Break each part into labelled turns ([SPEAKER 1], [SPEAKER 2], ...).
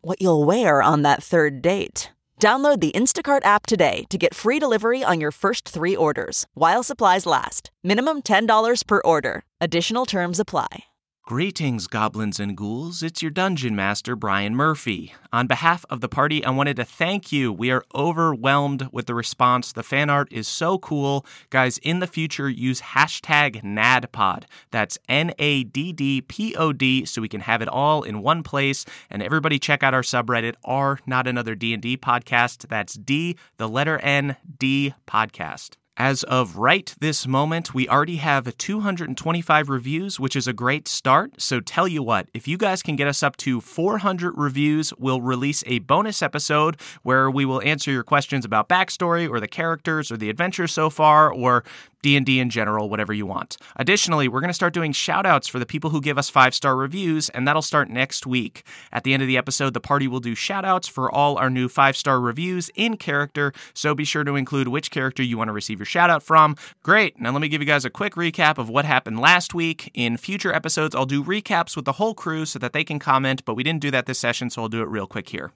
[SPEAKER 1] what you'll wear on that third date. Download the Instacart app today to get free delivery on your first three orders while supplies last. Minimum $10 per order. Additional terms apply.
[SPEAKER 2] Greetings, goblins and ghouls. It's your dungeon master, Brian Murphy. On behalf of the party, I wanted to thank you. We are overwhelmed with the response. The fan art is so cool. Guys, in the future, use hashtag NADPOD. That's N A D D P O D, so we can have it all in one place. And everybody check out our subreddit, R Not Another D&D Podcast. That's D, the letter N, D Podcast. As of right this moment, we already have 225 reviews, which is a great start. So, tell you what, if you guys can get us up to 400 reviews, we'll release a bonus episode where we will answer your questions about backstory or the characters or the adventure so far or D&D in general, whatever you want. Additionally, we're going to start doing shout-outs for the people who give us 5-star reviews, and that'll start next week. At the end of the episode, the party will do shout-outs for all our new 5-star reviews in character, so be sure to include which character you want to receive your shout-out from. Great. Now let me give you guys a quick recap of what happened last week. In future episodes, I'll do recaps with the whole crew so that they can comment, but we didn't do that this session, so I'll do it real quick here.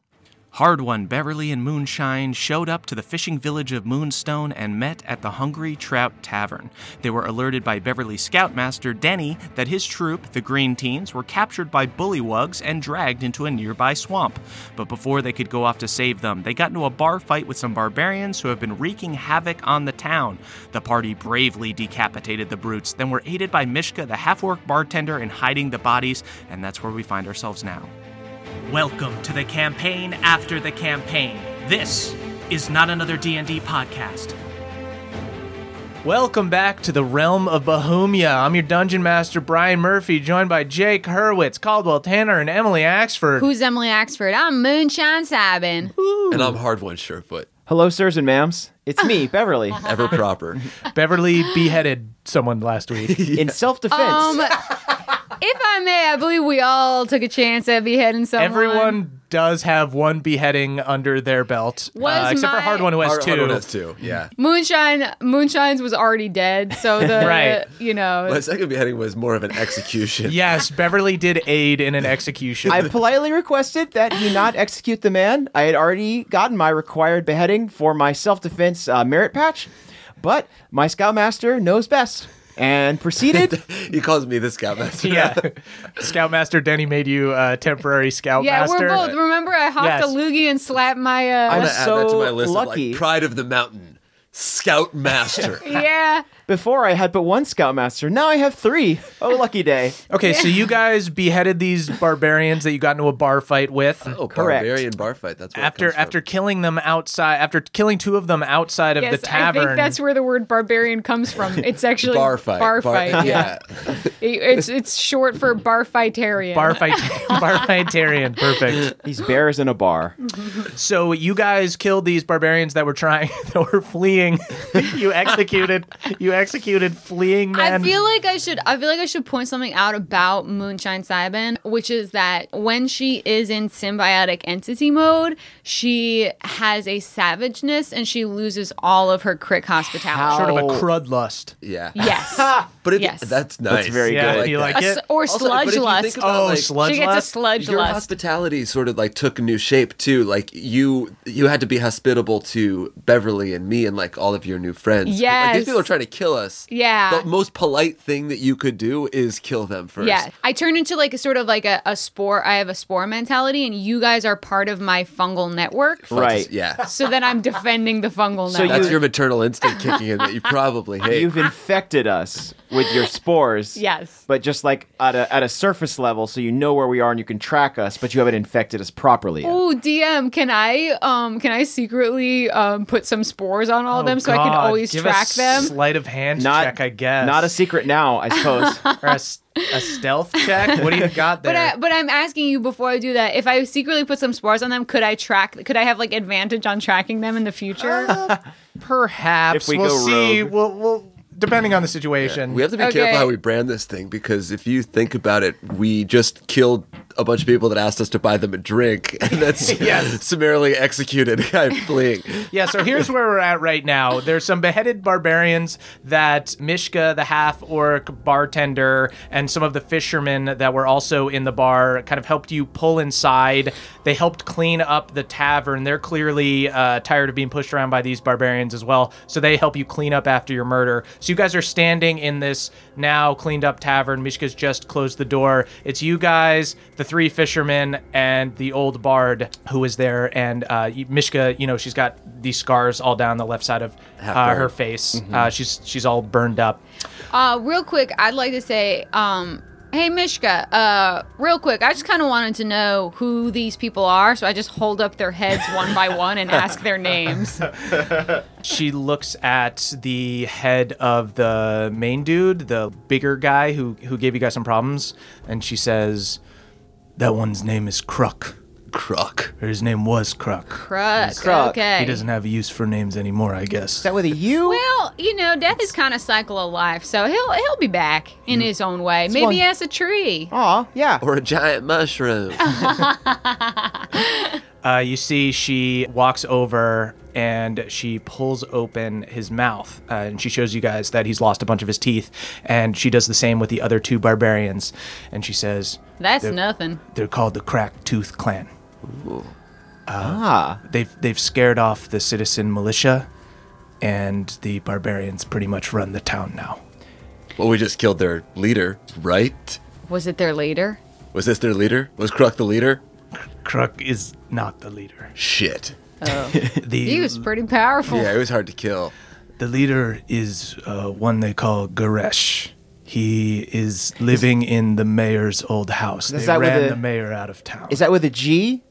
[SPEAKER 2] Hard One, Beverly, and Moonshine showed up to the fishing village of Moonstone and met at the Hungry Trout Tavern. They were alerted by Beverly Scoutmaster Denny that his troop, the Green Teens, were captured by bullywugs and dragged into a nearby swamp. But before they could go off to save them, they got into a bar fight with some barbarians who have been wreaking havoc on the town. The party bravely decapitated the brutes, then were aided by Mishka, the half orc bartender, in hiding the bodies, and that's where we find ourselves now. Welcome to the campaign after the campaign. This is not another D&D podcast.
[SPEAKER 3] Welcome back to the realm of Bohemia. I'm your dungeon master, Brian Murphy, joined by Jake Hurwitz, Caldwell Tanner, and Emily Axford.
[SPEAKER 4] Who's Emily Axford? I'm Moonshine Sabin.
[SPEAKER 5] And I'm hard one surefoot,
[SPEAKER 6] Hello, sirs and ma'ams. It's me, Beverly.
[SPEAKER 5] ever proper.
[SPEAKER 3] Beverly beheaded someone last week.
[SPEAKER 6] In self defense,
[SPEAKER 4] Um, if I may, I believe we all took a chance at beheading someone.
[SPEAKER 3] Everyone does have one beheading under their belt, uh,
[SPEAKER 4] Was
[SPEAKER 3] except for
[SPEAKER 4] my-
[SPEAKER 3] Hard One who has
[SPEAKER 5] Hard-
[SPEAKER 3] two. Mm-hmm.
[SPEAKER 5] hard one has two. Yeah.
[SPEAKER 4] Moonshine, Moonshine's was already dead, so the
[SPEAKER 3] Right.
[SPEAKER 4] you know.
[SPEAKER 5] My second beheading was more of an execution.
[SPEAKER 3] Yes, Beverly did aid in an execution.
[SPEAKER 6] I politely requested that he not execute the man. I had already gotten my required beheading for my self defense uh, merit patch, but my scoutmaster knows best and proceeded.
[SPEAKER 5] He calls me the scoutmaster.
[SPEAKER 3] yeah, Scoutmaster Denny made you uh, temporary Scoutmaster.
[SPEAKER 4] yeah, we're both. Remember, I hopped
[SPEAKER 3] Yes.
[SPEAKER 4] a loogie and slapped my.
[SPEAKER 5] I'm
[SPEAKER 4] uh
[SPEAKER 5] gonna add that to
[SPEAKER 6] so
[SPEAKER 5] my list of
[SPEAKER 6] lucky.
[SPEAKER 5] like pride of the mountain, scoutmaster.
[SPEAKER 4] Yeah,
[SPEAKER 6] Before I had but one scoutmaster, now I have three. Oh, lucky day.
[SPEAKER 3] Okay, so you guys beheaded these barbarians that you got into a bar fight with.
[SPEAKER 5] oh,
[SPEAKER 6] Correct.
[SPEAKER 5] barbarian bar fight. That's where it
[SPEAKER 3] after
[SPEAKER 5] comes
[SPEAKER 3] after killing them outside after killing two of them outside of
[SPEAKER 4] yes,
[SPEAKER 3] the
[SPEAKER 4] I
[SPEAKER 3] tavern
[SPEAKER 4] think that's where the word barbarian comes from. It's
[SPEAKER 5] from.
[SPEAKER 4] actually
[SPEAKER 5] bar fight.
[SPEAKER 4] Bar fight. yeah,
[SPEAKER 5] yeah.
[SPEAKER 4] It- it's it's short for barfightarian.
[SPEAKER 3] bar fight bar fightarian perfect
[SPEAKER 6] These bears in a bar.
[SPEAKER 4] Mm.
[SPEAKER 3] so you guys killed these barbarians that were trying that were fleeing you executed you executed fleeing
[SPEAKER 4] I
[SPEAKER 3] men
[SPEAKER 4] feel like I should. I feel like I should point something out about Moonshine Saibin, which is that when she is in symbiotic entity mode, she has a savageness and she loses all of her crick hospitality.
[SPEAKER 3] sort of a
[SPEAKER 6] Oh.
[SPEAKER 3] crud lust
[SPEAKER 5] Yeah.
[SPEAKER 4] Yes.
[SPEAKER 5] But if,
[SPEAKER 4] Yes.
[SPEAKER 5] that's nice.
[SPEAKER 6] very
[SPEAKER 3] yeah
[SPEAKER 5] I
[SPEAKER 3] you
[SPEAKER 5] that.
[SPEAKER 3] like
[SPEAKER 4] A
[SPEAKER 3] it
[SPEAKER 4] s- or
[SPEAKER 5] Also, but if
[SPEAKER 4] sludge
[SPEAKER 5] you
[SPEAKER 4] lust.
[SPEAKER 5] think about,
[SPEAKER 3] oh
[SPEAKER 5] like,
[SPEAKER 3] sludge
[SPEAKER 4] she gets
[SPEAKER 3] lust
[SPEAKER 4] a sludge
[SPEAKER 5] your
[SPEAKER 4] lust.
[SPEAKER 5] hospitality sort of like took a new shape too like you you had to be hospitable to beverly and me and like all of your new friends Yeah, like,
[SPEAKER 4] Yes.
[SPEAKER 5] these people are trying to kill us
[SPEAKER 4] Yeah.
[SPEAKER 5] the most polite thing that you could do is kill them first
[SPEAKER 4] Yeah, I turned into like a sort of like a, a spore. I have a spore mentality, and you guys are part of my fungal network.
[SPEAKER 6] Right.
[SPEAKER 5] yeah
[SPEAKER 4] So then I'm defending the fungal
[SPEAKER 6] So
[SPEAKER 4] network.
[SPEAKER 5] that's your maternal instinct kicking in that you probably hate
[SPEAKER 6] You've infected us with your spores.
[SPEAKER 4] Yes.
[SPEAKER 6] But just like at a, at a surface level, so you know where we are and you can track us, but you haven't infected us properly. yet.
[SPEAKER 4] Oh DM, can I um can I secretly um put some spores on all of them
[SPEAKER 3] Oh,
[SPEAKER 4] so I can
[SPEAKER 3] God,
[SPEAKER 4] always
[SPEAKER 3] give
[SPEAKER 4] track
[SPEAKER 3] us
[SPEAKER 4] them?
[SPEAKER 3] sleight of hand
[SPEAKER 6] Not,
[SPEAKER 3] check i guess
[SPEAKER 6] Not a secret now, I suppose.
[SPEAKER 3] or a s- a stealth check? What do you got there?
[SPEAKER 4] But I, but I'm asking you before I do that, if I secretly put some spores on them, could I track? Could I have like advantage on tracking them in the future?
[SPEAKER 7] If
[SPEAKER 3] Perhaps
[SPEAKER 7] we
[SPEAKER 3] we'll
[SPEAKER 7] go
[SPEAKER 3] see.
[SPEAKER 7] rogue.
[SPEAKER 3] We'll, we'll depending on the situation.
[SPEAKER 5] We have to be
[SPEAKER 4] Okay.
[SPEAKER 5] careful how we brand this thing because if you think about it, we just killed a bunch of people that asked us to buy them a drink, and that's summarily executed guy fleeing.
[SPEAKER 3] yeah, so here's where we're at right now. There's some beheaded barbarians that Mishka, the half orc bartender, and some of the fishermen that were also in the bar kind of helped you pull inside. They helped clean up the tavern. They're clearly uh, tired of being pushed around by these barbarians as well, so they help you clean up after your murder. So you guys are standing in this now cleaned up tavern. Mishka's just closed the door. It's you guys, the three fishermen, and the old bard who is there. And uh, y- Mishka, you know, she's got these scars all down the left side of uh,
[SPEAKER 5] burned.
[SPEAKER 3] her face. Uh, she's she's all burned up.
[SPEAKER 4] Uh, real quick, I'd like to say, um, hey Mishka, uh, real quick, I just kind of wanted to know who these people are, so I just hold up their heads one by one and ask their names.
[SPEAKER 3] She looks at the head of the main dude, the bigger guy who who gave you guys some problems, and she says, "That one's name is Kruk.
[SPEAKER 5] Croc.
[SPEAKER 3] Or his name was Kruk."
[SPEAKER 4] Crux.
[SPEAKER 6] Crux.
[SPEAKER 4] Okay.
[SPEAKER 3] He doesn't have a use for names anymore, I guess.
[SPEAKER 6] that with a U?
[SPEAKER 4] Well, you know, death is kind of cycle of life, so he'll he'll be back in
[SPEAKER 5] Mm.
[SPEAKER 4] his own way. Maybe
[SPEAKER 6] one-
[SPEAKER 4] as a tree.
[SPEAKER 6] Aw, yeah.
[SPEAKER 5] Or a giant mushroom.
[SPEAKER 3] Uh, you see, she walks over and she pulls open his mouth, uh, and she shows you guys that he's lost a bunch of his teeth. And she does the same with the other two barbarians, and she says,
[SPEAKER 4] That's
[SPEAKER 3] They're-
[SPEAKER 4] nothing.
[SPEAKER 3] "They're called the Crack Tooth Clan.
[SPEAKER 6] Ah.
[SPEAKER 3] They've they've scared off the citizen militia, and the barbarians pretty much run the town now."
[SPEAKER 5] well, we just killed their leader, right?
[SPEAKER 4] Was it their leader?
[SPEAKER 5] Was this their leader? Was Croc the leader?
[SPEAKER 3] Kruk is not the leader.
[SPEAKER 5] Shit.
[SPEAKER 3] The
[SPEAKER 4] He was pretty powerful.
[SPEAKER 5] Yeah, it was hard to kill.
[SPEAKER 3] The leader is uh, one they call Goresh. He is living in the mayor's old house. They
[SPEAKER 6] Is that with
[SPEAKER 3] ran
[SPEAKER 6] the-
[SPEAKER 3] the mayor out of town.
[SPEAKER 6] Is that with a G?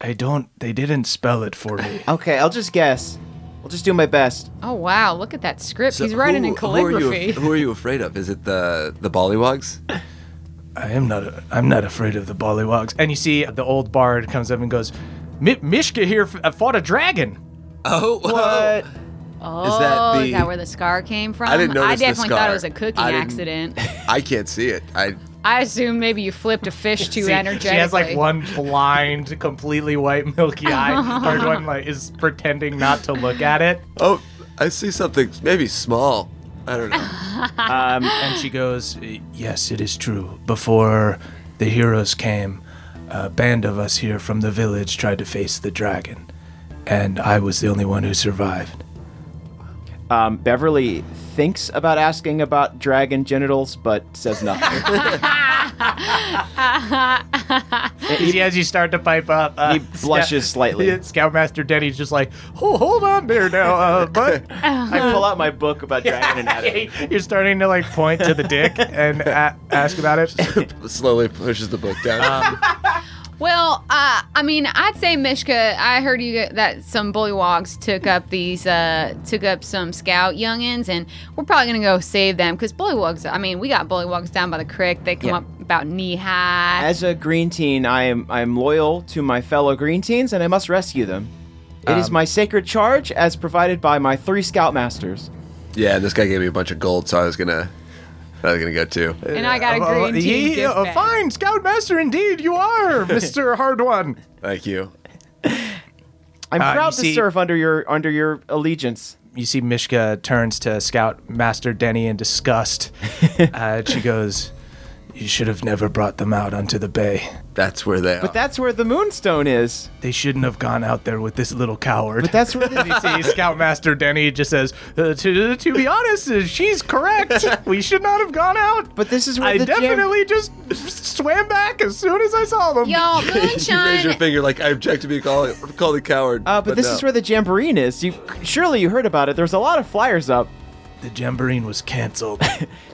[SPEAKER 3] I don't. They didn't spell it for me.
[SPEAKER 6] Okay, I'll just guess. I'll just do my best.
[SPEAKER 4] Oh wow, look at that script.
[SPEAKER 5] So
[SPEAKER 4] He's writing in
[SPEAKER 5] who- who are you af-
[SPEAKER 4] calligraphy.
[SPEAKER 5] Who are, you, afraid of? Is it the the Bollywogs?
[SPEAKER 3] I am not. A, I'm not afraid of the Bollywogs. And you see, the old bard comes up and goes, "Mi- "Mishka here f- uh, fought a dragon."
[SPEAKER 5] Oh,
[SPEAKER 6] But
[SPEAKER 4] Oh,
[SPEAKER 5] Is that the-
[SPEAKER 4] is that where the scar came from?
[SPEAKER 5] I didn't notice the
[SPEAKER 4] definitely thought
[SPEAKER 5] scar.
[SPEAKER 4] it was a cooking
[SPEAKER 5] I didn't-
[SPEAKER 4] accident.
[SPEAKER 5] I can't see it. I
[SPEAKER 4] I assumed maybe you flipped a fish too
[SPEAKER 3] See,
[SPEAKER 4] energetically.
[SPEAKER 3] She has like one blind, completely white, milky eye. Hard one like is pretending not to look at it.
[SPEAKER 5] oh, I see something maybe small. I don't know.
[SPEAKER 3] And she goes, Yes, it is true. Before the heroes came, a band of us here from the village tried to face the dragon, and I was the only one who survived.
[SPEAKER 6] um, Beverly thinks about asking about dragon genitals, but says nothing.
[SPEAKER 3] As you start to pipe up, uh,
[SPEAKER 6] he blushes slightly.
[SPEAKER 3] Scoutmaster Denny's just like, oh, hold on there now, uh, but
[SPEAKER 6] I pull out my book about dragon anatomy.
[SPEAKER 3] you're starting to like point to the dick and a- ask about it.
[SPEAKER 5] Slowly pushes the book down.
[SPEAKER 4] Um, Well, uh, I mean, I'd say Mishka. I heard you get- that some bullywogs took up these, uh, took up some scout youngins, and we're probably gonna go save them because bullywogs. I mean, we got bullywogs down by the creek. They come
[SPEAKER 6] Yeah.
[SPEAKER 4] up about knee high.
[SPEAKER 6] As a green teen, I am I am loyal to my fellow green teens, and I must rescue them. It is
[SPEAKER 3] Um,
[SPEAKER 6] my sacred charge, as provided by my three scoutmasters.
[SPEAKER 5] yeah, and this guy gave me a bunch of gold, so I was gonna, I was gonna go too.
[SPEAKER 4] and I got a green tea.
[SPEAKER 3] Yeah, uh, fine, Scoutmaster, indeed, you are, Mr. Hard One.
[SPEAKER 5] Thank you.
[SPEAKER 6] I'm
[SPEAKER 3] Uh, you
[SPEAKER 6] proud to
[SPEAKER 3] see-
[SPEAKER 6] serve under your under your allegiance.
[SPEAKER 3] you see Mishka turns to Scout Master Denny in disgust. uh, she goes, "You should have never brought them out onto the bay.
[SPEAKER 5] That's where they are.
[SPEAKER 6] That's where the moonstone is.
[SPEAKER 3] They shouldn't have gone out there with this little coward."
[SPEAKER 6] But that's where the,
[SPEAKER 3] you see Scout Master Denny just says, uh, to, "To be honest, uh, she's correct. We should not have gone out."
[SPEAKER 6] but this is where
[SPEAKER 3] I
[SPEAKER 6] the jam-
[SPEAKER 3] definitely just swam back as soon as I saw them.
[SPEAKER 4] Y'all,
[SPEAKER 5] you raise your
[SPEAKER 4] moonshine.
[SPEAKER 5] finger like I object to being called called a coward.
[SPEAKER 6] Uh, but, this
[SPEAKER 5] no.
[SPEAKER 6] is where the jamboree is. You surely you heard about it. There's a lot of flyers up.
[SPEAKER 3] The jamboree was canceled.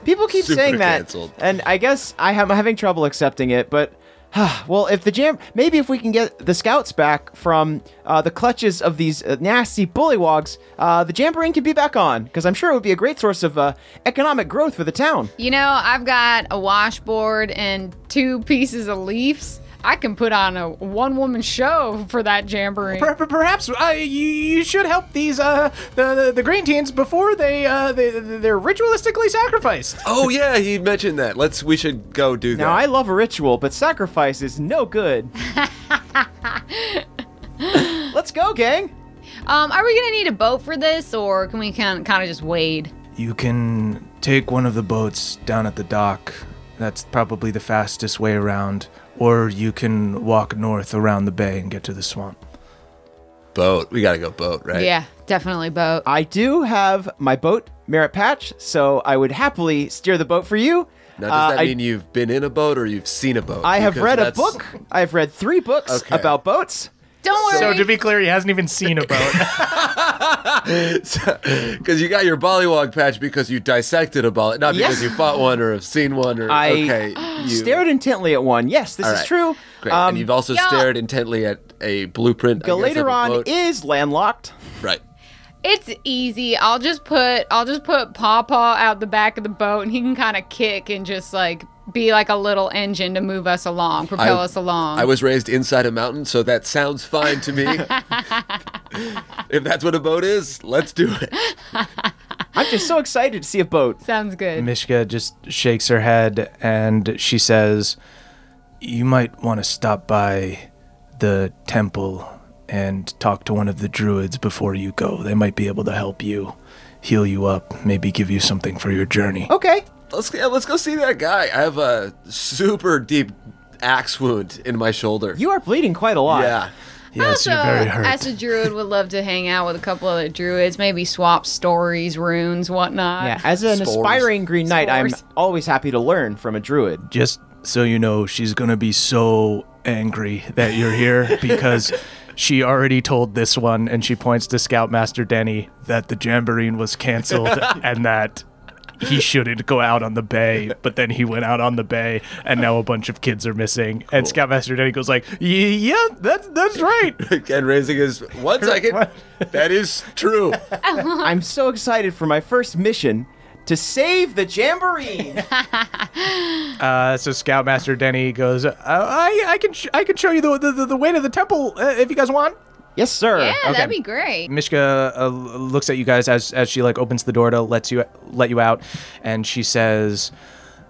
[SPEAKER 6] People keep
[SPEAKER 5] Super
[SPEAKER 6] saying that,
[SPEAKER 5] canceled.
[SPEAKER 6] and I guess I am having trouble accepting it. But well, if the jam, maybe if we can get the scouts back from uh, the clutches of these uh, nasty bullywogs, uh, the jamboree can be back on because I'm sure it would be a great source of uh, economic growth for the town.
[SPEAKER 4] You know, I've got a washboard and two pieces of leaves. I can put on a one woman show for that jamboree.
[SPEAKER 7] Per- per- Perhaps uh, you, you should help these uh, the, the the green teens before they uh, they they're ritualistically sacrificed.
[SPEAKER 5] Oh yeah, he mentioned that. Let's we should go do that.
[SPEAKER 6] Now, I love a ritual, but sacrifice is no good. Let's go, gang.
[SPEAKER 4] Um, are we gonna need a boat for this, or can we kind kind of just wade?
[SPEAKER 7] You can take one of the boats down at the dock. That's probably the fastest way around. Or you can walk north around the bay and get to the swamp.
[SPEAKER 5] boat. We gotta go boat, right?
[SPEAKER 4] Yeah, definitely boat.
[SPEAKER 6] I do have my boat, Merit Patch, so I would happily steer the boat for you.
[SPEAKER 5] Now, does
[SPEAKER 6] Uh,
[SPEAKER 5] that
[SPEAKER 6] I-
[SPEAKER 5] mean you've been in a boat or you've seen a boat?
[SPEAKER 6] I have
[SPEAKER 5] Because
[SPEAKER 6] read a
[SPEAKER 5] that's-
[SPEAKER 6] book. I have read three books
[SPEAKER 5] Okay.
[SPEAKER 6] about boats.
[SPEAKER 4] Don't worry.
[SPEAKER 7] So to be clear, he hasn't even seen a boat.
[SPEAKER 5] Because you got your Bollywog patch because you dissected a Bolly, not because
[SPEAKER 6] Yeah.
[SPEAKER 5] you fought one or have seen one or
[SPEAKER 6] I
[SPEAKER 5] okay. You,
[SPEAKER 6] stared intently at one. Yes, this
[SPEAKER 5] All
[SPEAKER 6] is
[SPEAKER 5] right.
[SPEAKER 6] true. Um,
[SPEAKER 5] Great. and you've also
[SPEAKER 4] yeah.
[SPEAKER 5] stared intently at a blueprint. I guess, of a
[SPEAKER 6] Galateron
[SPEAKER 5] boat.
[SPEAKER 6] is landlocked.
[SPEAKER 5] right.
[SPEAKER 4] It's easy. I'll just put I'll just put Paw Paw out the back of the boat, and he can kind of kick and just like be like a little engine to move us along, propel us along.
[SPEAKER 5] I was raised inside a mountain, so that sounds fine to me. if that's what a boat is, let's do it.
[SPEAKER 6] I'm just so excited to see a boat.
[SPEAKER 4] Sounds good.
[SPEAKER 7] Mishka just shakes her head and she says, You might want to stop by the temple and talk to one of the druids before you go. They might be able to help you, heal you up, maybe give you something for your journey.
[SPEAKER 4] Oh,
[SPEAKER 6] Okay.
[SPEAKER 5] Let's yeah, let's go see that guy. I have a super deep axe wound in my shoulder.
[SPEAKER 6] You are bleeding quite a lot.
[SPEAKER 5] yeah.
[SPEAKER 7] Yes,
[SPEAKER 4] also,
[SPEAKER 7] you're very hurt.
[SPEAKER 4] as a druid, would love to hang out with a couple other druids, maybe swap stories, runes, whatnot.
[SPEAKER 6] Yeah, as an
[SPEAKER 5] Spores.
[SPEAKER 6] aspiring green knight,
[SPEAKER 4] Spores.
[SPEAKER 6] I'm always happy to learn from a druid.
[SPEAKER 7] just so you know, she's going to be so angry that you're here because she already told this one, and she points to Scoutmaster Denny that the jamboree was canceled and that he shouldn't go out on the bay. But then he went out on the bay, and now a bunch of kids are missing. And Scoutmaster Denny goes like, "Y- "Yeah, that's that's right."
[SPEAKER 5] And raising his one second. that is true.
[SPEAKER 6] I'm so excited for my first mission to save the jamboree.
[SPEAKER 7] Uh, so Scoutmaster Denny goes, uh, "I I can sh- I can show you the the, the way to the temple uh, if you guys want."
[SPEAKER 6] yes, sir.
[SPEAKER 4] Yeah, that'd be great.
[SPEAKER 7] Mishka uh, l- looks at you guys as as she like opens the door to lets you let you out, and she says,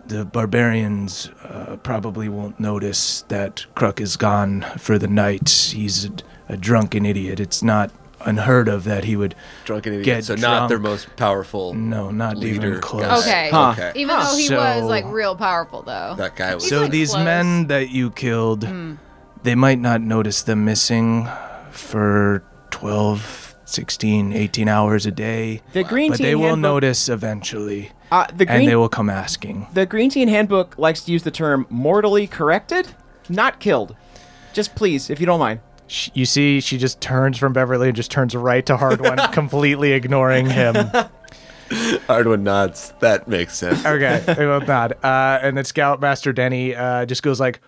[SPEAKER 7] "The barbarians uh, probably won't notice that Kruk is gone for the night. He's a, a drunken idiot. It's not unheard of that he would
[SPEAKER 5] Drunken idiot.
[SPEAKER 7] Get
[SPEAKER 5] so not their
[SPEAKER 7] drunk.
[SPEAKER 5] most powerful.
[SPEAKER 7] no, not
[SPEAKER 5] Leader
[SPEAKER 7] even close."
[SPEAKER 5] guy.
[SPEAKER 4] Okay.
[SPEAKER 6] Huh.
[SPEAKER 5] Okay.
[SPEAKER 4] Even though he
[SPEAKER 7] So-
[SPEAKER 4] was like real powerful though.
[SPEAKER 5] That guy was
[SPEAKER 7] So
[SPEAKER 4] like,
[SPEAKER 7] these
[SPEAKER 4] close.
[SPEAKER 7] men that you killed, they might not notice them missing for 12, 16, 18 hours a day.
[SPEAKER 6] The green
[SPEAKER 7] but
[SPEAKER 6] tea
[SPEAKER 7] they will
[SPEAKER 6] handbook-
[SPEAKER 7] notice eventually.
[SPEAKER 6] Uh, the green
[SPEAKER 7] and they will come asking.
[SPEAKER 6] The Green Teen Handbook likes to use the term mortally corrected, not killed. Just please, if you don't mind.
[SPEAKER 3] Sh- You see, she just turns from Beverly and just turns right to Hard One, completely ignoring him.
[SPEAKER 5] Hardwood nods. That makes sense.
[SPEAKER 3] Okay, they both nod. Uh, and then Scoutmaster Denny uh, just goes like,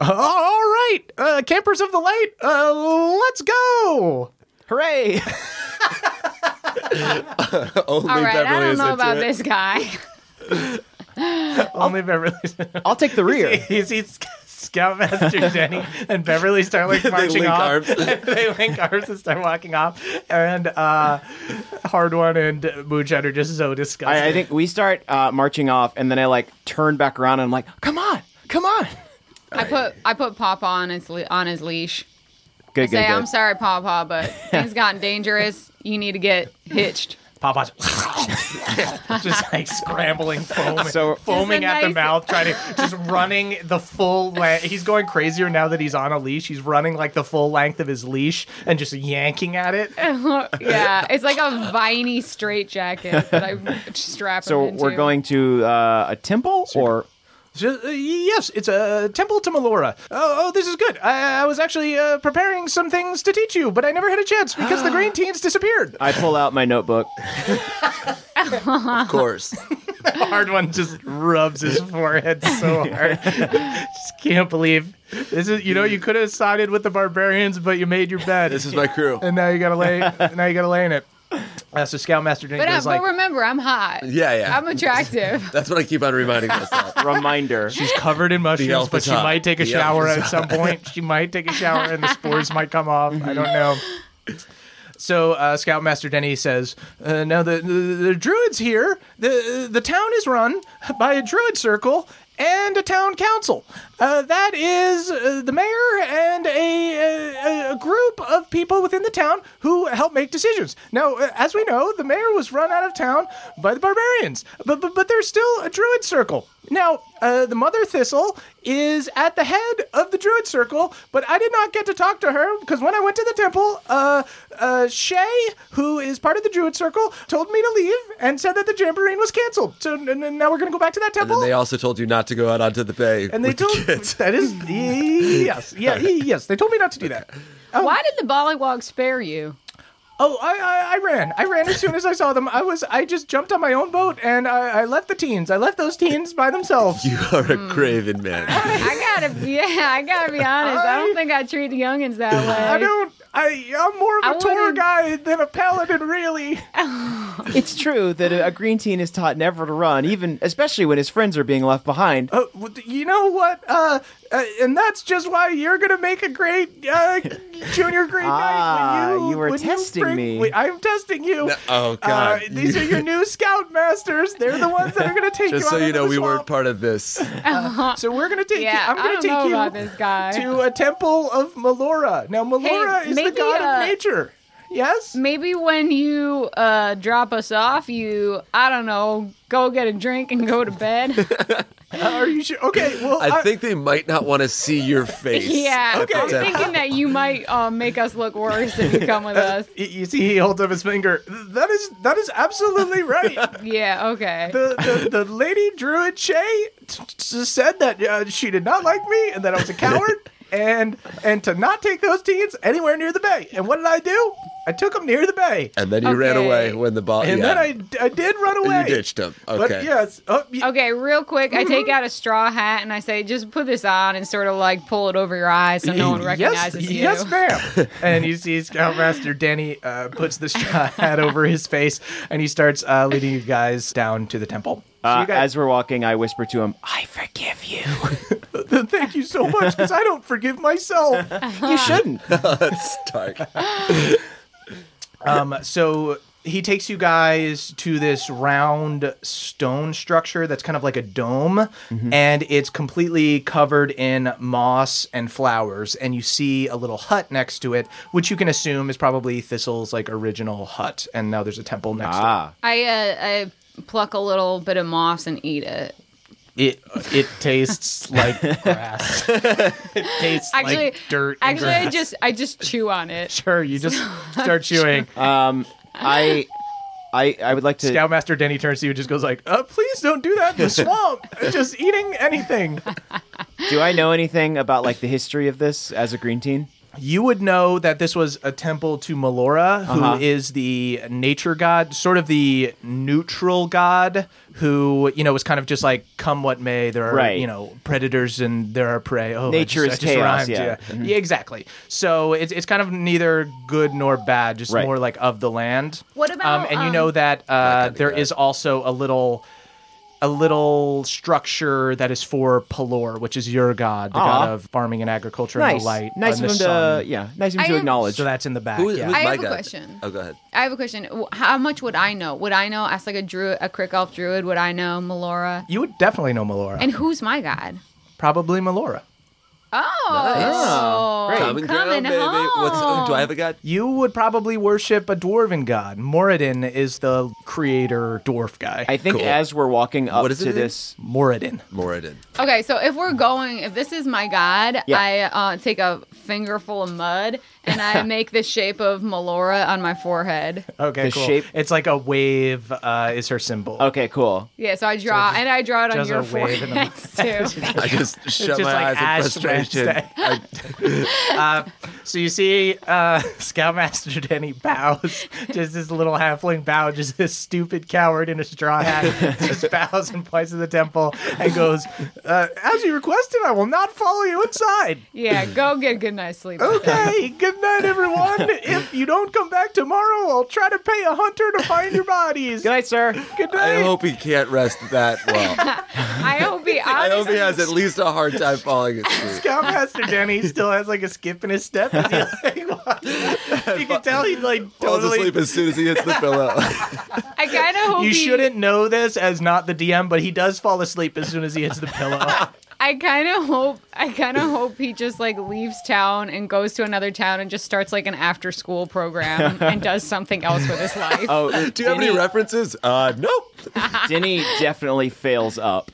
[SPEAKER 3] "Oh, "All right, uh, campers of the light, uh, let's
[SPEAKER 6] Oh.
[SPEAKER 3] go."
[SPEAKER 6] Hooray!
[SPEAKER 5] Only
[SPEAKER 4] All right,
[SPEAKER 5] Beverly
[SPEAKER 4] I don't
[SPEAKER 5] is
[SPEAKER 4] know
[SPEAKER 5] into
[SPEAKER 4] about
[SPEAKER 5] it.
[SPEAKER 4] this guy.
[SPEAKER 3] Only Beverly.
[SPEAKER 6] I'll take the rear.
[SPEAKER 3] you see, Sc- Scoutmaster Denny and Beverly start like
[SPEAKER 5] They
[SPEAKER 3] marching
[SPEAKER 5] link
[SPEAKER 3] off.
[SPEAKER 5] arms.
[SPEAKER 3] they link arms and start walking off, and uh, Hard One and Moonshine are just so disgusted.
[SPEAKER 6] I, I think we start uh, marching off, and then I like turn back around and I'm like, come on, come on.
[SPEAKER 4] I put I put Papa on his le- on his leash.
[SPEAKER 6] Good, good,
[SPEAKER 4] Say
[SPEAKER 6] good.
[SPEAKER 4] I'm sorry, Papa, but things gotten dangerous. You need to get hitched.
[SPEAKER 3] Popeye's just like scrambling, foam,
[SPEAKER 6] So-
[SPEAKER 3] foaming
[SPEAKER 4] Just a
[SPEAKER 3] at the
[SPEAKER 4] nice-
[SPEAKER 3] mouth, trying to just running the full length. He's going crazier now that he's on a leash. He's running like the full length of his leash and just yanking at it.
[SPEAKER 4] yeah, it's like a viney straitjacket that I strap.
[SPEAKER 6] So
[SPEAKER 4] him
[SPEAKER 6] we're
[SPEAKER 4] into.
[SPEAKER 6] going to uh, a temple, or
[SPEAKER 3] Just, uh, yes, it's a temple to Melora. Oh, oh, this is good. I, I was actually uh, preparing some things to teach you, but I never had a chance because the green teens disappeared.
[SPEAKER 6] I pull out my notebook.
[SPEAKER 5] Of course.
[SPEAKER 3] Hard one just rubs his forehead so hard. just can't believe this is. You know, you could have sided with the barbarians, but you made your bed.
[SPEAKER 5] This is my crew.
[SPEAKER 3] and now you gotta lay. now you gotta lay in it. Uh, so Scoutmaster
[SPEAKER 4] But,
[SPEAKER 3] Dinka
[SPEAKER 4] I,
[SPEAKER 3] is like,
[SPEAKER 4] but remember, I'm hot.
[SPEAKER 5] Yeah, yeah.
[SPEAKER 4] I'm attractive.
[SPEAKER 5] That's what I keep on reminding myself.
[SPEAKER 6] Reminder.
[SPEAKER 3] she's covered in mushrooms,
[SPEAKER 5] elf
[SPEAKER 3] but
[SPEAKER 5] is
[SPEAKER 3] she
[SPEAKER 5] hot.
[SPEAKER 3] might take a
[SPEAKER 5] The elf
[SPEAKER 3] shower
[SPEAKER 5] is
[SPEAKER 3] at some point. She might take a shower, and the spores might come off. I don't know. So uh, Scoutmaster Denny says, uh, "Now the, the the druids here. the The town is run by a druid circle." And a town council. Uh, that is uh, the mayor and a, a, a group of people within the town who help make decisions. Now, uh, as we know, the mayor was run out of town by the barbarians, but but, but there's still a druid circle. Now, uh, the mother thistle is at the head of the druid circle, but I did not get to talk to her because when I went to the temple, uh, uh, Shay, who is part of the druid circle, told me to leave and said that the jamboree was canceled. So n- n- now we're going to go back to that
[SPEAKER 5] And then
[SPEAKER 3] temple.
[SPEAKER 5] they also told you not to go out onto the bay.
[SPEAKER 3] And they
[SPEAKER 5] with
[SPEAKER 3] told
[SPEAKER 5] the kids.
[SPEAKER 3] that is yes, yeah, yes. They told me not to do that.
[SPEAKER 4] Why did the Bollywog spare you?
[SPEAKER 3] Oh, I, I I ran. I ran as soon as I saw them. I was I just jumped on my own boat and I, I left the teens. I left those teens by themselves.
[SPEAKER 5] You are a craven man.
[SPEAKER 4] Hmm. I gotta, yeah, I gotta be honest. I, don't think I treat the youngins that way.
[SPEAKER 3] I don't. I I'm more of a
[SPEAKER 4] I
[SPEAKER 3] tour
[SPEAKER 4] wouldn't-
[SPEAKER 3] guide than a paladin, really.
[SPEAKER 6] It's true that a a green teen is taught never to run, even especially when his friends are being left behind.
[SPEAKER 3] Uh, w- you know what? Uh, uh, and that's just why you're gonna make a great uh, junior grade
[SPEAKER 6] Ah,
[SPEAKER 3] night. When you,
[SPEAKER 6] you were
[SPEAKER 3] when
[SPEAKER 6] testing
[SPEAKER 3] bring-
[SPEAKER 6] me.
[SPEAKER 3] wait, I'm testing you.
[SPEAKER 5] oh, God.
[SPEAKER 3] Uh, these are your new scout masters. They're the ones that are gonna take
[SPEAKER 5] Just
[SPEAKER 3] you.
[SPEAKER 5] so
[SPEAKER 3] out
[SPEAKER 5] you
[SPEAKER 3] into
[SPEAKER 5] know,
[SPEAKER 3] the
[SPEAKER 5] we
[SPEAKER 3] swamp.
[SPEAKER 5] weren't part of this.
[SPEAKER 3] So we're gonna take.
[SPEAKER 4] yeah,
[SPEAKER 3] you, I'm
[SPEAKER 4] I
[SPEAKER 3] gonna
[SPEAKER 4] don't
[SPEAKER 3] take
[SPEAKER 4] know
[SPEAKER 3] you
[SPEAKER 4] about this guy.
[SPEAKER 3] to a temple of Melora. Now, Melora is the
[SPEAKER 4] maybe,
[SPEAKER 3] god
[SPEAKER 4] uh,
[SPEAKER 3] of nature. Yes.
[SPEAKER 4] Maybe when you uh, drop us off, you, I don't know, go get a drink and go to bed.
[SPEAKER 3] Are you sure? Okay. Well,
[SPEAKER 5] I
[SPEAKER 3] I
[SPEAKER 5] think they might not want to see your face.
[SPEAKER 4] yeah,
[SPEAKER 5] at the
[SPEAKER 4] I'm
[SPEAKER 5] temple.
[SPEAKER 4] thinking that you might uh, make us look worse if you come with us.
[SPEAKER 3] Y- You see, he holds up his finger. That is that is absolutely right.
[SPEAKER 4] Yeah, okay.
[SPEAKER 3] the, the, the lady druid Shay t- t- said that uh, she did not like me and that I was a coward and and to not take those teens anywhere near the bay. And what did I do? I took them near the bay.
[SPEAKER 5] And then you ran
[SPEAKER 4] Okay.
[SPEAKER 5] away when the ball.
[SPEAKER 3] And
[SPEAKER 5] Oh, yeah.
[SPEAKER 3] then I, I did run away.
[SPEAKER 5] You ditched him.
[SPEAKER 3] But
[SPEAKER 5] Okay.
[SPEAKER 3] yes. Oh, y-
[SPEAKER 4] Okay, real quick, I
[SPEAKER 3] Mm-hmm.
[SPEAKER 4] take out a straw hat and I say, just put this on and sort of like pull it over your eyes so no one
[SPEAKER 3] Yes,
[SPEAKER 4] recognizes you.
[SPEAKER 3] yes, ma'am. and you see Scoutmaster Danny uh, puts the straw hat over his face, and he starts uh, leading you guys down to the temple.
[SPEAKER 6] Uh,
[SPEAKER 3] you guys-
[SPEAKER 6] as we're walking, I whisper to him, "I forgive you."
[SPEAKER 3] Thank you so much, because I don't forgive myself.
[SPEAKER 6] you shouldn't.
[SPEAKER 5] That's dark.
[SPEAKER 3] Um, so he takes you guys to this round stone structure that's kind of like a dome, and it's completely covered in moss and flowers. And you see a little hut next to it, which you can assume is probably Thistle's like original hut. And now there's a temple next to it.
[SPEAKER 4] I, uh, I pluck a little bit of moss and eat it.
[SPEAKER 3] It it tastes like grass. it tastes
[SPEAKER 4] Actually,
[SPEAKER 3] like dirt. and
[SPEAKER 4] Actually, I
[SPEAKER 3] grass.
[SPEAKER 4] just I just chew on it.
[SPEAKER 3] sure you just start chewing.
[SPEAKER 6] I, I, I would like to.
[SPEAKER 3] Scoutmaster Denny turns to you and just goes like, uh, "Please don't do that in the swamp. just eating anything."
[SPEAKER 6] Do I know anything about like the history of this as a green teen?
[SPEAKER 3] You would know that this was a temple to Melora, who is
[SPEAKER 6] Uh-huh.
[SPEAKER 3] the nature god, sort of the neutral god, who you know was kind of just like, "Come what may, there are
[SPEAKER 6] Right.
[SPEAKER 3] you know predators and there are prey." Oh, I
[SPEAKER 6] Nature
[SPEAKER 3] just-
[SPEAKER 6] is
[SPEAKER 3] I just
[SPEAKER 6] chaos,
[SPEAKER 3] rhymed,
[SPEAKER 6] yeah. Mm-hmm.
[SPEAKER 3] Yeah, exactly. So it's it's kind of neither good nor bad, just
[SPEAKER 6] Right.
[SPEAKER 3] more like of the land.
[SPEAKER 4] What
[SPEAKER 3] Um,
[SPEAKER 4] about,
[SPEAKER 3] and you
[SPEAKER 4] um,
[SPEAKER 3] know that uh, there is also a little. A little structure that is for Pelor, which is your god, the god
[SPEAKER 6] Aw.
[SPEAKER 3] of farming and agriculture and
[SPEAKER 6] Nice,
[SPEAKER 3] the light.
[SPEAKER 6] nice of
[SPEAKER 3] and
[SPEAKER 6] him
[SPEAKER 3] the
[SPEAKER 6] to.
[SPEAKER 3] sun.
[SPEAKER 6] Yeah, nice of him
[SPEAKER 4] I
[SPEAKER 6] to
[SPEAKER 4] am-
[SPEAKER 6] acknowledge.
[SPEAKER 3] So that's in the back.
[SPEAKER 5] Who-
[SPEAKER 3] yeah.
[SPEAKER 5] who's
[SPEAKER 4] I
[SPEAKER 5] my
[SPEAKER 4] have a
[SPEAKER 5] god?
[SPEAKER 4] question.
[SPEAKER 5] Oh, go ahead.
[SPEAKER 4] I have a question. W- How much would I know? Would I know as like a druid, a crick elf druid? Would I know Melora?
[SPEAKER 3] you would definitely know Melora.
[SPEAKER 4] And who's my god?
[SPEAKER 3] Probably Melora.
[SPEAKER 4] Oh,
[SPEAKER 6] Nice.
[SPEAKER 4] I'm
[SPEAKER 5] Common
[SPEAKER 4] coming
[SPEAKER 5] ground, baby.
[SPEAKER 4] home.
[SPEAKER 5] What's, oh, do I have a god?
[SPEAKER 3] You would probably worship a dwarven god. Moradin is the creator dwarf guy.
[SPEAKER 6] I think
[SPEAKER 5] Cool.
[SPEAKER 6] as we're walking up
[SPEAKER 5] What is
[SPEAKER 6] to
[SPEAKER 5] it again?
[SPEAKER 6] this,
[SPEAKER 3] Moradin.
[SPEAKER 5] Moradin.
[SPEAKER 4] okay, so if we're going, if this is my god,
[SPEAKER 6] Yeah.
[SPEAKER 4] I uh, take a fingerful of mud and I make the shape of Melora on my forehead.
[SPEAKER 3] Okay,
[SPEAKER 6] The
[SPEAKER 3] cool.
[SPEAKER 6] shape-
[SPEAKER 3] It's like a wave uh, is her symbol.
[SPEAKER 6] okay, cool.
[SPEAKER 4] Yeah, so I draw and I draw it on
[SPEAKER 3] does
[SPEAKER 4] your
[SPEAKER 3] a wave in the
[SPEAKER 4] forehead too.
[SPEAKER 5] I just shut
[SPEAKER 3] just
[SPEAKER 5] my eyes
[SPEAKER 3] like Ash
[SPEAKER 5] in frustration.
[SPEAKER 3] Wednesday.
[SPEAKER 5] I-
[SPEAKER 3] So you see uh, Scoutmaster Denny bows, just this little halfling bow, just this stupid coward in a straw hat, just bows and points to the temple and goes, uh, as you requested, I will not follow you inside.
[SPEAKER 4] Yeah, go get a good night's sleep.
[SPEAKER 5] Oh.
[SPEAKER 3] Okay, good night, everyone. If you don't come back tomorrow, I'll try to pay a hunter to find your bodies.
[SPEAKER 6] Good night, sir.
[SPEAKER 3] Good
[SPEAKER 5] I
[SPEAKER 3] night.
[SPEAKER 5] hope he can't rest that well.
[SPEAKER 4] I hope he
[SPEAKER 5] I hope
[SPEAKER 4] obviously
[SPEAKER 5] he has at least a hard time falling asleep.
[SPEAKER 3] Scoutmaster Denny still has like a skip in his step. Is he, like, walking? you can tell he like
[SPEAKER 5] Falls
[SPEAKER 3] totally
[SPEAKER 5] asleep as soon as he hits the pillow.
[SPEAKER 4] I kind of hope
[SPEAKER 3] You
[SPEAKER 4] he-
[SPEAKER 3] shouldn't know this as not the DM, but he does fall asleep as soon as he hits the pillow.
[SPEAKER 4] I kind of hope. I kind of hope he just like leaves town and goes to another town and just starts like an after-school program and does something else with his life.
[SPEAKER 6] Oh,
[SPEAKER 5] Do you have any references? Uh, nope.
[SPEAKER 6] Denny definitely fails up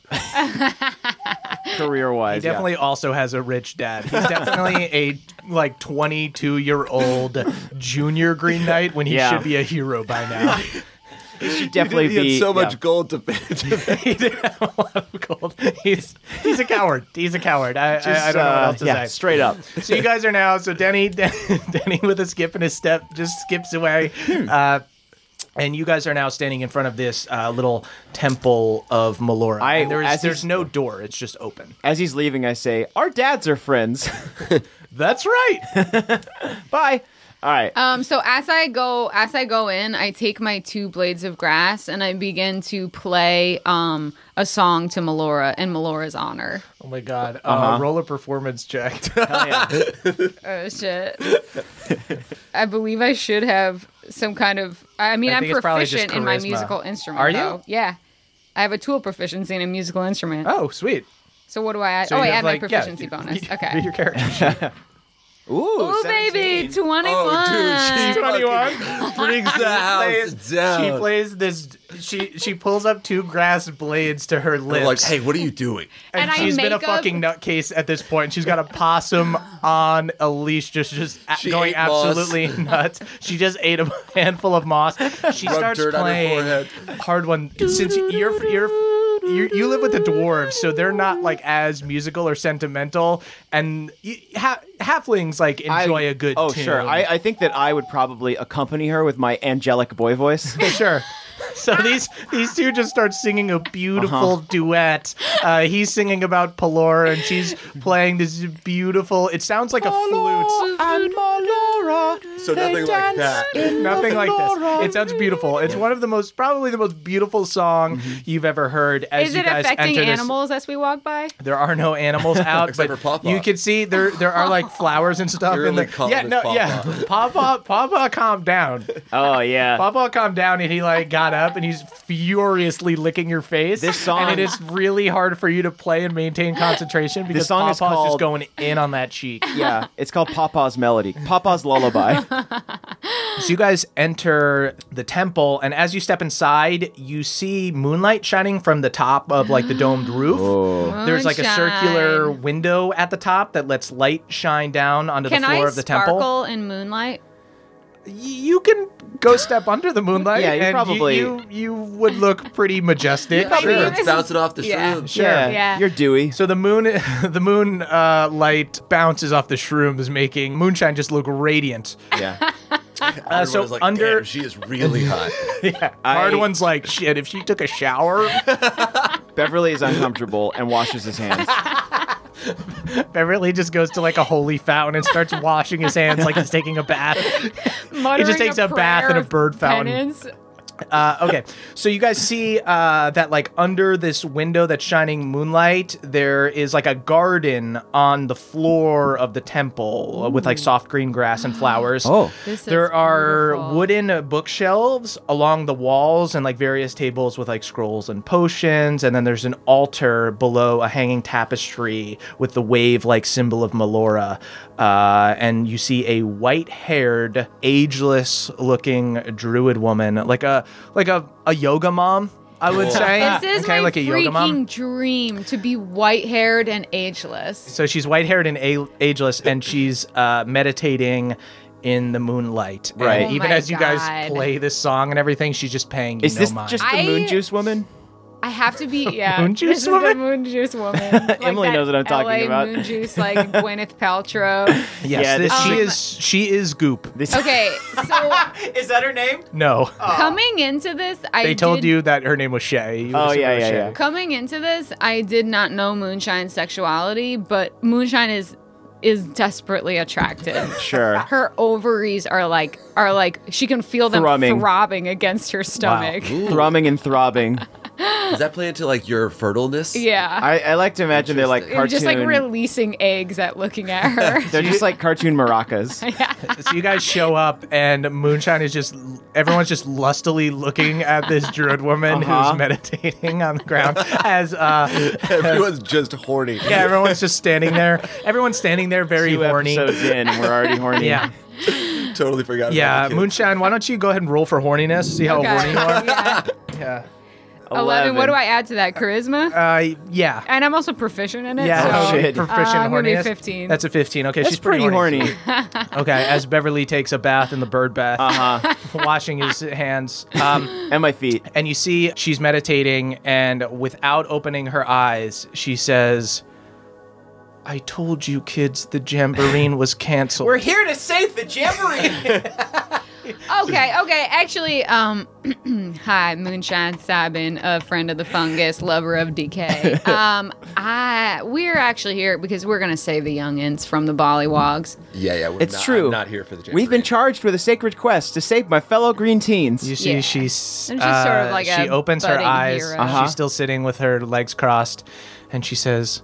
[SPEAKER 6] career wise.
[SPEAKER 3] He definitely also has a rich dad. He's definitely a like 22 year old junior Green Knight when he
[SPEAKER 6] Yeah.
[SPEAKER 3] should be a hero by now.
[SPEAKER 6] should definitely
[SPEAKER 5] he
[SPEAKER 6] be
[SPEAKER 5] had so much
[SPEAKER 6] yeah.
[SPEAKER 5] gold to, to
[SPEAKER 3] he didn't have a lot of gold. He's he's a coward. He's a coward. I, I, I don't know what
[SPEAKER 6] Uh,
[SPEAKER 3] else to
[SPEAKER 6] yeah,
[SPEAKER 3] say.
[SPEAKER 6] straight up.
[SPEAKER 3] so you guys are now. So Denny, Denny with a skip in his step, just skips away. Uh, and you guys are now standing in front of this uh, little temple of Melora.
[SPEAKER 6] I-
[SPEAKER 3] and
[SPEAKER 6] as
[SPEAKER 3] there's,
[SPEAKER 6] he's-
[SPEAKER 3] there's no door; it's just open.
[SPEAKER 6] As he's leaving, I say, "Our dads are friends."
[SPEAKER 3] That's right.
[SPEAKER 6] Bye. All right.
[SPEAKER 4] Um, so as I go, as I go in, I take my two blades of grass and I begin to play um a song to Melora in Melora's honor.
[SPEAKER 3] Oh my god! Uh, Roll a performance check.
[SPEAKER 6] Hell yeah.
[SPEAKER 4] Oh shit! I believe I should have some kind of. I mean,
[SPEAKER 3] I
[SPEAKER 4] I am
[SPEAKER 3] think it's probably just
[SPEAKER 4] proficient in my
[SPEAKER 3] charisma.
[SPEAKER 4] musical instrument.
[SPEAKER 3] Are you?
[SPEAKER 4] though. Yeah, I have a tool proficiency in a musical instrument.
[SPEAKER 3] Oh, sweet.
[SPEAKER 4] So what do I add? oh,
[SPEAKER 3] So you
[SPEAKER 4] I
[SPEAKER 3] have,
[SPEAKER 4] add
[SPEAKER 3] like-
[SPEAKER 4] my
[SPEAKER 3] yeah,
[SPEAKER 4] proficiency
[SPEAKER 3] you-
[SPEAKER 4] bonus.
[SPEAKER 3] you-
[SPEAKER 4] okay.
[SPEAKER 3] Your character.
[SPEAKER 6] Ooh,
[SPEAKER 4] Ooh,
[SPEAKER 6] 17.
[SPEAKER 4] baby, twenty-one.
[SPEAKER 5] Oh, dude, she fucking brings the house
[SPEAKER 3] plays- She
[SPEAKER 5] down.
[SPEAKER 3] plays this. She she pulls up two grass blades to her
[SPEAKER 5] I'm
[SPEAKER 3] lips.
[SPEAKER 5] like, hey, what are you doing?
[SPEAKER 4] And
[SPEAKER 3] and,
[SPEAKER 4] I
[SPEAKER 3] she's been a
[SPEAKER 4] make up-
[SPEAKER 3] fucking nutcase at this point. She's got a possum on a leash, just just a-
[SPEAKER 5] She
[SPEAKER 3] going
[SPEAKER 5] ate moss.
[SPEAKER 3] absolutely nuts. She just ate a handful of moss. She starts
[SPEAKER 5] dirt on her
[SPEAKER 3] playing
[SPEAKER 5] forehead.
[SPEAKER 3] hard one. Since you're you're. You, you live with the dwarves, so they're not like as musical or sentimental, and you, ha- halflings like
[SPEAKER 6] I-
[SPEAKER 3] enjoy a good.
[SPEAKER 6] Oh,
[SPEAKER 3] tune.
[SPEAKER 6] sure. I, I think that I would probably accompany her with my angelic boy voice.
[SPEAKER 3] sure. So these these two just start singing a beautiful
[SPEAKER 5] Uh-huh.
[SPEAKER 3] duet. Uh, he's singing about Pelor, and she's playing this beautiful. It sounds like a flute,
[SPEAKER 6] and Melora.
[SPEAKER 5] So nothing like that.
[SPEAKER 3] nothing like this. It sounds beautiful. It's one of the most, probably the most beautiful song
[SPEAKER 5] Mm-hmm.
[SPEAKER 3] you've ever heard. As
[SPEAKER 4] Is
[SPEAKER 3] you
[SPEAKER 4] it
[SPEAKER 3] guys
[SPEAKER 4] affecting
[SPEAKER 3] enter this,
[SPEAKER 4] animals as we walk by?
[SPEAKER 3] there are no animals out,
[SPEAKER 5] Except
[SPEAKER 3] but
[SPEAKER 5] for Pawpaw.
[SPEAKER 3] you can see there there are like flowers and stuff.
[SPEAKER 5] You're
[SPEAKER 3] in the,
[SPEAKER 5] really calling
[SPEAKER 3] yeah,
[SPEAKER 5] this
[SPEAKER 3] no, yeah, Pawpaw, Pawpaw, calm down.
[SPEAKER 6] Oh yeah.
[SPEAKER 3] Papa calmed down and he like got up and he's furiously licking your face.
[SPEAKER 6] This song-
[SPEAKER 3] and it is really hard for you to play and maintain concentration because
[SPEAKER 6] This song
[SPEAKER 3] Papa's
[SPEAKER 6] is called-
[SPEAKER 3] just going in on that cheek.
[SPEAKER 6] yeah, it's called Papa's Melody. Papa's Lullaby.
[SPEAKER 3] So you guys enter the temple, and as you step inside, you see moonlight shining from the top of like the domed roof.
[SPEAKER 6] Oh.
[SPEAKER 3] There's like a circular
[SPEAKER 4] Moonshine.
[SPEAKER 3] window at the top that lets light shine down onto
[SPEAKER 4] Can
[SPEAKER 3] the floor
[SPEAKER 4] I
[SPEAKER 3] of the temple.
[SPEAKER 4] sparkle in moonlight?
[SPEAKER 3] you can go step under the moonlight.
[SPEAKER 6] Yeah, you
[SPEAKER 3] and
[SPEAKER 6] probably-
[SPEAKER 3] you, you would look pretty majestic.
[SPEAKER 4] Probably
[SPEAKER 5] Sure,
[SPEAKER 4] Sure.
[SPEAKER 5] it's bouncing off the
[SPEAKER 4] Yeah.
[SPEAKER 5] shrooms.
[SPEAKER 3] Sure.
[SPEAKER 6] Yeah,
[SPEAKER 4] Yeah.
[SPEAKER 6] You're Dewey.
[SPEAKER 3] So the moon, the moon uh, light bounces off the shrooms, making moonshine just look radiant.
[SPEAKER 6] yeah.
[SPEAKER 3] Uh, so
[SPEAKER 5] Everyone's like,
[SPEAKER 3] under
[SPEAKER 5] Damn, she is really hot.
[SPEAKER 3] hard
[SPEAKER 6] I-
[SPEAKER 3] one's like shit. If she took a shower,
[SPEAKER 6] Beverly is uncomfortable and washes his hands.
[SPEAKER 3] Beverly just goes to like a holy fountain and starts washing his hands like he's taking a bath.
[SPEAKER 4] Muttering
[SPEAKER 3] takes a bath
[SPEAKER 4] prayer
[SPEAKER 3] and a
[SPEAKER 4] of
[SPEAKER 3] bird fountain.
[SPEAKER 4] penance.
[SPEAKER 3] Uh, okay, so you guys see uh, that like under this window that's shining moonlight, there is like a garden on the floor of the temple uh, with like soft green grass and flowers.
[SPEAKER 6] Oh.
[SPEAKER 4] This is
[SPEAKER 3] there are
[SPEAKER 4] beautiful.
[SPEAKER 3] wooden uh, bookshelves along the walls and like various tables with like scrolls and potions, and then there's an altar below a hanging tapestry with the wave like symbol of Melora, uh, and you see a white-haired, ageless-looking druid woman, like a like a, a yoga mom. I would say
[SPEAKER 4] This is
[SPEAKER 3] okay,
[SPEAKER 4] my
[SPEAKER 3] like a
[SPEAKER 4] freaking
[SPEAKER 3] yoga mom.
[SPEAKER 4] dream to be white-haired and ageless.
[SPEAKER 3] So she's white haired and a- ageless, and she's uh, meditating in the moonlight. And
[SPEAKER 6] Right. Oh
[SPEAKER 3] even
[SPEAKER 4] my
[SPEAKER 3] as you
[SPEAKER 4] God.
[SPEAKER 3] guys play this song and everything, she's just paying you
[SPEAKER 6] Is
[SPEAKER 3] no
[SPEAKER 6] this
[SPEAKER 3] mind.
[SPEAKER 6] just the
[SPEAKER 4] I-
[SPEAKER 6] Moon Juice woman?
[SPEAKER 4] I have to be yeah.
[SPEAKER 3] Moon juice
[SPEAKER 4] this is the
[SPEAKER 3] woman?
[SPEAKER 4] moon juice woman. Like
[SPEAKER 6] Emily
[SPEAKER 4] that
[SPEAKER 6] knows what I'm talking
[SPEAKER 4] LA
[SPEAKER 6] about.
[SPEAKER 4] Moon juice like Gwyneth Paltrow.
[SPEAKER 3] Yes,
[SPEAKER 6] Yeah,
[SPEAKER 3] this,
[SPEAKER 6] this
[SPEAKER 3] she
[SPEAKER 4] chick-
[SPEAKER 3] is she is goop.
[SPEAKER 6] This-
[SPEAKER 4] Okay, so
[SPEAKER 6] Is that her name?
[SPEAKER 3] No,
[SPEAKER 4] coming into this, Oh, I
[SPEAKER 3] they told
[SPEAKER 4] did-
[SPEAKER 3] you that her name was Shay. You
[SPEAKER 6] Oh,
[SPEAKER 3] assumed
[SPEAKER 6] yeah,
[SPEAKER 3] it was
[SPEAKER 6] yeah,
[SPEAKER 3] Shay.
[SPEAKER 6] yeah.
[SPEAKER 4] Coming into this, I did not know Moonshine's sexuality, but Moonshine is is desperately attracted.
[SPEAKER 6] Sure.
[SPEAKER 4] Her ovaries are like are like she can feel them
[SPEAKER 6] Throbbing.
[SPEAKER 4] throbbing against her stomach.
[SPEAKER 6] Thrumming and throbbing.
[SPEAKER 5] Does that play into like your fertileness?
[SPEAKER 4] Yeah.
[SPEAKER 6] I, I like to imagine they're like
[SPEAKER 4] They're
[SPEAKER 6] cartoon.
[SPEAKER 4] just like releasing eggs at looking at her.
[SPEAKER 6] they're just like cartoon maracas.
[SPEAKER 3] So you guys show up, and Moonshine is just everyone's just lustily looking at this druid woman
[SPEAKER 6] Uh-huh.
[SPEAKER 3] who's meditating on the ground as uh,
[SPEAKER 5] Everyone's just horny.
[SPEAKER 3] yeah, everyone's just standing there. Everyone's standing there, very
[SPEAKER 6] Two
[SPEAKER 3] horny.
[SPEAKER 6] episodes in, and we're already horny.
[SPEAKER 3] Yeah,
[SPEAKER 5] Totally forgot.
[SPEAKER 3] yeah.
[SPEAKER 5] About the kids.
[SPEAKER 3] Moonshine, why don't you go ahead and roll for horniness? See how horny you are.
[SPEAKER 4] Yeah.
[SPEAKER 3] Yeah.
[SPEAKER 6] 11.
[SPEAKER 4] What do I add to that? Charisma?
[SPEAKER 3] Uh, yeah.
[SPEAKER 4] and I'm also proficient in it.
[SPEAKER 3] Yeah,
[SPEAKER 4] so
[SPEAKER 6] Oh, shit.
[SPEAKER 3] proficient
[SPEAKER 4] Uh, I'm gonna be
[SPEAKER 3] horniness.
[SPEAKER 4] 15.
[SPEAKER 3] That's a 15. Okay,
[SPEAKER 6] That's
[SPEAKER 3] she's
[SPEAKER 6] pretty, horny.
[SPEAKER 3] Okay, as Beverly takes a bath in the bird bath,
[SPEAKER 6] Uh-huh.
[SPEAKER 3] washing his hands. Um,
[SPEAKER 6] and my feet.
[SPEAKER 3] and you see she's meditating, and without opening her eyes, she says, I told you kids the jamboreen was canceled.
[SPEAKER 6] here to save the jamboree.
[SPEAKER 4] Okay, okay. Actually, um, hi, Moonshine Sabin, a friend of the fungus, lover of decay. Um, I we're actually here because we're gonna save the youngins from the bollywogs.
[SPEAKER 5] Yeah, yeah. We're
[SPEAKER 6] it's
[SPEAKER 5] not,
[SPEAKER 6] true.
[SPEAKER 5] I'm not here for the.
[SPEAKER 6] We've been
[SPEAKER 5] jamboree.
[SPEAKER 6] charged with a sacred quest to save my fellow green teens.
[SPEAKER 3] You see,
[SPEAKER 4] Yeah.
[SPEAKER 3] she's
[SPEAKER 4] I'm just sort of
[SPEAKER 3] uh,
[SPEAKER 4] like
[SPEAKER 3] she
[SPEAKER 4] a
[SPEAKER 3] opens her
[SPEAKER 4] budding
[SPEAKER 3] eyes.
[SPEAKER 4] hero.
[SPEAKER 6] Uh-huh.
[SPEAKER 3] She's still sitting with her legs crossed, and she says,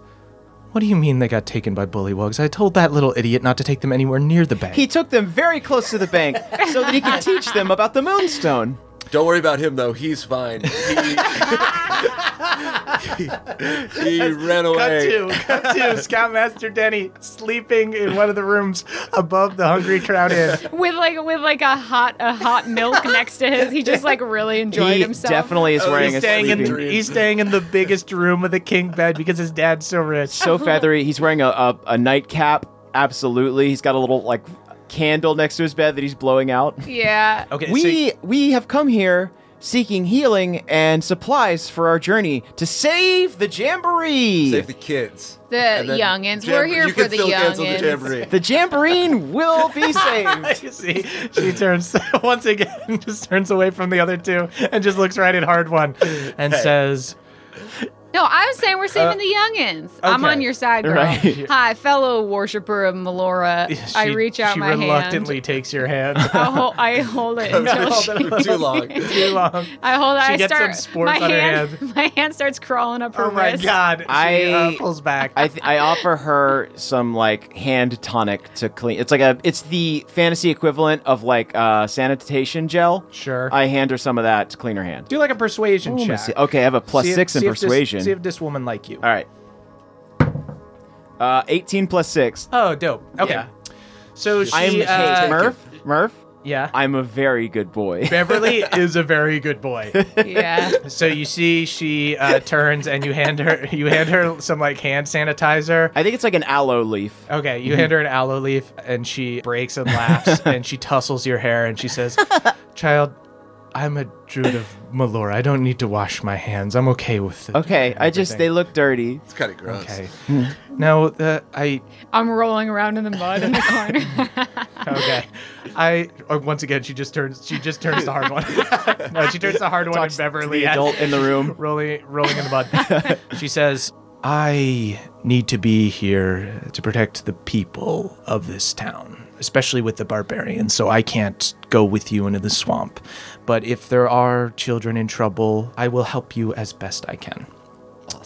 [SPEAKER 3] "What do you mean they got taken by bullywugs? I told that little idiot not to take them anywhere near the bank."
[SPEAKER 6] he took them very close to the bank so that he could teach them about the moonstone.
[SPEAKER 5] Don't worry about him though. He's fine. He, he, he ran away.
[SPEAKER 3] cut to Scoutmaster Denny sleeping in one of the rooms above the Hungry Crown Inn.
[SPEAKER 4] With like with like a hot a hot milk next to his, he just like really enjoyed
[SPEAKER 6] he
[SPEAKER 4] himself.
[SPEAKER 6] definitely is wearing
[SPEAKER 3] He's
[SPEAKER 6] a
[SPEAKER 3] staying, in,
[SPEAKER 6] sleeping.
[SPEAKER 3] he's staying in the biggest room of the king bed because his dad's so rich.
[SPEAKER 6] so feathery. He's wearing a, a, a nightcap. Absolutely. He's got a little like candle next to his bed that he's blowing out.
[SPEAKER 4] Yeah.
[SPEAKER 3] Okay, so-
[SPEAKER 6] We we have come here seeking healing and supplies for our journey to save the jamboree.
[SPEAKER 5] Save the kids.
[SPEAKER 4] The
[SPEAKER 5] And then
[SPEAKER 4] youngins. We're here
[SPEAKER 5] you
[SPEAKER 4] for
[SPEAKER 5] can
[SPEAKER 4] the
[SPEAKER 5] still cancel
[SPEAKER 4] youngins.
[SPEAKER 5] the jamboree.
[SPEAKER 6] the jamboree will be saved.
[SPEAKER 3] You see, she turns once again, just turns away from the other two, and just looks right at Hard One, and says,
[SPEAKER 4] No, I was saying we're saving the youngins. I'm
[SPEAKER 3] Uh, okay.
[SPEAKER 4] on your side, girl.
[SPEAKER 6] Right.
[SPEAKER 4] Hi, fellow worshiper of Melora. I
[SPEAKER 3] she-
[SPEAKER 4] reach out
[SPEAKER 3] She
[SPEAKER 4] my
[SPEAKER 3] reluctantly
[SPEAKER 4] hand.
[SPEAKER 3] takes your hand.
[SPEAKER 4] I hold, I hold it until she
[SPEAKER 5] For too long.
[SPEAKER 3] Too long.
[SPEAKER 4] I hold on.
[SPEAKER 3] She
[SPEAKER 4] I
[SPEAKER 3] gets
[SPEAKER 4] start.
[SPEAKER 3] some sports
[SPEAKER 4] my
[SPEAKER 3] on her
[SPEAKER 4] hand,
[SPEAKER 3] hand.
[SPEAKER 4] My hand starts crawling up her
[SPEAKER 3] Oh my
[SPEAKER 4] wrist.
[SPEAKER 3] god! She
[SPEAKER 6] I-
[SPEAKER 3] uh, pulls back.
[SPEAKER 6] I, th- I offer her some like hand tonic to clean. It's like a it's the fantasy equivalent of like uh, sanitation gel.
[SPEAKER 3] Sure.
[SPEAKER 6] I hand her some of that to clean her hand.
[SPEAKER 3] Do like a persuasion
[SPEAKER 6] Ooh,
[SPEAKER 3] check.
[SPEAKER 6] let's see. Okay, I have a plus
[SPEAKER 3] See if-
[SPEAKER 6] six in
[SPEAKER 3] see if this-
[SPEAKER 6] persuasion.
[SPEAKER 3] see if this woman like you.
[SPEAKER 6] All right. Uh, 18 plus 6.
[SPEAKER 3] Oh, dope. Okay.
[SPEAKER 6] Yeah.
[SPEAKER 3] So she,
[SPEAKER 6] I am
[SPEAKER 3] uh,
[SPEAKER 6] Murph. Murph,
[SPEAKER 3] Yeah.
[SPEAKER 6] I'm a very good boy.
[SPEAKER 3] Beverly is a very good boy.
[SPEAKER 4] Yeah.
[SPEAKER 3] So you see, she uh, turns and you hand her you hand her some like hand sanitizer.
[SPEAKER 6] I think it's like an aloe leaf.
[SPEAKER 3] Okay, you hand her an aloe leaf, and she breaks and laughs, and she tussles your hair, and she says, "Child, I'm a druid of Melora. I don't need to wash my hands. I'm okay with it."
[SPEAKER 6] Okay, I just they look dirty.
[SPEAKER 5] It's kind of gross.
[SPEAKER 3] Okay. Now, the, I
[SPEAKER 4] I'm rolling around in the mud in the corner.
[SPEAKER 3] Okay. I oh, once again she just turns she just turns the hard one. no, she turns the hard one
[SPEAKER 6] Talks
[SPEAKER 3] and
[SPEAKER 6] to
[SPEAKER 3] Beverly
[SPEAKER 6] the
[SPEAKER 3] and-
[SPEAKER 6] adult in the room.
[SPEAKER 3] rolling rolling in the mud. she says, "I need to be here to protect the people of this town, especially with the barbarians, so I can't go with you into the swamp. But if there are children in trouble, I will help you as best I can."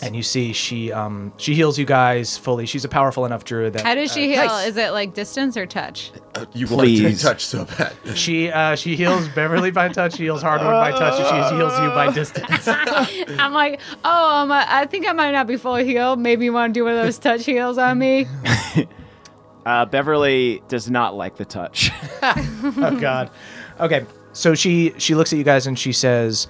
[SPEAKER 3] And you see, she um, she heals you guys fully. She's a powerful enough druid that
[SPEAKER 4] How does she heal? Is it like distance or touch?
[SPEAKER 5] You want to
[SPEAKER 6] Please.
[SPEAKER 5] touch so bad.
[SPEAKER 3] She uh, she heals Beverly by touch. She heals Hardwood by touch. and She heals you by distance.
[SPEAKER 4] I'm like, oh, I'm a, i am I think I might not be fully healed. Maybe you want to do one of those touch heals on me.
[SPEAKER 6] Uh, Beverly does not like the touch.
[SPEAKER 3] oh God. Okay. So she she looks at you guys and she says,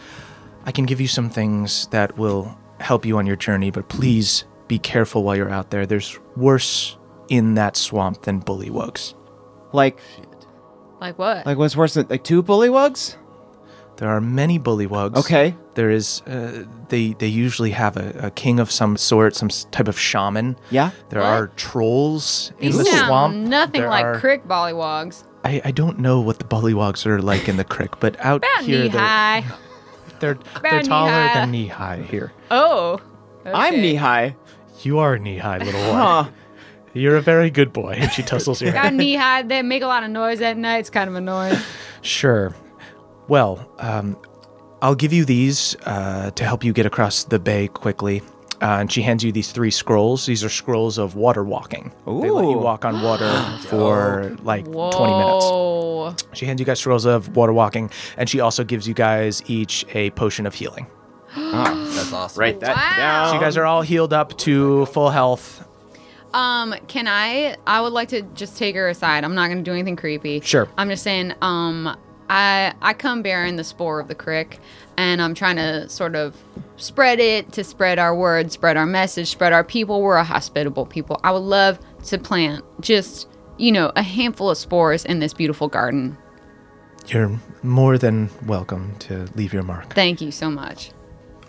[SPEAKER 3] "I can give you some things that will help you on your journey, but please be careful while you're out there. There's worse in that swamp than bullywugs.
[SPEAKER 6] like,
[SPEAKER 4] Like what?
[SPEAKER 6] like what's worse than like two bullywugs?
[SPEAKER 3] There are many bullywugs.
[SPEAKER 6] Okay.
[SPEAKER 3] There is, uh, they they usually have a, a king of some sort, some s- type of shaman.
[SPEAKER 6] Yeah.
[SPEAKER 3] There are trolls in
[SPEAKER 4] These
[SPEAKER 3] the
[SPEAKER 4] sound
[SPEAKER 3] swamp.
[SPEAKER 4] nothing
[SPEAKER 3] There
[SPEAKER 4] like
[SPEAKER 3] are-
[SPEAKER 4] crick bollywogs.
[SPEAKER 3] I, I don't know what the bullywogs are like in the crick, but out
[SPEAKER 4] About
[SPEAKER 3] here
[SPEAKER 4] knee
[SPEAKER 3] they're
[SPEAKER 4] high.
[SPEAKER 3] they're,
[SPEAKER 4] about
[SPEAKER 3] they're
[SPEAKER 4] knee
[SPEAKER 3] taller
[SPEAKER 4] high.
[SPEAKER 3] than knee high here.
[SPEAKER 4] Oh.
[SPEAKER 6] I'm
[SPEAKER 4] okay.
[SPEAKER 6] knee high.
[SPEAKER 3] You are knee high, little one.
[SPEAKER 6] Huh.
[SPEAKER 3] You're a very good boy. And she tussles your
[SPEAKER 4] About knee high. They make a lot of noise at night. It's kind of annoying.
[SPEAKER 3] Sure. Well, um, I'll give you these uh, to help you get across the bay quickly. Uh, and she hands you these three scrolls. These are scrolls of water walking. They let you
[SPEAKER 6] Ooh.
[SPEAKER 3] walk on water for like 20 minutes.
[SPEAKER 4] Whoa.
[SPEAKER 3] She hands you guys scrolls of water walking, and she also gives you guys each a potion of healing.
[SPEAKER 5] That's awesome.
[SPEAKER 6] Write that
[SPEAKER 4] Wow.
[SPEAKER 6] down.
[SPEAKER 3] So you guys are all healed up to full health.
[SPEAKER 4] Um, can I? I would like to just take her aside. I'm not going to do anything creepy.
[SPEAKER 3] Sure.
[SPEAKER 4] I'm just saying. Um, I I come bearing the spore of the crick, and I'm trying to sort of spread it to spread our word, spread our message, spread our people. We're a hospitable people. I would love to plant just you know a handful of spores in this beautiful garden.
[SPEAKER 3] You're more than welcome to leave your mark.
[SPEAKER 4] Thank you so much.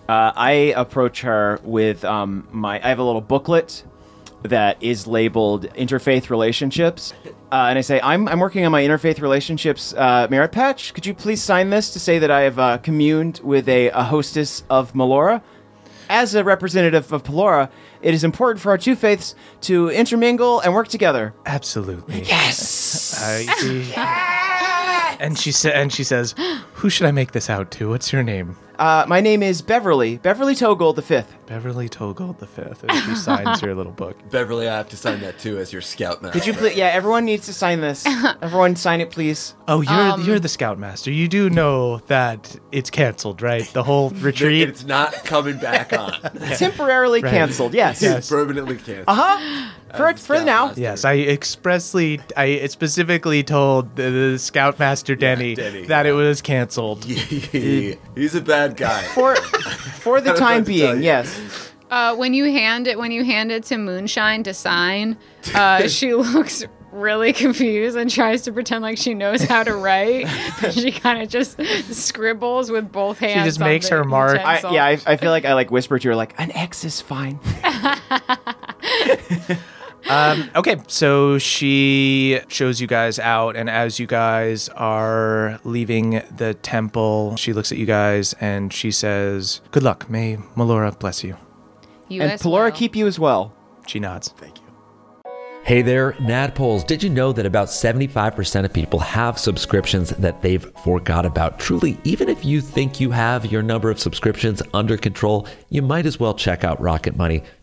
[SPEAKER 6] Uh, I approach her with um, my. I have a little booklet that is labeled interfaith relationships, uh, and I say I'm I'm working on my interfaith relationships uh, merit patch. Could you please sign this to say that I have uh, communed with a, a hostess of Melora? As a representative of Pelora, it is important for our two faiths to intermingle and work together.
[SPEAKER 3] Absolutely. I see. And she sa- and she says, "Who should I make this out to? What's your name?"
[SPEAKER 6] Uh, my name is Beverly, Beverly Togold the Fifth.
[SPEAKER 3] Beverly Togold the Fifth. And she signs your little book.
[SPEAKER 5] Beverly, I have to sign that too as your scout master.
[SPEAKER 6] Could you please? Yeah, everyone needs to sign this. Everyone, sign it, please.
[SPEAKER 3] Oh, you're you're the scoutmaster. You do know that it's canceled, right? The whole retreat.
[SPEAKER 5] It's not coming back on.
[SPEAKER 6] Temporarily canceled. Yes. Uh-huh.
[SPEAKER 5] It's permanently canceled. Uh
[SPEAKER 6] Huh? For, for
[SPEAKER 5] scout
[SPEAKER 6] now.
[SPEAKER 5] master.
[SPEAKER 3] Yes, I expressly, I specifically told the, the Scoutmaster Denny,
[SPEAKER 5] Denny,
[SPEAKER 3] that it was canceled.
[SPEAKER 5] He's a bad guy.
[SPEAKER 6] For for the
[SPEAKER 5] don't know
[SPEAKER 6] time
[SPEAKER 5] what to tell
[SPEAKER 6] being,
[SPEAKER 5] you.
[SPEAKER 6] yes.
[SPEAKER 4] Uh, when you hand it when you hand it to Moonshine to sign, uh, she looks really confused and tries to pretend like she knows how to write. she kind of just scribbles with both hands.
[SPEAKER 3] just
[SPEAKER 4] on
[SPEAKER 3] makes
[SPEAKER 4] the
[SPEAKER 3] her mark.
[SPEAKER 6] I,
[SPEAKER 4] utensil.
[SPEAKER 6] yeah, I, I feel like I like whispered to her like an X is fine.
[SPEAKER 3] Okay, so she shows you guys out, and as you guys are leaving the temple, she looks at you guys and she says, Good luck. May Melora bless you.
[SPEAKER 4] You
[SPEAKER 6] and
[SPEAKER 4] as
[SPEAKER 6] Pelora
[SPEAKER 4] well.
[SPEAKER 6] keep you as well.
[SPEAKER 3] She nods. Thank you.
[SPEAKER 8] Hey there, Nadpoles. Did you know that about 75% of people have subscriptions that they've forgot about? Truly, even if you think you have your number of subscriptions under control, you might as well check out Rocket Money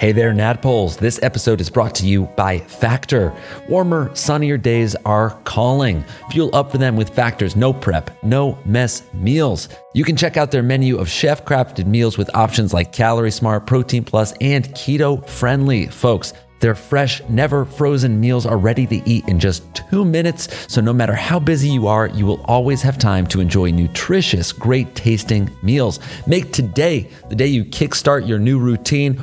[SPEAKER 8] Hey there, Nadpoles. This episode is brought to you by Factor. Warmer, sunnier days are calling. Fuel up for them with Factor's no prep, no mess meals. You can check out their menu of chef crafted meals with options like Calorie Smart, Protein Plus, and Keto Friendly, folks. Their fresh, never frozen meals are ready to eat in just two minutes. So, no matter how busy you are, you will always have time to enjoy nutritious, great tasting meals. Make today the day you kickstart your new routine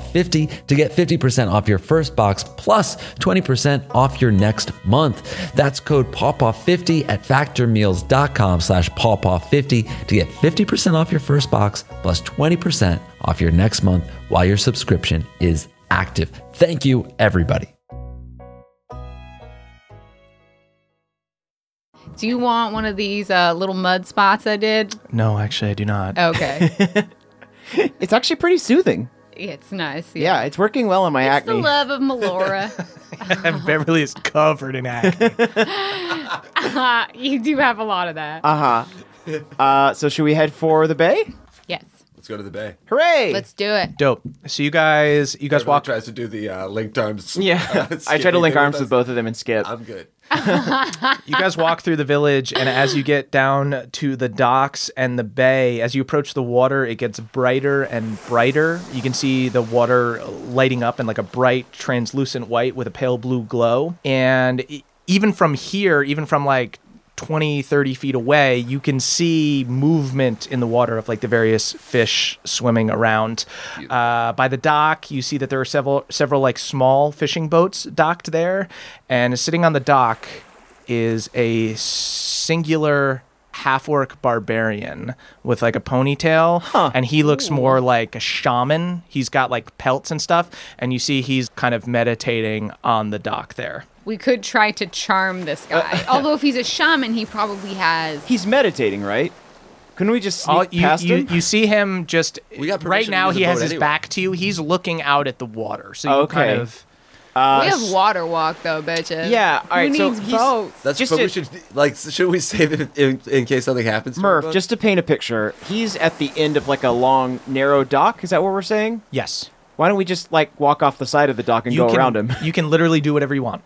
[SPEAKER 8] to get 50% off your first box plus 20% off your next month. That's code pawpaw50 at factormeals.com slash pawpaw50 to get 50% off your first box plus 20% off your next month while your subscription is active. Thank you, everybody.
[SPEAKER 4] Do you want one of these uh, little mud spots I did?
[SPEAKER 3] No, actually, I do not.
[SPEAKER 4] Oh. Okay.
[SPEAKER 6] It's actually pretty soothing.
[SPEAKER 4] it's nice. Yeah.
[SPEAKER 6] Yeah, it's working well on my
[SPEAKER 4] It's the
[SPEAKER 6] acne.
[SPEAKER 4] love of Melora.
[SPEAKER 3] And Beverly is covered in acne.
[SPEAKER 4] Uh, you do have a lot of that.
[SPEAKER 6] Uh, so should we head for the bay?
[SPEAKER 4] yes.
[SPEAKER 5] Let's go to the bay.
[SPEAKER 6] Hooray!
[SPEAKER 4] Let's do it.
[SPEAKER 3] Dope. So you guys, you guys
[SPEAKER 5] Everyone
[SPEAKER 3] walk.
[SPEAKER 5] tries to do the uh, linked arms.
[SPEAKER 6] yeah,
[SPEAKER 5] uh,
[SPEAKER 6] I tried to
[SPEAKER 5] skipping
[SPEAKER 6] link
[SPEAKER 5] thing
[SPEAKER 6] arms
[SPEAKER 5] us.
[SPEAKER 6] with both of them and skip.
[SPEAKER 5] I'm good.
[SPEAKER 3] You guys walk through the village, and as you get down to the docks and the bay, as you approach the water, it gets brighter and brighter. You can see the water lighting up in like a bright, translucent white with a pale blue glow. And e- even from here, even from like 20, 30 feet away, you can see movement in the water of like the various fish swimming around. Uh, by the dock, you see that there are several, several like small fishing boats docked there. And sitting on the dock, is a singular half orc barbarian with like a ponytail and he looks more like a shaman he's got like pelts and stuff and you see he's kind of meditating on the dock there
[SPEAKER 4] We could try to charm this
[SPEAKER 6] Uh,
[SPEAKER 4] guy. Although if he's a shaman, he probably has.
[SPEAKER 6] He's meditating, right? Couldn't we just sneak
[SPEAKER 3] All, you,
[SPEAKER 6] past
[SPEAKER 3] you,
[SPEAKER 6] him?
[SPEAKER 3] you see him just
[SPEAKER 5] We got
[SPEAKER 3] right
[SPEAKER 5] permission to
[SPEAKER 3] now
[SPEAKER 5] use
[SPEAKER 3] he
[SPEAKER 5] the
[SPEAKER 3] has
[SPEAKER 5] boat
[SPEAKER 3] his
[SPEAKER 5] anyway.
[SPEAKER 3] back to you he's looking out at the water so you
[SPEAKER 6] Okay.
[SPEAKER 3] kind of
[SPEAKER 4] we have water walk though, bitches.
[SPEAKER 6] Yeah, all right,
[SPEAKER 4] Who
[SPEAKER 6] so
[SPEAKER 4] needs
[SPEAKER 6] he's-
[SPEAKER 4] boats?
[SPEAKER 5] That's
[SPEAKER 6] Just
[SPEAKER 5] but
[SPEAKER 6] to-
[SPEAKER 5] we should like should we save it in, in case something happens? to
[SPEAKER 6] Murph,
[SPEAKER 5] our boat?
[SPEAKER 6] just to paint a picture, he's at the end of like a long, narrow dock. Is that what we're saying?
[SPEAKER 3] yes
[SPEAKER 6] Why don't we just like walk off the side of the dock and
[SPEAKER 3] you
[SPEAKER 6] go
[SPEAKER 3] can
[SPEAKER 6] around him?
[SPEAKER 3] you can literally do whatever you want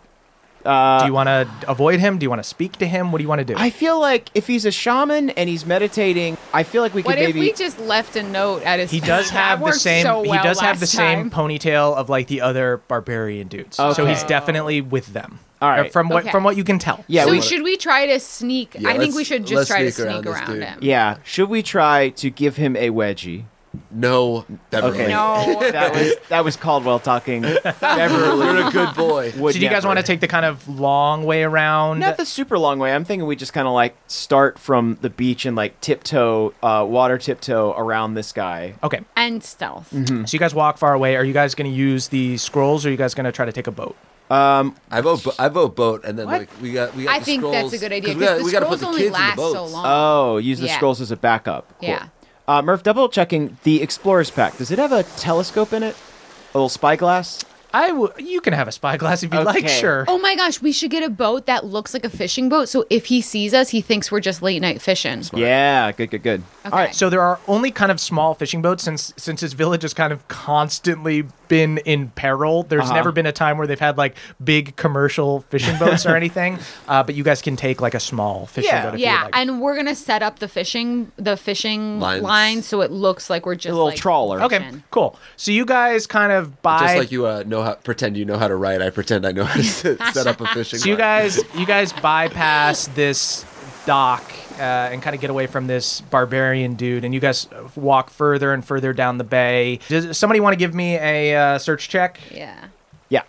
[SPEAKER 3] uh, do you want to avoid him do you want to speak to him what do you want to do
[SPEAKER 6] I feel like if he's a shaman and he's meditating, I feel like we could
[SPEAKER 4] What if
[SPEAKER 6] maybe.
[SPEAKER 4] we just left a note at his?
[SPEAKER 3] He does
[SPEAKER 4] That
[SPEAKER 3] have the
[SPEAKER 4] worked
[SPEAKER 3] same.
[SPEAKER 4] so well
[SPEAKER 3] he does have
[SPEAKER 4] last
[SPEAKER 3] the same
[SPEAKER 4] time.
[SPEAKER 3] ponytail of like the other barbarian dudes. So
[SPEAKER 6] Okay.
[SPEAKER 3] he's definitely with them.
[SPEAKER 6] All right.
[SPEAKER 3] Or From what
[SPEAKER 4] Okay.
[SPEAKER 3] from what you can tell.
[SPEAKER 6] yeah,
[SPEAKER 4] so
[SPEAKER 6] we,
[SPEAKER 4] should we try to sneak?
[SPEAKER 5] Yeah,
[SPEAKER 4] I think
[SPEAKER 5] let's-
[SPEAKER 4] we should
[SPEAKER 5] let's
[SPEAKER 4] just try to
[SPEAKER 5] sneak around
[SPEAKER 4] sneak
[SPEAKER 5] this
[SPEAKER 4] around
[SPEAKER 5] dude.
[SPEAKER 4] him.
[SPEAKER 6] yeah. Should we try to give him a wedgie?
[SPEAKER 5] no. Beverly.
[SPEAKER 6] Okay.
[SPEAKER 4] No.
[SPEAKER 6] That was that was Caldwell talking. Beverly
[SPEAKER 5] You're a good boy.
[SPEAKER 6] would
[SPEAKER 3] So do you guys
[SPEAKER 6] never.
[SPEAKER 3] want to take the kind of long way around?
[SPEAKER 6] Not the super long way. I'm thinking we just kind of like start from the beach and like tiptoe, uh, water tiptoe around this guy.
[SPEAKER 3] okay.
[SPEAKER 4] and stealth.
[SPEAKER 6] Hmm.
[SPEAKER 3] So you guys walk far away. Are you guys going to use the scrolls or are you guys going to try to take a boat?
[SPEAKER 5] I vote. bo- I vote boat, and then like we got. We got
[SPEAKER 4] I
[SPEAKER 5] the
[SPEAKER 4] think that's
[SPEAKER 5] scrolls,
[SPEAKER 4] a good idea
[SPEAKER 5] 'cause we gotta-
[SPEAKER 4] because the
[SPEAKER 5] we gotta put
[SPEAKER 4] scrolls
[SPEAKER 5] the
[SPEAKER 4] only
[SPEAKER 5] kids in the
[SPEAKER 4] last so
[SPEAKER 5] boats.
[SPEAKER 4] long.
[SPEAKER 6] Oh, use the
[SPEAKER 4] Yeah.
[SPEAKER 6] scrolls as a backup. Cool.
[SPEAKER 4] Yeah.
[SPEAKER 6] Uh, Murph, double checking the Explorer's Pack. Does it have a telescope in it? A little spyglass?
[SPEAKER 3] I w- you can have a spyglass if you'd like.
[SPEAKER 6] Okay.
[SPEAKER 3] Sure.
[SPEAKER 4] Oh my gosh, we should get a boat that looks like a fishing boat. So if he sees us, he thinks we're just late night fishing.
[SPEAKER 6] Yeah, good, good, good. All right.
[SPEAKER 3] So there are only kind of small fishing boats since since his village has kind of constantly been in peril. There's
[SPEAKER 5] Uh-huh.
[SPEAKER 3] never been a time where they've had like big commercial fishing boats or anything. Uh, but you guys can take like a small fishing
[SPEAKER 6] Yeah.
[SPEAKER 3] boat if
[SPEAKER 4] Yeah,
[SPEAKER 3] you like.
[SPEAKER 4] and we're gonna set up the fishing the fishing
[SPEAKER 5] Lines.
[SPEAKER 4] line so it looks like we're just
[SPEAKER 6] A little
[SPEAKER 4] like,
[SPEAKER 6] trawler.
[SPEAKER 3] okay,
[SPEAKER 4] fishing.
[SPEAKER 3] cool. So you guys kind of buy
[SPEAKER 5] Just like you uh, know how pretend you know how to write, I pretend I know how to set, set up a fishing.
[SPEAKER 3] So you
[SPEAKER 5] line.
[SPEAKER 3] guys, you guys bypass this dock uh, and kind of get away from this barbarian dude, and you guys walk further and further down the bay. Does somebody want to give me a uh, search check?
[SPEAKER 4] Yeah.
[SPEAKER 6] Yeah.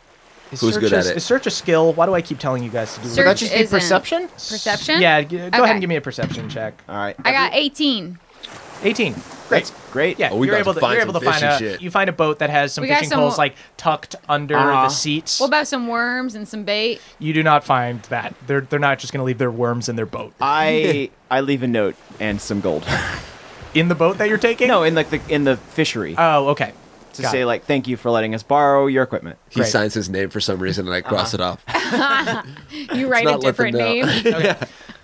[SPEAKER 3] Is
[SPEAKER 5] Who's
[SPEAKER 3] search
[SPEAKER 5] good
[SPEAKER 3] a,
[SPEAKER 5] at it?
[SPEAKER 3] Is search a skill? Why do I keep telling you guys to do
[SPEAKER 4] Search
[SPEAKER 6] that just be
[SPEAKER 4] isn't-
[SPEAKER 6] perception?
[SPEAKER 4] Perception.
[SPEAKER 3] Yeah, g- go ahead
[SPEAKER 4] Okay.
[SPEAKER 3] and give me a perception check.
[SPEAKER 6] All right.
[SPEAKER 4] I got 18.
[SPEAKER 3] 18. Great.
[SPEAKER 6] That's great.
[SPEAKER 3] Yeah,
[SPEAKER 5] Oh, we
[SPEAKER 3] you're
[SPEAKER 5] about
[SPEAKER 3] able
[SPEAKER 5] to
[SPEAKER 3] to,
[SPEAKER 5] find
[SPEAKER 3] you're able to
[SPEAKER 5] some
[SPEAKER 3] find
[SPEAKER 5] fishy
[SPEAKER 3] a
[SPEAKER 5] shit.
[SPEAKER 3] you find a boat that has some
[SPEAKER 4] We got
[SPEAKER 3] fishing
[SPEAKER 4] some-
[SPEAKER 3] poles like tucked under
[SPEAKER 6] Uh-huh.
[SPEAKER 5] Ah.
[SPEAKER 3] the seats.
[SPEAKER 4] What about some worms and some bait?
[SPEAKER 3] you do not find that. They're they're not just going to leave their worms in their boat.
[SPEAKER 6] I I leave a note and some gold.
[SPEAKER 3] In the boat that you're taking?
[SPEAKER 6] no, in like the in the fishery
[SPEAKER 3] Oh, okay.
[SPEAKER 6] to
[SPEAKER 3] got
[SPEAKER 6] say
[SPEAKER 3] it.
[SPEAKER 6] like thank you for letting us borrow your equipment.
[SPEAKER 5] he
[SPEAKER 3] Great. Uh-huh.
[SPEAKER 5] signs his name for some reason, and I cross it off.
[SPEAKER 4] You write
[SPEAKER 5] not
[SPEAKER 4] a
[SPEAKER 5] let them
[SPEAKER 4] different
[SPEAKER 5] know.
[SPEAKER 4] name.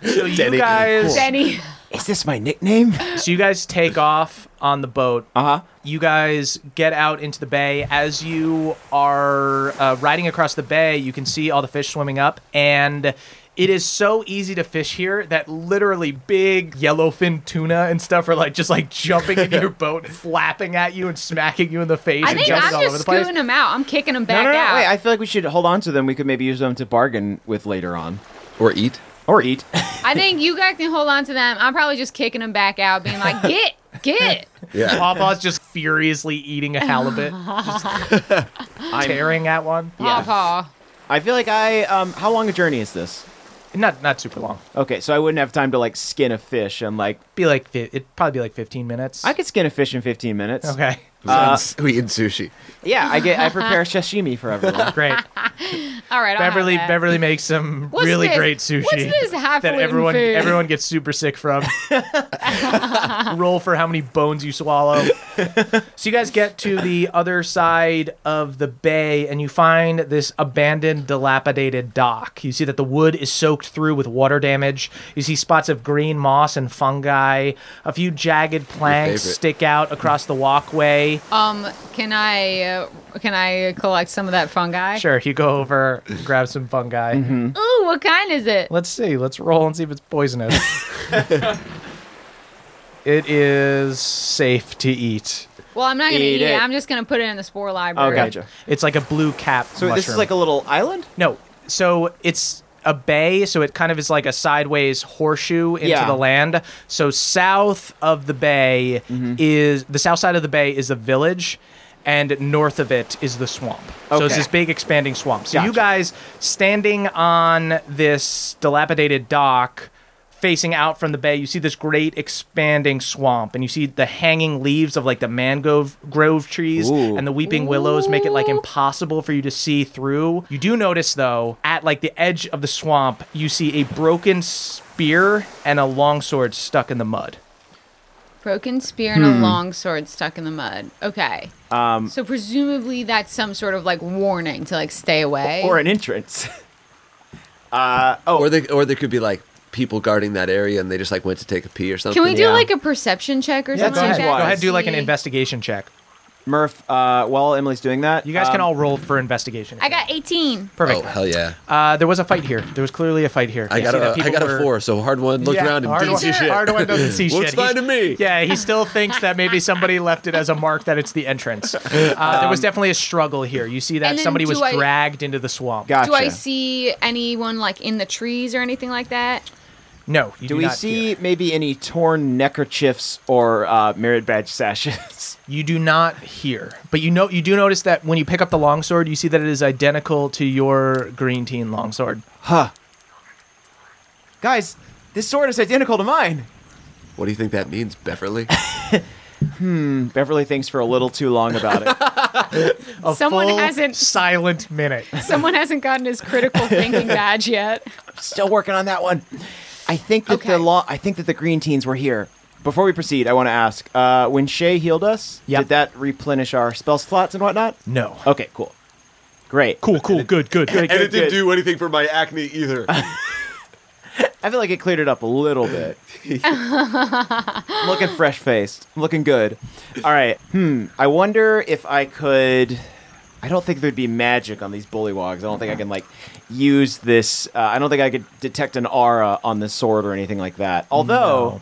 [SPEAKER 3] So you
[SPEAKER 5] Denny.
[SPEAKER 3] guys
[SPEAKER 4] Denny.
[SPEAKER 6] Is this my nickname?
[SPEAKER 3] So you guys take off on the boat.
[SPEAKER 6] Uh-huh.
[SPEAKER 3] You guys get out into the bay. As you are uh, riding across the bay, you can see all the fish swimming up, and it is so easy to fish here that literally big yellowfin tuna and stuff are like just like jumping into your boat, flapping at you and smacking you in the face.
[SPEAKER 4] I
[SPEAKER 3] and
[SPEAKER 4] think
[SPEAKER 3] jumping
[SPEAKER 4] I'm
[SPEAKER 3] all over
[SPEAKER 4] just
[SPEAKER 3] the place.
[SPEAKER 4] scooting them out. I'm kicking them back
[SPEAKER 6] no, no, no.
[SPEAKER 4] out.
[SPEAKER 6] Wait, I feel like we should hold on to them. We could maybe use them to bargain with later on,
[SPEAKER 5] Or eat.
[SPEAKER 6] or eat.
[SPEAKER 4] I think you guys can hold on to them. I'm probably just kicking them back out, being like, get, get.
[SPEAKER 5] Yeah.
[SPEAKER 3] Pawpaw's just furiously eating a halibut, just tearing at one.
[SPEAKER 4] Paw paw.
[SPEAKER 6] I feel like I. Um, how long a journey is this?
[SPEAKER 3] Not not super long.
[SPEAKER 6] Okay, so I wouldn't have time to like skin a fish and like
[SPEAKER 3] Be like fi- it'd probably be like 15 minutes.
[SPEAKER 6] I could skin a fish in 15 minutes.
[SPEAKER 3] okay. uh,
[SPEAKER 5] we eat sushi.
[SPEAKER 6] Yeah, I get I prepare sashimi for everyone.
[SPEAKER 3] Great.
[SPEAKER 4] All right, I'll have
[SPEAKER 3] Beverly
[SPEAKER 4] that.
[SPEAKER 3] Beverly makes some
[SPEAKER 4] What's
[SPEAKER 3] really
[SPEAKER 4] this?
[SPEAKER 3] great sushi
[SPEAKER 4] What's this
[SPEAKER 3] that
[SPEAKER 4] highfalutin
[SPEAKER 3] everyone
[SPEAKER 4] food?
[SPEAKER 3] everyone gets super sick from. Roll for how many bones you swallow. so you guys get to the other side of the bay and you find this abandoned, dilapidated dock. You see that the wood is soaked through with water damage. You see spots of green moss and fungi. A few jagged planks
[SPEAKER 5] favorite.
[SPEAKER 3] stick out across the walkway.
[SPEAKER 4] Um, can I uh, can I collect some of that fungi?
[SPEAKER 3] Sure, you go over, grab some fungi.
[SPEAKER 4] Ooh, what kind is it?
[SPEAKER 3] Let's see. Let's roll and see if it's poisonous. it is safe to eat.
[SPEAKER 4] Well, I'm not gonna
[SPEAKER 6] Eat
[SPEAKER 4] eat, it.
[SPEAKER 6] it.
[SPEAKER 4] I'm just gonna put it in the spore
[SPEAKER 6] Oh,
[SPEAKER 4] library.
[SPEAKER 6] gotcha.
[SPEAKER 3] It's like a blue cap.
[SPEAKER 6] So this is like a little island.
[SPEAKER 3] no. So it's a bay. So it kind of is like a sideways horseshoe into
[SPEAKER 6] Yeah.
[SPEAKER 3] the land. So south of the bay
[SPEAKER 6] Mm-hmm.
[SPEAKER 3] is the south side of the bay is the village. And north of it is the swamp. So it's
[SPEAKER 6] Okay.
[SPEAKER 3] this big expanding swamp. So you
[SPEAKER 6] Gotcha.
[SPEAKER 3] guys standing on this dilapidated dock, facing out from the bay, you see this great expanding swamp, and you see the hanging leaves of like the mango grove trees
[SPEAKER 6] Ooh.
[SPEAKER 3] and the weeping willows make it like impossible for you to see through. You do notice though, at like the edge of the swamp, you see a broken spear and a longsword stuck in the mud.
[SPEAKER 4] Broken spear and a
[SPEAKER 6] Hmm.
[SPEAKER 4] long sword stuck in the mud. Okay. Um. So presumably that's some sort of like warning to like stay away.
[SPEAKER 6] Or an entrance.
[SPEAKER 3] oh.
[SPEAKER 5] Or they or they could be like people guarding that area and they just like went to take a pee or something.
[SPEAKER 4] can we do
[SPEAKER 6] Yeah.
[SPEAKER 4] like a perception check or something?
[SPEAKER 3] go ahead.
[SPEAKER 4] like that
[SPEAKER 3] Go
[SPEAKER 4] to
[SPEAKER 3] ahead, do like an
[SPEAKER 4] see?
[SPEAKER 3] investigation check.
[SPEAKER 6] Murph, uh, while Emily's doing that,
[SPEAKER 3] You guys can
[SPEAKER 6] um,
[SPEAKER 3] all roll for investigation.
[SPEAKER 4] I got 18.
[SPEAKER 5] Oh
[SPEAKER 3] perfect.
[SPEAKER 5] hell yeah!
[SPEAKER 3] Uh, there was a fight here. There was clearly a fight here.
[SPEAKER 5] I
[SPEAKER 3] You
[SPEAKER 5] got
[SPEAKER 3] see that
[SPEAKER 5] a I
[SPEAKER 3] people
[SPEAKER 5] got a
[SPEAKER 3] were-
[SPEAKER 5] four, so hard one looked
[SPEAKER 3] Yeah,
[SPEAKER 5] around and
[SPEAKER 3] hard
[SPEAKER 5] didn't
[SPEAKER 3] one-
[SPEAKER 5] see shit.
[SPEAKER 3] Hard one doesn't see shit.
[SPEAKER 5] Looks fine
[SPEAKER 3] He's-
[SPEAKER 5] to me.
[SPEAKER 3] Yeah, he still thinks that maybe somebody left it as a mark that it's the entrance. Uh, there was
[SPEAKER 5] Um,
[SPEAKER 3] definitely a struggle here. You see that
[SPEAKER 4] And then
[SPEAKER 3] somebody
[SPEAKER 4] do
[SPEAKER 3] was
[SPEAKER 4] I-
[SPEAKER 3] dragged into the swamp.
[SPEAKER 6] Gotcha.
[SPEAKER 4] Do I see anyone like in the trees or anything like that?
[SPEAKER 3] No, you
[SPEAKER 6] Do
[SPEAKER 3] do,
[SPEAKER 6] we
[SPEAKER 3] not
[SPEAKER 6] see
[SPEAKER 3] hear.
[SPEAKER 6] maybe any torn neckerchiefs or uh, merit badge sashes?
[SPEAKER 3] You do not hear, but you know you do notice that when you pick up the longsword, you see that it is identical to your green teen longsword.
[SPEAKER 6] Guys, this sword is identical to mine.
[SPEAKER 5] What do you think that means, Beverly?
[SPEAKER 6] Beverly thinks for a little too long about it.
[SPEAKER 3] A
[SPEAKER 4] Someone
[SPEAKER 3] full
[SPEAKER 4] hasn't-
[SPEAKER 3] silent minute.
[SPEAKER 4] Someone hasn't gotten his critical thinking badge yet.
[SPEAKER 6] Still working on that one. I think that
[SPEAKER 4] Okay.
[SPEAKER 6] the law. I think that the green teens were here. Before we proceed, I want to ask: uh, when Shay healed us,
[SPEAKER 3] Yep.
[SPEAKER 6] did that replenish our spell slots and whatnot?
[SPEAKER 3] No.
[SPEAKER 6] Okay, cool, great.
[SPEAKER 3] Cool, cool, good, good, good.
[SPEAKER 5] and it
[SPEAKER 6] good.
[SPEAKER 5] didn't do anything for my acne either.
[SPEAKER 6] I feel like it cleared it up a little bit. I'm looking fresh faced. I'm looking good. All right. Hmm. I wonder if I could. I don't think there'd be magic on these bullywogs. I don't think I can like use this. Uh, I don't think I could detect an aura on this sword or anything like that. Although,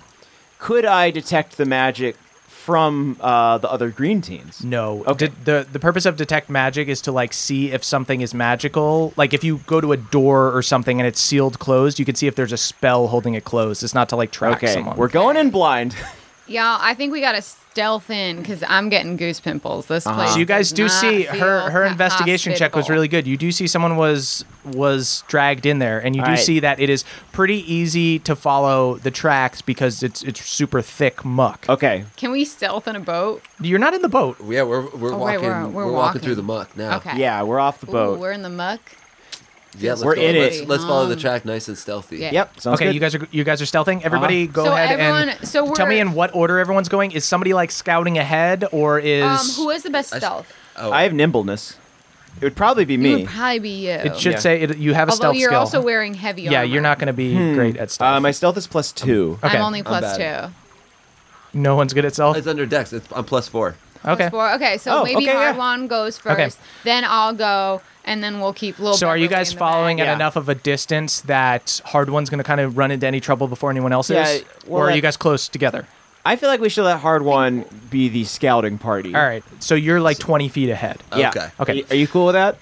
[SPEAKER 6] could I detect the magic from uh, the other green teens?
[SPEAKER 3] No.
[SPEAKER 6] Okay.
[SPEAKER 3] Did- the the purpose of detect magic is to like see if something is magical. Like if you go to a door or something and it's sealed closed, you can see if there's a spell holding it closed. It's not to like track
[SPEAKER 6] Okay.
[SPEAKER 3] someone.
[SPEAKER 6] We're going in blind.
[SPEAKER 4] Y'all, I think we gotta stealth in because I'm getting goose pimples. This
[SPEAKER 6] Uh-huh.
[SPEAKER 4] place.
[SPEAKER 3] so you guys
[SPEAKER 4] does
[SPEAKER 3] do
[SPEAKER 4] not
[SPEAKER 3] see
[SPEAKER 4] feel
[SPEAKER 3] her her
[SPEAKER 4] ho-
[SPEAKER 3] investigation check was
[SPEAKER 4] hospitable.
[SPEAKER 3] really good. You do see someone was was dragged in there and you do
[SPEAKER 6] Alright.
[SPEAKER 3] see that it is pretty easy to follow the tracks because it's it's super thick muck.
[SPEAKER 6] okay.
[SPEAKER 4] Can we stealth in a boat?
[SPEAKER 3] You're not in the boat.
[SPEAKER 5] yeah, we're we're
[SPEAKER 4] Oh,
[SPEAKER 5] walking
[SPEAKER 4] right,
[SPEAKER 5] we're,
[SPEAKER 4] we're-
[SPEAKER 5] walking,
[SPEAKER 4] we're walking.
[SPEAKER 5] through the muck now.
[SPEAKER 4] Okay.
[SPEAKER 6] Yeah, we're off the
[SPEAKER 4] Ooh,
[SPEAKER 6] boat.
[SPEAKER 4] we're in the muck. Um,
[SPEAKER 5] Yeah, let's
[SPEAKER 6] We're
[SPEAKER 5] go-
[SPEAKER 6] in it.
[SPEAKER 5] Let's, let's follow the track, nice and stealthy.
[SPEAKER 4] Yeah.
[SPEAKER 6] Yep. Sounds
[SPEAKER 3] okay,
[SPEAKER 6] good. Uh-huh.
[SPEAKER 3] you guys are you guys are stealthing. Everybody, go
[SPEAKER 4] So
[SPEAKER 3] ahead and
[SPEAKER 4] everyone- so we're-
[SPEAKER 3] tell me in what order everyone's going. Is somebody like scouting ahead, or is
[SPEAKER 4] Um, who is the best
[SPEAKER 5] I s-
[SPEAKER 4] stealth?
[SPEAKER 5] Oh,
[SPEAKER 6] I have nimbleness. It would probably be
[SPEAKER 4] It
[SPEAKER 6] me.
[SPEAKER 4] would probably be you.
[SPEAKER 3] It should
[SPEAKER 6] Yeah.
[SPEAKER 3] say it, you have a
[SPEAKER 4] Although
[SPEAKER 3] stealth
[SPEAKER 4] you're
[SPEAKER 3] skill.
[SPEAKER 4] also wearing heavy armor.
[SPEAKER 3] yeah, you're not going to be great at stealth.
[SPEAKER 6] uh, my stealth is plus two.
[SPEAKER 3] okay.
[SPEAKER 4] I'm only plus
[SPEAKER 5] bad.
[SPEAKER 4] two.
[SPEAKER 3] no one's good at stealth.
[SPEAKER 5] It's under Dex. It's I'm plus four.
[SPEAKER 4] Plus
[SPEAKER 3] Okay.
[SPEAKER 4] Four. Okay, so
[SPEAKER 6] Oh,
[SPEAKER 4] maybe
[SPEAKER 6] okay, yeah.
[SPEAKER 4] Hardwan goes first,
[SPEAKER 3] Okay.
[SPEAKER 4] then I'll go, and then we'll keep little.
[SPEAKER 3] So are you
[SPEAKER 4] Beverly
[SPEAKER 3] guys
[SPEAKER 4] in the
[SPEAKER 3] following
[SPEAKER 4] back.
[SPEAKER 3] at
[SPEAKER 6] Yeah.
[SPEAKER 3] enough of a distance that hard one's going to kind of run into any trouble before anyone else
[SPEAKER 6] Yeah,
[SPEAKER 3] is?
[SPEAKER 6] well,
[SPEAKER 3] or are you
[SPEAKER 6] that-
[SPEAKER 3] guys close together?
[SPEAKER 6] I feel like we should let Hard One be the scouting party.
[SPEAKER 3] All right. So you're like 20 feet ahead.
[SPEAKER 6] Yeah.
[SPEAKER 5] Okay.
[SPEAKER 3] Okay.
[SPEAKER 6] Y- Are you cool with that?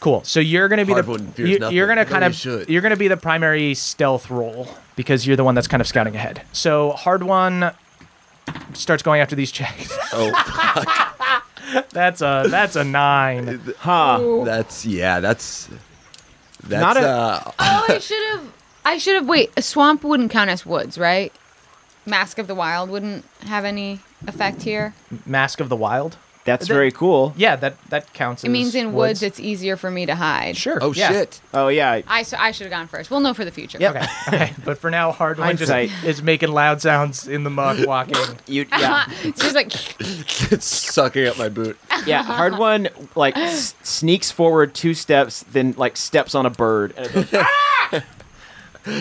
[SPEAKER 3] Cool. So you're going to be
[SPEAKER 5] Hardwood
[SPEAKER 3] the
[SPEAKER 5] fears
[SPEAKER 3] you,
[SPEAKER 5] nothing.
[SPEAKER 3] you're going to
[SPEAKER 5] I
[SPEAKER 3] kind
[SPEAKER 5] know
[SPEAKER 3] of
[SPEAKER 5] you should.
[SPEAKER 3] you're going to be the primary stealth role because you're the one that's kind of scouting ahead. So hard one starts going after these checks.
[SPEAKER 5] Oh,
[SPEAKER 3] that's a that's a 9.
[SPEAKER 6] Huh.
[SPEAKER 5] that's yeah. That's that's
[SPEAKER 6] Not a-
[SPEAKER 5] uh,
[SPEAKER 4] Oh, I should have. I should have. Wait, a swamp wouldn't count as woods, right? Mask of the Wild wouldn't have any effect here.
[SPEAKER 3] Mask of the Wild.
[SPEAKER 6] That's
[SPEAKER 3] That-
[SPEAKER 6] very cool.
[SPEAKER 3] Yeah, that that counts
[SPEAKER 4] It
[SPEAKER 3] as
[SPEAKER 4] means in woods, it's easier for me to hide.
[SPEAKER 3] Sure.
[SPEAKER 5] oh
[SPEAKER 3] yeah.
[SPEAKER 5] shit.
[SPEAKER 6] Oh yeah.
[SPEAKER 4] I, so I should have gone first. We'll know for the future.
[SPEAKER 6] Yep.
[SPEAKER 3] Okay. okay. But for now, hard one just
[SPEAKER 6] Hindsight.
[SPEAKER 3] is making loud sounds in the mud walking.
[SPEAKER 6] You yeah.
[SPEAKER 4] it's just like
[SPEAKER 5] it's sucking up my boot.
[SPEAKER 6] Yeah, hard one like s- sneaks forward two steps, then like steps on a bird.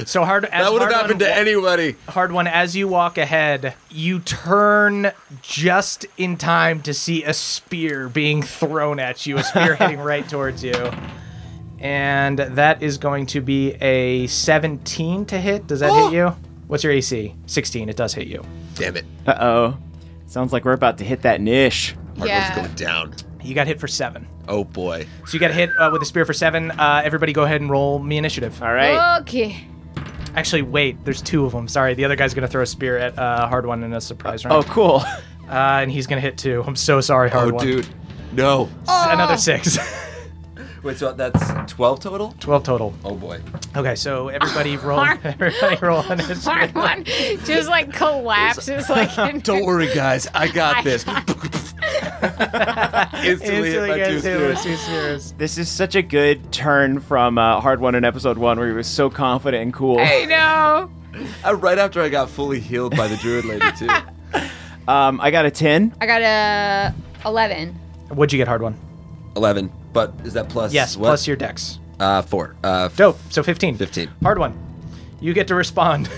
[SPEAKER 3] So hard. As
[SPEAKER 5] That would have
[SPEAKER 3] hard
[SPEAKER 5] happened
[SPEAKER 3] one,
[SPEAKER 5] to anybody.
[SPEAKER 3] Hard one. As you walk ahead, you turn just in time to see a spear being thrown at you. A spear heading right towards you. And that is going to be a 17 to hit. Does that hit you? What's your AC? 16. It does hit you.
[SPEAKER 5] Damn it.
[SPEAKER 6] Uh oh, sounds like we're about to hit that niche.
[SPEAKER 5] Hard
[SPEAKER 4] Yeah.
[SPEAKER 5] one's going down.
[SPEAKER 3] You got hit for seven.
[SPEAKER 5] Oh boy.
[SPEAKER 3] So you got hit uh, with a spear for seven. Uh, everybody, go ahead and roll me initiative.
[SPEAKER 6] All right,
[SPEAKER 4] okay.
[SPEAKER 3] Actually, wait. There's two of them. Sorry, the other guy's gonna throw a spear at uh, hard one in a surprise
[SPEAKER 6] oh
[SPEAKER 3] round.
[SPEAKER 6] cool.
[SPEAKER 3] Oh, uh, and he's gonna hit two. I'm so sorry, hard
[SPEAKER 5] Oh
[SPEAKER 3] one.
[SPEAKER 5] dude. No.
[SPEAKER 3] Another six.
[SPEAKER 5] Wait, so that's twelve total?
[SPEAKER 3] Twelve total.
[SPEAKER 5] Oh boy.
[SPEAKER 3] Okay, so everybody roll. everybody roll initiative.
[SPEAKER 4] Hard one just like collapses like. In-
[SPEAKER 5] Don't worry, guys. I got this. Instantly hit
[SPEAKER 3] Instantly
[SPEAKER 5] by two
[SPEAKER 3] gets hit with
[SPEAKER 5] spears.
[SPEAKER 3] two spears.
[SPEAKER 6] This is such a good turn from uh, hard one in episode one, where he was so confident and cool.
[SPEAKER 4] I know.
[SPEAKER 5] Uh, right after I got fully healed by the druid lady too.
[SPEAKER 6] Um, I got a ten.
[SPEAKER 4] I got a eleven.
[SPEAKER 3] What'd you get, hard one?
[SPEAKER 5] Eleven. But is that plus?
[SPEAKER 3] Yes,
[SPEAKER 5] what?
[SPEAKER 3] plus your dex.
[SPEAKER 5] uh four. Uh f-
[SPEAKER 3] Dope. So 15.
[SPEAKER 5] 15.
[SPEAKER 3] Hard one. You get to respond.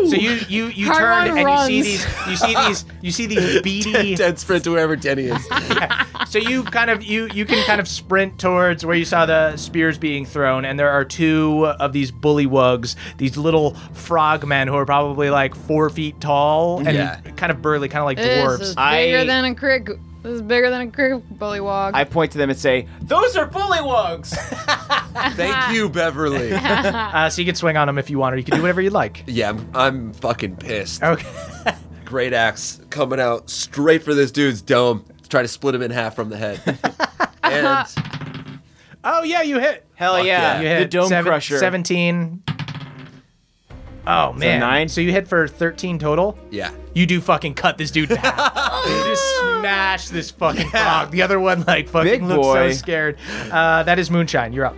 [SPEAKER 3] So you you you
[SPEAKER 4] Hard
[SPEAKER 3] turn
[SPEAKER 4] one
[SPEAKER 3] and
[SPEAKER 4] runs.
[SPEAKER 3] you see these you see these you see these beady
[SPEAKER 5] dead sprint to wherever Denny is.
[SPEAKER 3] so you kind of you you can kind of sprint towards where you saw the spears being thrown and there are two of these bullywugs these little frogmen who are probably like four feet tall and
[SPEAKER 5] Yeah.
[SPEAKER 3] kind of burly kind of like
[SPEAKER 4] This is
[SPEAKER 3] dwarves
[SPEAKER 4] bigger
[SPEAKER 6] I-
[SPEAKER 4] than a crick. This is bigger than a crick bullywog.
[SPEAKER 6] I point to them and say, "Those are bullywugs."
[SPEAKER 5] Thank you, Beverly.
[SPEAKER 3] uh, so you can swing on them if you want or you can do whatever you like
[SPEAKER 5] yeah, I'm, I'm fucking pissed.
[SPEAKER 3] okay
[SPEAKER 5] Great axe coming out straight for this dude's dome. Try to split him in half from the head. and
[SPEAKER 3] oh yeah you hit
[SPEAKER 6] Hell
[SPEAKER 5] Fuck
[SPEAKER 6] yeah,
[SPEAKER 5] yeah.
[SPEAKER 3] you
[SPEAKER 6] the
[SPEAKER 3] hit
[SPEAKER 6] dome
[SPEAKER 3] seven-
[SPEAKER 6] crusher.
[SPEAKER 3] 17 oh man
[SPEAKER 6] nine?
[SPEAKER 3] so you hit for 13 total
[SPEAKER 5] yeah.
[SPEAKER 3] you do fucking cut this dude in half. you just smash this fucking frog. The other one like fucking
[SPEAKER 6] Big
[SPEAKER 3] looks so
[SPEAKER 6] boy.
[SPEAKER 3] scared. Uh, that is Moonshine. You're up.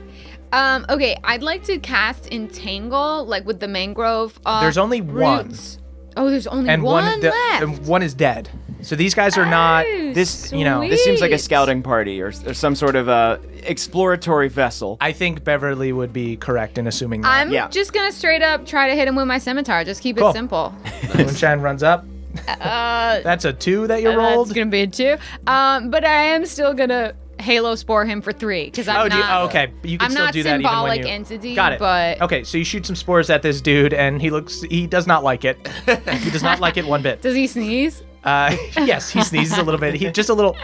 [SPEAKER 4] Um, okay, I'd like to cast Entangle, like with the mangrove. Uh,
[SPEAKER 3] There's only one.
[SPEAKER 4] roots. Oh, there's only
[SPEAKER 3] And
[SPEAKER 4] one,
[SPEAKER 3] one, de-
[SPEAKER 4] left.
[SPEAKER 3] and one is dead. So these guys are not.
[SPEAKER 4] Oh,
[SPEAKER 6] This-
[SPEAKER 3] you know,
[SPEAKER 6] This seems like a
[SPEAKER 4] sweet.
[SPEAKER 6] scouting party or, or some sort of uh, exploratory vessel.
[SPEAKER 3] I think Beverly would be correct in assuming that.
[SPEAKER 4] I'm
[SPEAKER 6] Yeah.
[SPEAKER 4] just gonna straight up try to hit him with my scimitar. Just keep
[SPEAKER 3] Cool.
[SPEAKER 4] it simple.
[SPEAKER 3] Moonshine runs up. That's a two that you
[SPEAKER 4] Uh, That's
[SPEAKER 3] rolled.
[SPEAKER 4] gonna be a two. Um, but I am still gonna halo spore him for three because I'm
[SPEAKER 3] Oh, do you-
[SPEAKER 4] not.
[SPEAKER 3] oh, okay. You can
[SPEAKER 4] I'm
[SPEAKER 3] still
[SPEAKER 4] not
[SPEAKER 3] do that even when
[SPEAKER 4] symbolic
[SPEAKER 3] you-
[SPEAKER 4] entity,
[SPEAKER 3] Got it.
[SPEAKER 4] but-
[SPEAKER 3] okay, so you shoot some spores at this dude, and he looks. He does not like it. he does not like it one bit.
[SPEAKER 4] Does he sneeze?
[SPEAKER 3] Uh, yes, he sneezes a little bit. He just a little.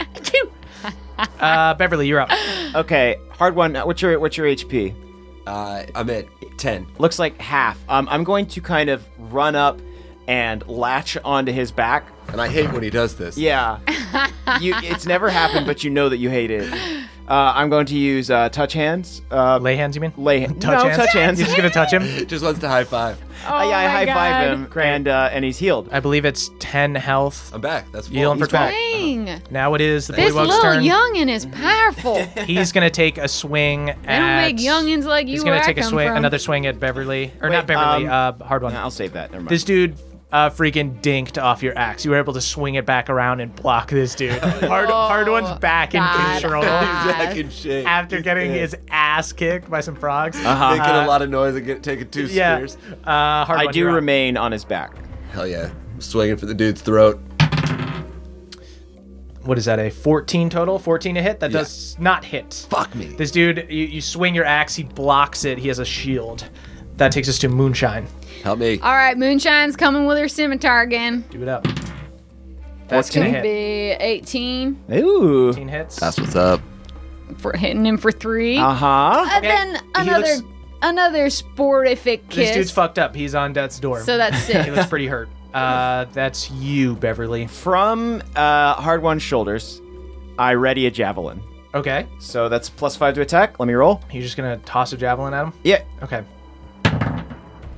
[SPEAKER 3] Uh, Beverly, you're up.
[SPEAKER 6] Okay, hard one. Uh, What's your what's your HP?
[SPEAKER 5] Uh, I'm at 10.
[SPEAKER 6] Looks like half. Um, I'm going to kind of run up and latch onto his back.
[SPEAKER 5] And I hate when he does this.
[SPEAKER 6] Yeah, you, it's never happened, but you know that you hate it. Uh, I'm going to use uh, touch hands. Uh,
[SPEAKER 3] Lay hands, you mean?
[SPEAKER 6] lay hand.
[SPEAKER 3] touch
[SPEAKER 6] no,
[SPEAKER 3] hands.
[SPEAKER 6] touch hands.
[SPEAKER 3] He's gonna touch him.
[SPEAKER 5] Just wants to high five.
[SPEAKER 6] I,
[SPEAKER 3] Oh
[SPEAKER 6] I
[SPEAKER 4] Oh my
[SPEAKER 6] high
[SPEAKER 4] God.
[SPEAKER 6] five him, and uh, and he's healed.
[SPEAKER 3] I believe it's ten health.
[SPEAKER 5] I'm back. That's full.
[SPEAKER 3] You don't
[SPEAKER 5] He's
[SPEAKER 3] for twelve.
[SPEAKER 4] Dang.
[SPEAKER 3] Now it is the
[SPEAKER 4] This
[SPEAKER 3] Bullywug's
[SPEAKER 4] little
[SPEAKER 3] turn.
[SPEAKER 4] youngin is powerful.
[SPEAKER 3] He's gonna take a swing at.
[SPEAKER 4] They don't make youngins like you.
[SPEAKER 3] He's
[SPEAKER 4] where
[SPEAKER 3] gonna
[SPEAKER 4] I
[SPEAKER 3] take a
[SPEAKER 4] come
[SPEAKER 3] swing,
[SPEAKER 4] from.
[SPEAKER 3] another swing at Beverly, or not
[SPEAKER 6] Wait,
[SPEAKER 3] Beverly,
[SPEAKER 6] um,
[SPEAKER 3] uh, hard one.
[SPEAKER 6] I'll save that. Never mind.
[SPEAKER 3] This dude uh, freaking dinked off your axe. You were able to swing it back around and block this dude. Hard, hard one's back in
[SPEAKER 4] Oh, bad
[SPEAKER 3] control
[SPEAKER 4] ass.
[SPEAKER 5] Back in shape.
[SPEAKER 3] after getting
[SPEAKER 5] Yeah.
[SPEAKER 3] his ass kicked by some frogs.
[SPEAKER 5] making a lot of noise and get, taking two
[SPEAKER 3] Yeah,
[SPEAKER 5] spears.
[SPEAKER 3] uh, hard
[SPEAKER 6] I
[SPEAKER 3] one,
[SPEAKER 6] do
[SPEAKER 3] you're up.
[SPEAKER 6] remain on his back.
[SPEAKER 5] Hell yeah, swinging for the dude's throat.
[SPEAKER 3] what is that a 14 total 14 to hit that does not hit
[SPEAKER 5] Fuck me.
[SPEAKER 3] this dude you, you swing your axe he blocks it he has a shield that takes us to moonshine
[SPEAKER 5] Help me.
[SPEAKER 4] All right, Moonshine's coming with her scimitar again.
[SPEAKER 3] do it up that's gonna
[SPEAKER 4] Could be
[SPEAKER 3] hit
[SPEAKER 4] 18
[SPEAKER 6] Ooh.
[SPEAKER 3] 18 hits
[SPEAKER 5] That's what's up.
[SPEAKER 4] for hitting him for three.
[SPEAKER 6] Uh huh.
[SPEAKER 4] and then another
[SPEAKER 3] looks-
[SPEAKER 4] another sportific
[SPEAKER 3] this dude's
[SPEAKER 4] kiss.
[SPEAKER 3] fucked up he's on death's door
[SPEAKER 4] so that's
[SPEAKER 3] he
[SPEAKER 4] six.
[SPEAKER 3] looks pretty hurt uh that's you beverly
[SPEAKER 6] From uh, hard one's shoulders, I ready a javelin.
[SPEAKER 3] okay
[SPEAKER 6] So that's plus five to attack. Let me roll.
[SPEAKER 3] you're just gonna toss a javelin at him
[SPEAKER 6] Yeah,
[SPEAKER 3] okay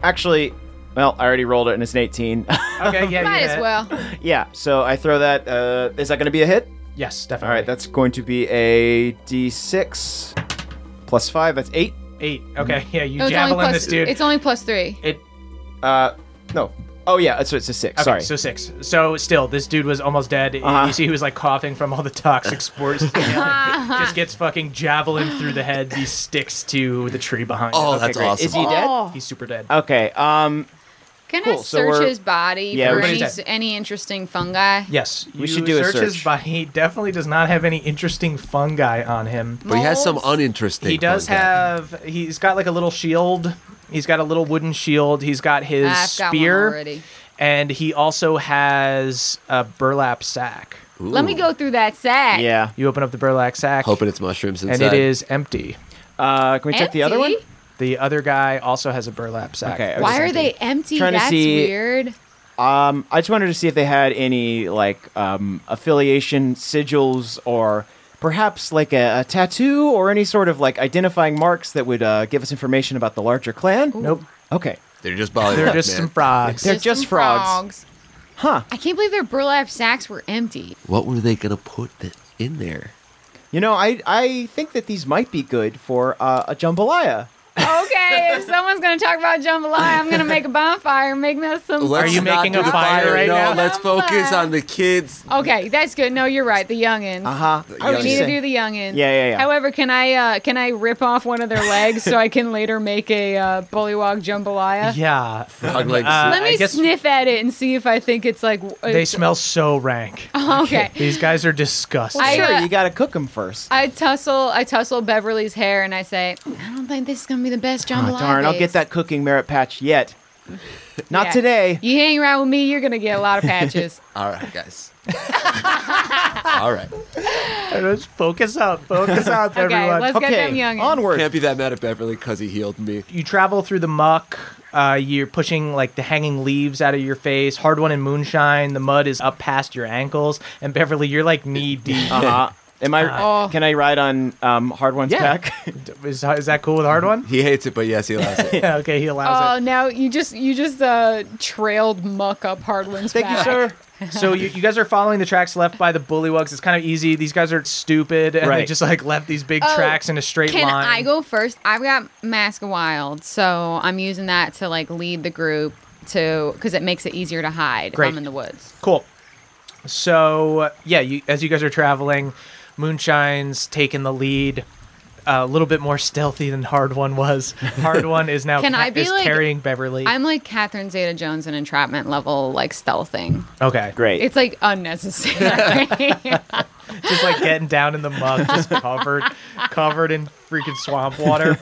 [SPEAKER 6] actually, well, I already rolled it and it's an 18.
[SPEAKER 3] okay yeah
[SPEAKER 4] Might
[SPEAKER 3] you
[SPEAKER 4] as
[SPEAKER 3] hit.
[SPEAKER 4] well.
[SPEAKER 6] yeah, so I throw that. Uh, is that going to be a hit?
[SPEAKER 3] yes
[SPEAKER 6] All
[SPEAKER 3] definitely
[SPEAKER 6] right, that's going to be a d6 plus five. That's eight.
[SPEAKER 3] eight okay
[SPEAKER 6] Mm-hmm.
[SPEAKER 3] yeah you
[SPEAKER 4] No, it's only
[SPEAKER 3] javelin
[SPEAKER 4] plus.
[SPEAKER 3] this dude
[SPEAKER 4] It's only plus three.
[SPEAKER 3] it
[SPEAKER 6] Uh, no. Oh, yeah, so it's a six.
[SPEAKER 3] Okay,
[SPEAKER 6] Sorry. Uh-huh.
[SPEAKER 3] So six. So still, this dude was almost dead. You see, he was like coughing from all the toxic spores. just gets fucking javelin through the head. He sticks to the tree behind.
[SPEAKER 5] Oh,
[SPEAKER 3] him.
[SPEAKER 5] that's
[SPEAKER 6] great.
[SPEAKER 5] awesome.
[SPEAKER 6] Is he dead?
[SPEAKER 3] He's super dead.
[SPEAKER 6] Okay, um,
[SPEAKER 4] Can I
[SPEAKER 6] Cool, so
[SPEAKER 4] search
[SPEAKER 6] we're-
[SPEAKER 4] his body
[SPEAKER 6] Yeah,
[SPEAKER 4] for
[SPEAKER 6] we're
[SPEAKER 4] any,
[SPEAKER 3] dead.
[SPEAKER 4] s- any interesting fungi?
[SPEAKER 3] yes,
[SPEAKER 6] we should do a
[SPEAKER 3] search his
[SPEAKER 6] search.
[SPEAKER 3] body. He definitely does not have any interesting fungi on him.
[SPEAKER 5] But he has some
[SPEAKER 4] Molds?
[SPEAKER 5] uninteresting.
[SPEAKER 3] He does
[SPEAKER 5] fungi.
[SPEAKER 3] have. He's got like a little shield. He's got a little wooden shield. He's got his
[SPEAKER 4] I've got one
[SPEAKER 3] spear,
[SPEAKER 4] already.
[SPEAKER 3] and he also has a burlap sack.
[SPEAKER 4] Let me go through that sack.
[SPEAKER 6] yeah.
[SPEAKER 3] You open up the burlap sack,
[SPEAKER 5] Hoping it's mushrooms inside.
[SPEAKER 3] and it is empty.
[SPEAKER 6] Uh, can we check the other one?
[SPEAKER 4] Empty?
[SPEAKER 3] The other guy also has a burlap sack.
[SPEAKER 6] Okay, okay.
[SPEAKER 4] Why are they empty?
[SPEAKER 6] Trying to
[SPEAKER 4] That's
[SPEAKER 6] see-
[SPEAKER 4] weird.
[SPEAKER 6] Um, I just wanted to see if they had any like um, affiliation sigils or perhaps like a, a tattoo or any sort of like identifying marks that would uh, give us information about the larger clan.
[SPEAKER 3] Nope.
[SPEAKER 6] Okay.
[SPEAKER 5] They're just bollywood.
[SPEAKER 3] They're just
[SPEAKER 5] man.
[SPEAKER 3] some frogs.
[SPEAKER 6] They're just
[SPEAKER 4] some
[SPEAKER 6] frogs. Huh.
[SPEAKER 4] I can't believe their burlap sacks were empty.
[SPEAKER 5] What were they gonna put th- in there?
[SPEAKER 6] You know, I I think that these might be good for uh, a jambalaya.
[SPEAKER 4] Okay, if someone's gonna talk about jambalaya, I'm gonna make a bonfire and make that some.
[SPEAKER 5] Let's
[SPEAKER 3] Are you
[SPEAKER 5] not
[SPEAKER 3] making
[SPEAKER 5] do
[SPEAKER 3] a
[SPEAKER 5] the
[SPEAKER 3] fire right
[SPEAKER 5] no,
[SPEAKER 3] now?
[SPEAKER 5] let's focus on the kids.
[SPEAKER 4] Okay, that's good. No, you're right. The youngins.
[SPEAKER 6] Uh huh.
[SPEAKER 5] I
[SPEAKER 4] We
[SPEAKER 5] was
[SPEAKER 4] need to
[SPEAKER 5] saying-
[SPEAKER 4] do the youngins.
[SPEAKER 6] Yeah, yeah, yeah.
[SPEAKER 4] However, can I uh, can I rip off one of their legs so I can later make a uh, bullywog jambalaya?
[SPEAKER 3] yeah.
[SPEAKER 5] Dog legs.
[SPEAKER 3] Uh,
[SPEAKER 4] Let
[SPEAKER 3] I
[SPEAKER 4] me
[SPEAKER 3] guess-
[SPEAKER 4] sniff at it and see if I think it's like. w-
[SPEAKER 3] They
[SPEAKER 4] it's-
[SPEAKER 3] smell so rank.
[SPEAKER 4] Okay.
[SPEAKER 3] These guys are disgusting.
[SPEAKER 4] I,
[SPEAKER 6] sure,
[SPEAKER 4] uh,
[SPEAKER 6] you gotta cook them first.
[SPEAKER 4] I tussle I tussle Beverly's hair and I say, I don't think this is gonna be the best jambalaya.
[SPEAKER 6] Ah, darn, I'll
[SPEAKER 4] days."
[SPEAKER 6] get that cooking merit patch yet. Not
[SPEAKER 4] Yeah.
[SPEAKER 6] today.
[SPEAKER 4] You hang around with me, you're gonna get a lot of patches.
[SPEAKER 5] All right, guys. All right.
[SPEAKER 3] Just focus up. Focus up,
[SPEAKER 4] Okay,
[SPEAKER 3] everyone.
[SPEAKER 4] let's get them
[SPEAKER 6] okay,
[SPEAKER 4] youngins.
[SPEAKER 6] onward.
[SPEAKER 5] Can't be that mad at Beverly because he healed me.
[SPEAKER 3] you travel through the muck. Uh, you're pushing like the hanging leaves out of your face. Hard one in moonshine. The mud is up past your ankles. And Beverly, you're like knee deep.
[SPEAKER 6] Uh-huh. Am I?
[SPEAKER 4] Oh.
[SPEAKER 6] Can I ride on um, hard one's
[SPEAKER 3] Yeah.
[SPEAKER 6] back?
[SPEAKER 3] is, is that cool with hard one?
[SPEAKER 5] He hates it, but yes, he allows it.
[SPEAKER 3] yeah. Okay. He allows it.
[SPEAKER 4] Oh, now you just you just uh, trailed muck up Hardwin's
[SPEAKER 6] Thank you,
[SPEAKER 4] back.
[SPEAKER 6] sir.
[SPEAKER 3] so you, you guys are following the tracks left by the bullywugs. It's kind of easy. These guys are stupid, and they
[SPEAKER 6] Right.
[SPEAKER 3] just like left these big
[SPEAKER 4] Oh,
[SPEAKER 3] tracks in a straight
[SPEAKER 4] Can
[SPEAKER 3] line.
[SPEAKER 4] I go first? I've got Mask of Wild, so I'm using that to like lead the group to because it makes it easier to hide
[SPEAKER 3] Great.
[SPEAKER 4] if I'm in the woods.
[SPEAKER 3] Cool. So yeah, you, as you guys are traveling, Moonshine's taking the lead. A little bit more stealthy than Hard One was. Hard One is now
[SPEAKER 4] Can
[SPEAKER 3] ca-
[SPEAKER 4] I be
[SPEAKER 3] is
[SPEAKER 4] like-
[SPEAKER 3] carrying Beverly.
[SPEAKER 4] I'm like Catherine Zeta Jones in entrapment level like stealthing.
[SPEAKER 3] okay,
[SPEAKER 6] Great.
[SPEAKER 4] It's like unnecessary.
[SPEAKER 3] Just like getting down in the muck, just covered, covered in freaking swamp water.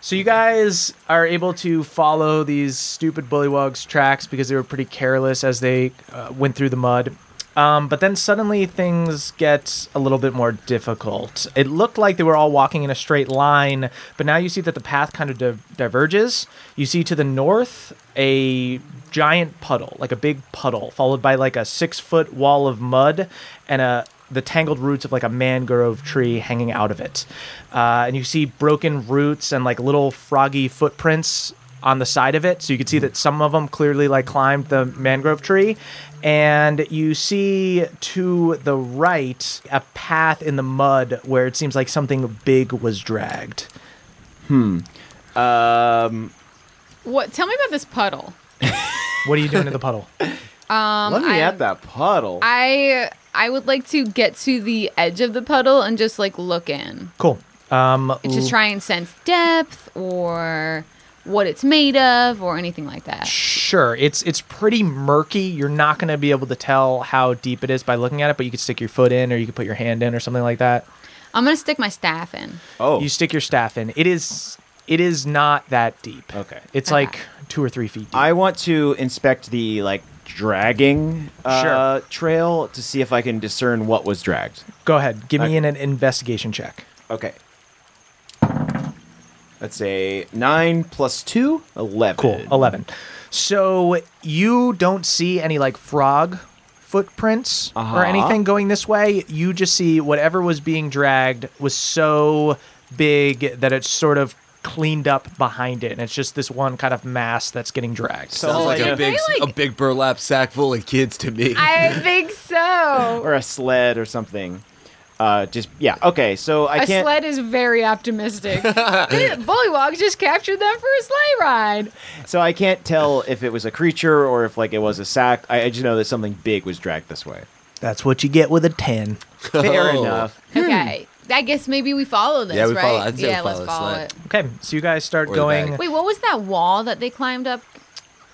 [SPEAKER 3] so you guys are able to follow these stupid bullywugs tracks because they were pretty careless as they uh, went through the mud. Um, but then suddenly things get a little bit more difficult. It looked like they were all walking in a straight line, but now you see that the path kind of di- diverges. You see to the north a giant puddle, like a big puddle, followed by like a six foot wall of mud and a the tangled roots of like a mangrove tree hanging out of it. Uh, and you see broken roots and like little froggy footprints on the side of it. So you can see that some of them clearly like climbed the mangrove tree. And you see to the right a path in the mud where it seems like something big was dragged.
[SPEAKER 6] Um,
[SPEAKER 4] what? Tell me about this puddle.
[SPEAKER 3] What are you doing to the puddle?
[SPEAKER 6] Let me
[SPEAKER 4] I-
[SPEAKER 6] at that puddle.
[SPEAKER 4] I I would like to get to the edge of the puddle and just like look in.
[SPEAKER 3] Cool. Um,
[SPEAKER 4] Just try and sense depth or what it's made of or anything like that.
[SPEAKER 3] Sure, it's it's pretty murky. You're not going to be able to tell how deep it is by looking at it, but you could stick your foot in, or you could put your hand in, or something like that.
[SPEAKER 4] I'm gonna stick my staff in.
[SPEAKER 6] oh,
[SPEAKER 3] You stick your staff in. It is it is not that deep.
[SPEAKER 6] Okay.
[SPEAKER 3] it's
[SPEAKER 4] Okay.
[SPEAKER 3] like two or three feet. Deep.
[SPEAKER 6] I want to inspect the like dragging uh, trail to see if I can discern what was dragged.
[SPEAKER 3] Go ahead, give
[SPEAKER 6] Okay.
[SPEAKER 3] me an, an investigation check.
[SPEAKER 6] Okay. That's a 9 plus 2, 11.
[SPEAKER 3] Cool, Uh, eleven. So you don't see any like frog footprints
[SPEAKER 6] Uh-huh.
[SPEAKER 3] or anything going this way. You just see whatever was being dragged was so big that it's sort of cleaned up behind it, and it's just this one kind of mass that's getting dragged.
[SPEAKER 5] Sounds
[SPEAKER 6] Oh,
[SPEAKER 5] like,
[SPEAKER 6] yeah.
[SPEAKER 5] a big
[SPEAKER 4] They, like-
[SPEAKER 5] a big burlap sack full of kids to me.
[SPEAKER 4] I think so.
[SPEAKER 6] Or a sled or something. Uh, just, yeah, okay, so I
[SPEAKER 4] A
[SPEAKER 6] can't.
[SPEAKER 4] sled is very optimistic. Bullywog just captured them for a sleigh ride.
[SPEAKER 6] So I can't tell if it was a creature or if like it was a sack. I, I just know that something big was dragged this way.
[SPEAKER 3] That's what you get with a ten.
[SPEAKER 6] Fair
[SPEAKER 3] Oh.
[SPEAKER 5] Oh.
[SPEAKER 6] enough.
[SPEAKER 4] Okay. I guess maybe we follow this,
[SPEAKER 5] Hmm. Yeah, we
[SPEAKER 4] right?
[SPEAKER 5] follow- I'd say we
[SPEAKER 4] yeah,
[SPEAKER 5] follow
[SPEAKER 4] let's
[SPEAKER 5] the
[SPEAKER 4] follow
[SPEAKER 5] sled.
[SPEAKER 4] it.
[SPEAKER 3] Okay, so you guys start
[SPEAKER 5] Or the
[SPEAKER 3] going.
[SPEAKER 5] bag.
[SPEAKER 4] Wait, what was that wall that they climbed up?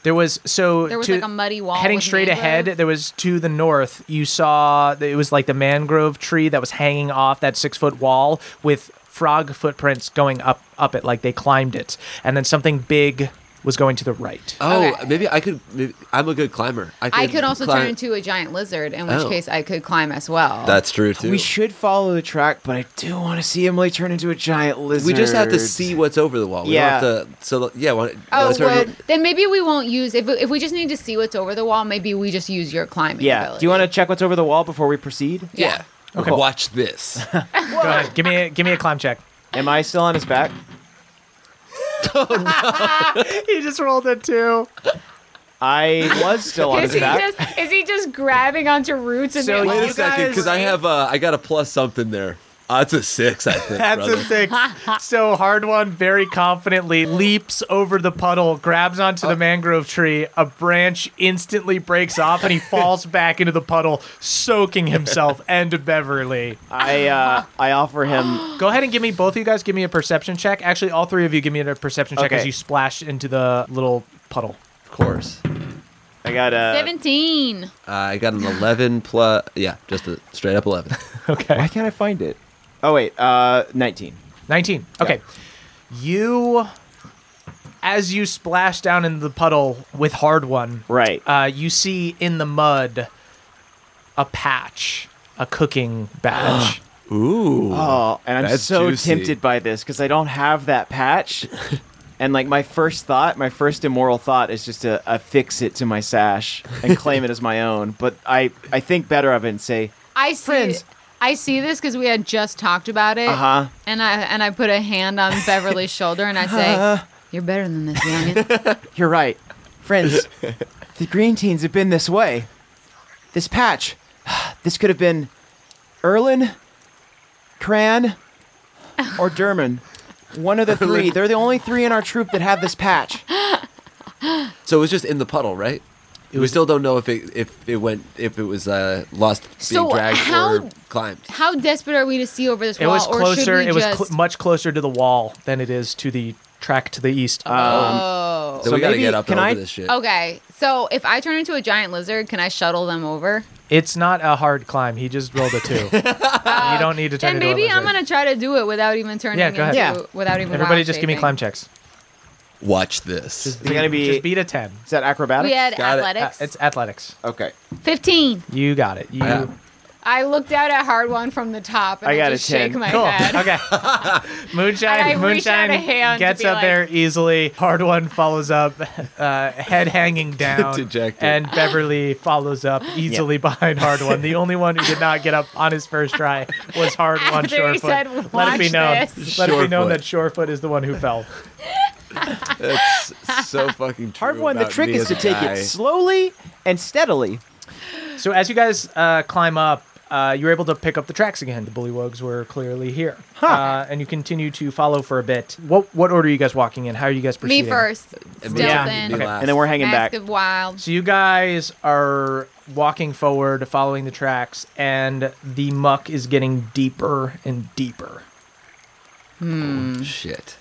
[SPEAKER 3] There was so
[SPEAKER 4] There was
[SPEAKER 3] to-
[SPEAKER 4] like a muddy wall.
[SPEAKER 3] heading
[SPEAKER 4] with
[SPEAKER 3] straight
[SPEAKER 4] mangrove?
[SPEAKER 3] ahead. There was to the north. You saw that it was like the mangrove tree that was hanging off that six foot wall with frog footprints going up up it like they climbed it, and then something big was going to the right.
[SPEAKER 5] Oh,
[SPEAKER 4] Okay.
[SPEAKER 5] maybe I could. Maybe, I'm a good climber.
[SPEAKER 4] I could also
[SPEAKER 5] climb-
[SPEAKER 4] turn into a giant lizard, in which
[SPEAKER 5] Oh.
[SPEAKER 4] case I could climb as well.
[SPEAKER 5] That's true too.
[SPEAKER 6] We should follow the track, but I do want to see Emily turn into a giant lizard.
[SPEAKER 5] We just have to see what's over the wall. We
[SPEAKER 6] Yeah.
[SPEAKER 5] Don't have to, so yeah. Why,
[SPEAKER 4] Oh
[SPEAKER 5] let's
[SPEAKER 4] well,
[SPEAKER 5] already-
[SPEAKER 4] then maybe we won't use if if we just need to see what's over the wall. Maybe we just use your climbing.
[SPEAKER 6] Yeah. Do you want to
[SPEAKER 4] ability.
[SPEAKER 6] check what's over the wall before we proceed?
[SPEAKER 5] yeah.
[SPEAKER 3] Okay.
[SPEAKER 5] Watch this.
[SPEAKER 3] Go ahead, give me a, give me a climb check.
[SPEAKER 6] Am I still on his back?
[SPEAKER 3] He just rolled a two.
[SPEAKER 6] I was still on
[SPEAKER 4] Is
[SPEAKER 6] his
[SPEAKER 4] he
[SPEAKER 6] back.
[SPEAKER 4] just is he just grabbing onto roots and
[SPEAKER 3] So
[SPEAKER 4] they
[SPEAKER 3] you
[SPEAKER 4] all
[SPEAKER 5] Wait a second,
[SPEAKER 3] guys-
[SPEAKER 5] because I have uh, I got a plus something there. Uh, it's a six, I think.
[SPEAKER 3] That's
[SPEAKER 5] brother.
[SPEAKER 3] a six. So hard one very confidently leaps over the puddle, grabs onto the mangrove tree. A branch instantly breaks off, and he falls back into the puddle, soaking himself and Beverly.
[SPEAKER 6] I uh, I offer him.
[SPEAKER 3] Go ahead and give me both of you guys. Give me a perception check. Actually, all three of you give me a perception check
[SPEAKER 6] Okay.
[SPEAKER 3] as you splash into the little puddle.
[SPEAKER 5] Of course.
[SPEAKER 6] I got a.
[SPEAKER 4] Seventeen.
[SPEAKER 5] Uh, I got an eleven plus. Yeah, just a straight up eleven.
[SPEAKER 3] Okay.
[SPEAKER 6] Why can't I find it? Oh wait, uh, nineteen.
[SPEAKER 3] 19. Okay. You, as you splash down into the puddle with hard one,
[SPEAKER 6] Right.
[SPEAKER 5] Oh,
[SPEAKER 3] uh, you see in the mud a patch, a cooking batch.
[SPEAKER 5] Ooh.
[SPEAKER 6] Oh, and I'm
[SPEAKER 5] That's
[SPEAKER 6] so
[SPEAKER 5] juicy.
[SPEAKER 6] tempted by this because I don't have that patch. and like my first thought, my first immoral thought is just to affix it to my sash and claim it as my own. But I, I think better of it and say,
[SPEAKER 4] I see.
[SPEAKER 6] Friends.
[SPEAKER 4] I see this because we had just talked about it,
[SPEAKER 6] Uh-huh.
[SPEAKER 4] and I and I put a hand on Beverly's shoulder and I say, "You're better than this, youngin."
[SPEAKER 6] You're right. Friends, the green teens have been this way. This patch. This could have been Erlin, Cran, or Derman. One of the three. They're the only three in our troop that have this patch.
[SPEAKER 5] So it was just in the puddle, right? we still don't know if it if it went if it was uh, lost being
[SPEAKER 4] So
[SPEAKER 5] dragged
[SPEAKER 4] how-
[SPEAKER 5] or climbed.
[SPEAKER 4] How desperate are we to see over this
[SPEAKER 3] It
[SPEAKER 4] wall?
[SPEAKER 3] was
[SPEAKER 4] or should
[SPEAKER 3] closer.
[SPEAKER 4] we
[SPEAKER 3] It was
[SPEAKER 4] just...
[SPEAKER 3] cl- much closer to the wall than it is to the track to the east. Uh,
[SPEAKER 4] oh.
[SPEAKER 5] So, we gotta
[SPEAKER 6] maybe-
[SPEAKER 5] get up
[SPEAKER 6] can
[SPEAKER 5] and over
[SPEAKER 6] I-
[SPEAKER 5] this shit.
[SPEAKER 4] Okay, so if I turn into a giant lizard, can I shuttle them over?
[SPEAKER 3] It's not a hard climb. He just rolled a two. you don't need to turn
[SPEAKER 4] Then
[SPEAKER 3] into a
[SPEAKER 4] maybe I'm
[SPEAKER 3] lizard.
[SPEAKER 4] gonna try to do it without even turning
[SPEAKER 3] Yeah, go ahead.
[SPEAKER 4] into
[SPEAKER 6] Yeah.
[SPEAKER 4] without even.
[SPEAKER 3] Everybody,
[SPEAKER 4] wild
[SPEAKER 3] just give me
[SPEAKER 4] shaping.
[SPEAKER 3] climb checks.
[SPEAKER 5] Watch this.
[SPEAKER 6] Is it gonna be-
[SPEAKER 3] just beat a ten.
[SPEAKER 6] Is that acrobatics?
[SPEAKER 4] We had
[SPEAKER 5] Got it.
[SPEAKER 3] Uh,
[SPEAKER 4] athletics.
[SPEAKER 3] it's athletics.
[SPEAKER 6] Okay.
[SPEAKER 4] Fifteen.
[SPEAKER 3] You got it. You
[SPEAKER 5] Yeah.
[SPEAKER 4] I looked out at hard one from the top and
[SPEAKER 6] I
[SPEAKER 4] I,
[SPEAKER 6] got a
[SPEAKER 4] just
[SPEAKER 6] 10.
[SPEAKER 4] shake my
[SPEAKER 3] Cool.
[SPEAKER 4] head.
[SPEAKER 3] Okay. Moonshine.
[SPEAKER 4] And I reach
[SPEAKER 3] Moonshine
[SPEAKER 4] out a hand to
[SPEAKER 3] gets
[SPEAKER 4] be
[SPEAKER 3] up
[SPEAKER 4] like-
[SPEAKER 3] there easily. Hard one follows up, uh, head hanging down.
[SPEAKER 5] Dejected.
[SPEAKER 3] And Beverly follows up easily behind Hard One. The only one who did not get up on his first try was Hard One
[SPEAKER 4] After he
[SPEAKER 3] Shorefoot.
[SPEAKER 4] said,
[SPEAKER 3] Let it be
[SPEAKER 4] "Watch
[SPEAKER 3] known.
[SPEAKER 4] this."
[SPEAKER 3] Let it be
[SPEAKER 5] Shorefoot.
[SPEAKER 3] known that Shorefoot is the one who fell.
[SPEAKER 5] That's so fucking true
[SPEAKER 6] Hard one. The
[SPEAKER 5] about
[SPEAKER 6] trick
[SPEAKER 5] me
[SPEAKER 6] is to
[SPEAKER 5] as a
[SPEAKER 6] take
[SPEAKER 5] guy.
[SPEAKER 6] it slowly and steadily.
[SPEAKER 3] So as you guys uh, climb up, uh, you were able to pick up the tracks again. The Bullywugs were clearly here, uh, and you continue to follow for a bit. What what order are you guys walking in? How are you guys
[SPEAKER 4] Me
[SPEAKER 3] proceeding?
[SPEAKER 4] first.
[SPEAKER 5] me-
[SPEAKER 4] Stilton.
[SPEAKER 5] me
[SPEAKER 4] Okay.
[SPEAKER 5] last.
[SPEAKER 6] And then we're hanging
[SPEAKER 4] Mask
[SPEAKER 6] back.
[SPEAKER 4] of Wild.
[SPEAKER 3] So you guys are walking forward, following the tracks, and the muck is getting deeper and deeper.
[SPEAKER 5] shit.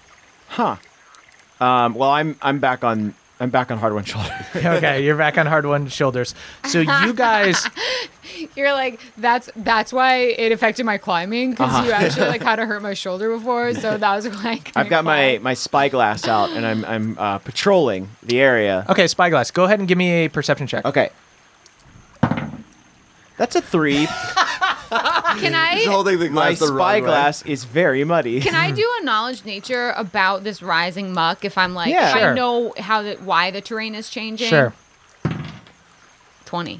[SPEAKER 6] Um, well, I'm I'm back on I'm back on hard one shoulder.
[SPEAKER 3] okay, you're back on hard one shoulders. So you guys,
[SPEAKER 4] You're like that's that's why it affected my climbing because
[SPEAKER 6] Uh-huh.
[SPEAKER 4] you actually like kind of hurt my shoulder before, so that was like
[SPEAKER 6] I've got my my spyglass out and I'm I'm uh, patrolling the area.
[SPEAKER 3] okay, spyglass, go ahead and give me a perception check.
[SPEAKER 6] Okay. That's a three.
[SPEAKER 4] Can I
[SPEAKER 5] He's holding the
[SPEAKER 6] My
[SPEAKER 5] glass the wrong way.
[SPEAKER 6] spyglass is very muddy.
[SPEAKER 4] can I do a knowledge nature about this rising muck if I'm like
[SPEAKER 6] Yeah.
[SPEAKER 4] I
[SPEAKER 3] Sure.
[SPEAKER 4] know how the, why the terrain is changing?
[SPEAKER 3] Sure.
[SPEAKER 4] Twenty.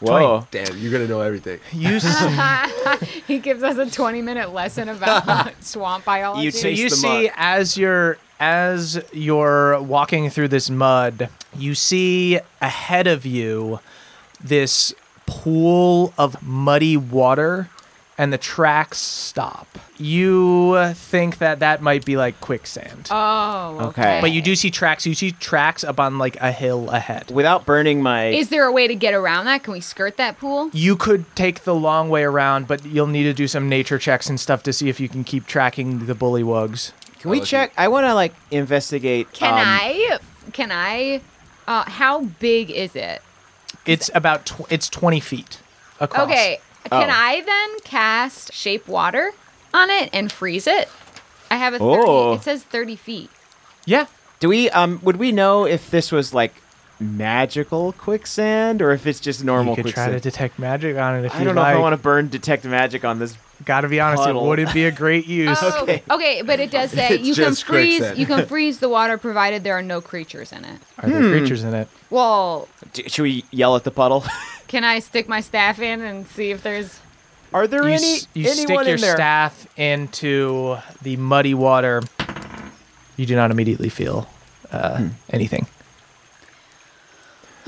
[SPEAKER 6] Whoa.
[SPEAKER 5] Damn, you're gonna know everything.
[SPEAKER 3] You s-
[SPEAKER 4] He gives us a twenty minute lesson about swamp biology.
[SPEAKER 6] You
[SPEAKER 3] So
[SPEAKER 6] take- Taste
[SPEAKER 3] you
[SPEAKER 6] the
[SPEAKER 3] see
[SPEAKER 6] muck.
[SPEAKER 3] as you're as you're walking through this mud, you see ahead of you this pool of muddy water and the tracks stop. You think that that might be like quicksand.
[SPEAKER 4] oh, okay.
[SPEAKER 6] Okay.
[SPEAKER 3] but you do see tracks. You see tracks up on like a hill ahead.
[SPEAKER 6] Without burning my
[SPEAKER 4] Is there a way to get around that? Can we skirt that pool?
[SPEAKER 3] You could take the long way around, but you'll need to do some nature checks and stuff to see if you can keep tracking the bullywugs.
[SPEAKER 6] Can we check? I want to like investigate.
[SPEAKER 4] Can
[SPEAKER 6] um,
[SPEAKER 4] I? Can I? Uh, how big is it?
[SPEAKER 3] It's about tw- it's twenty feet across.
[SPEAKER 4] Okay. Can
[SPEAKER 6] Oh.
[SPEAKER 4] I then cast shape water on it and freeze it? I have a 30.
[SPEAKER 6] Oh.
[SPEAKER 4] It says 30 feet.
[SPEAKER 3] Yeah.
[SPEAKER 6] Do we? Um, would we know if this was like magical quicksand or if it's just normal
[SPEAKER 3] You could try
[SPEAKER 6] quicksand?
[SPEAKER 3] to detect magic on it if
[SPEAKER 6] I
[SPEAKER 3] you
[SPEAKER 6] don't know
[SPEAKER 3] like.
[SPEAKER 6] if I want to burn detect magic on this.
[SPEAKER 3] Gotta be honest,
[SPEAKER 6] puddle. Uh,
[SPEAKER 3] it wouldn't be a great use.
[SPEAKER 4] Oh, okay. but it does say
[SPEAKER 5] It's
[SPEAKER 4] you can
[SPEAKER 5] just
[SPEAKER 4] freeze
[SPEAKER 5] quicksand.
[SPEAKER 4] you can freeze the water provided there are no creatures in it.
[SPEAKER 3] Are
[SPEAKER 6] hmm.
[SPEAKER 3] there creatures in it?
[SPEAKER 4] Well,
[SPEAKER 6] D- should we yell at the puddle?
[SPEAKER 4] can I stick my staff in and see if there's
[SPEAKER 6] Are there
[SPEAKER 3] You,
[SPEAKER 6] any
[SPEAKER 3] s- you
[SPEAKER 6] anyone
[SPEAKER 3] stick your
[SPEAKER 6] in there?
[SPEAKER 3] staff into the muddy water. You do not immediately feel uh,
[SPEAKER 6] Hmm.
[SPEAKER 3] anything.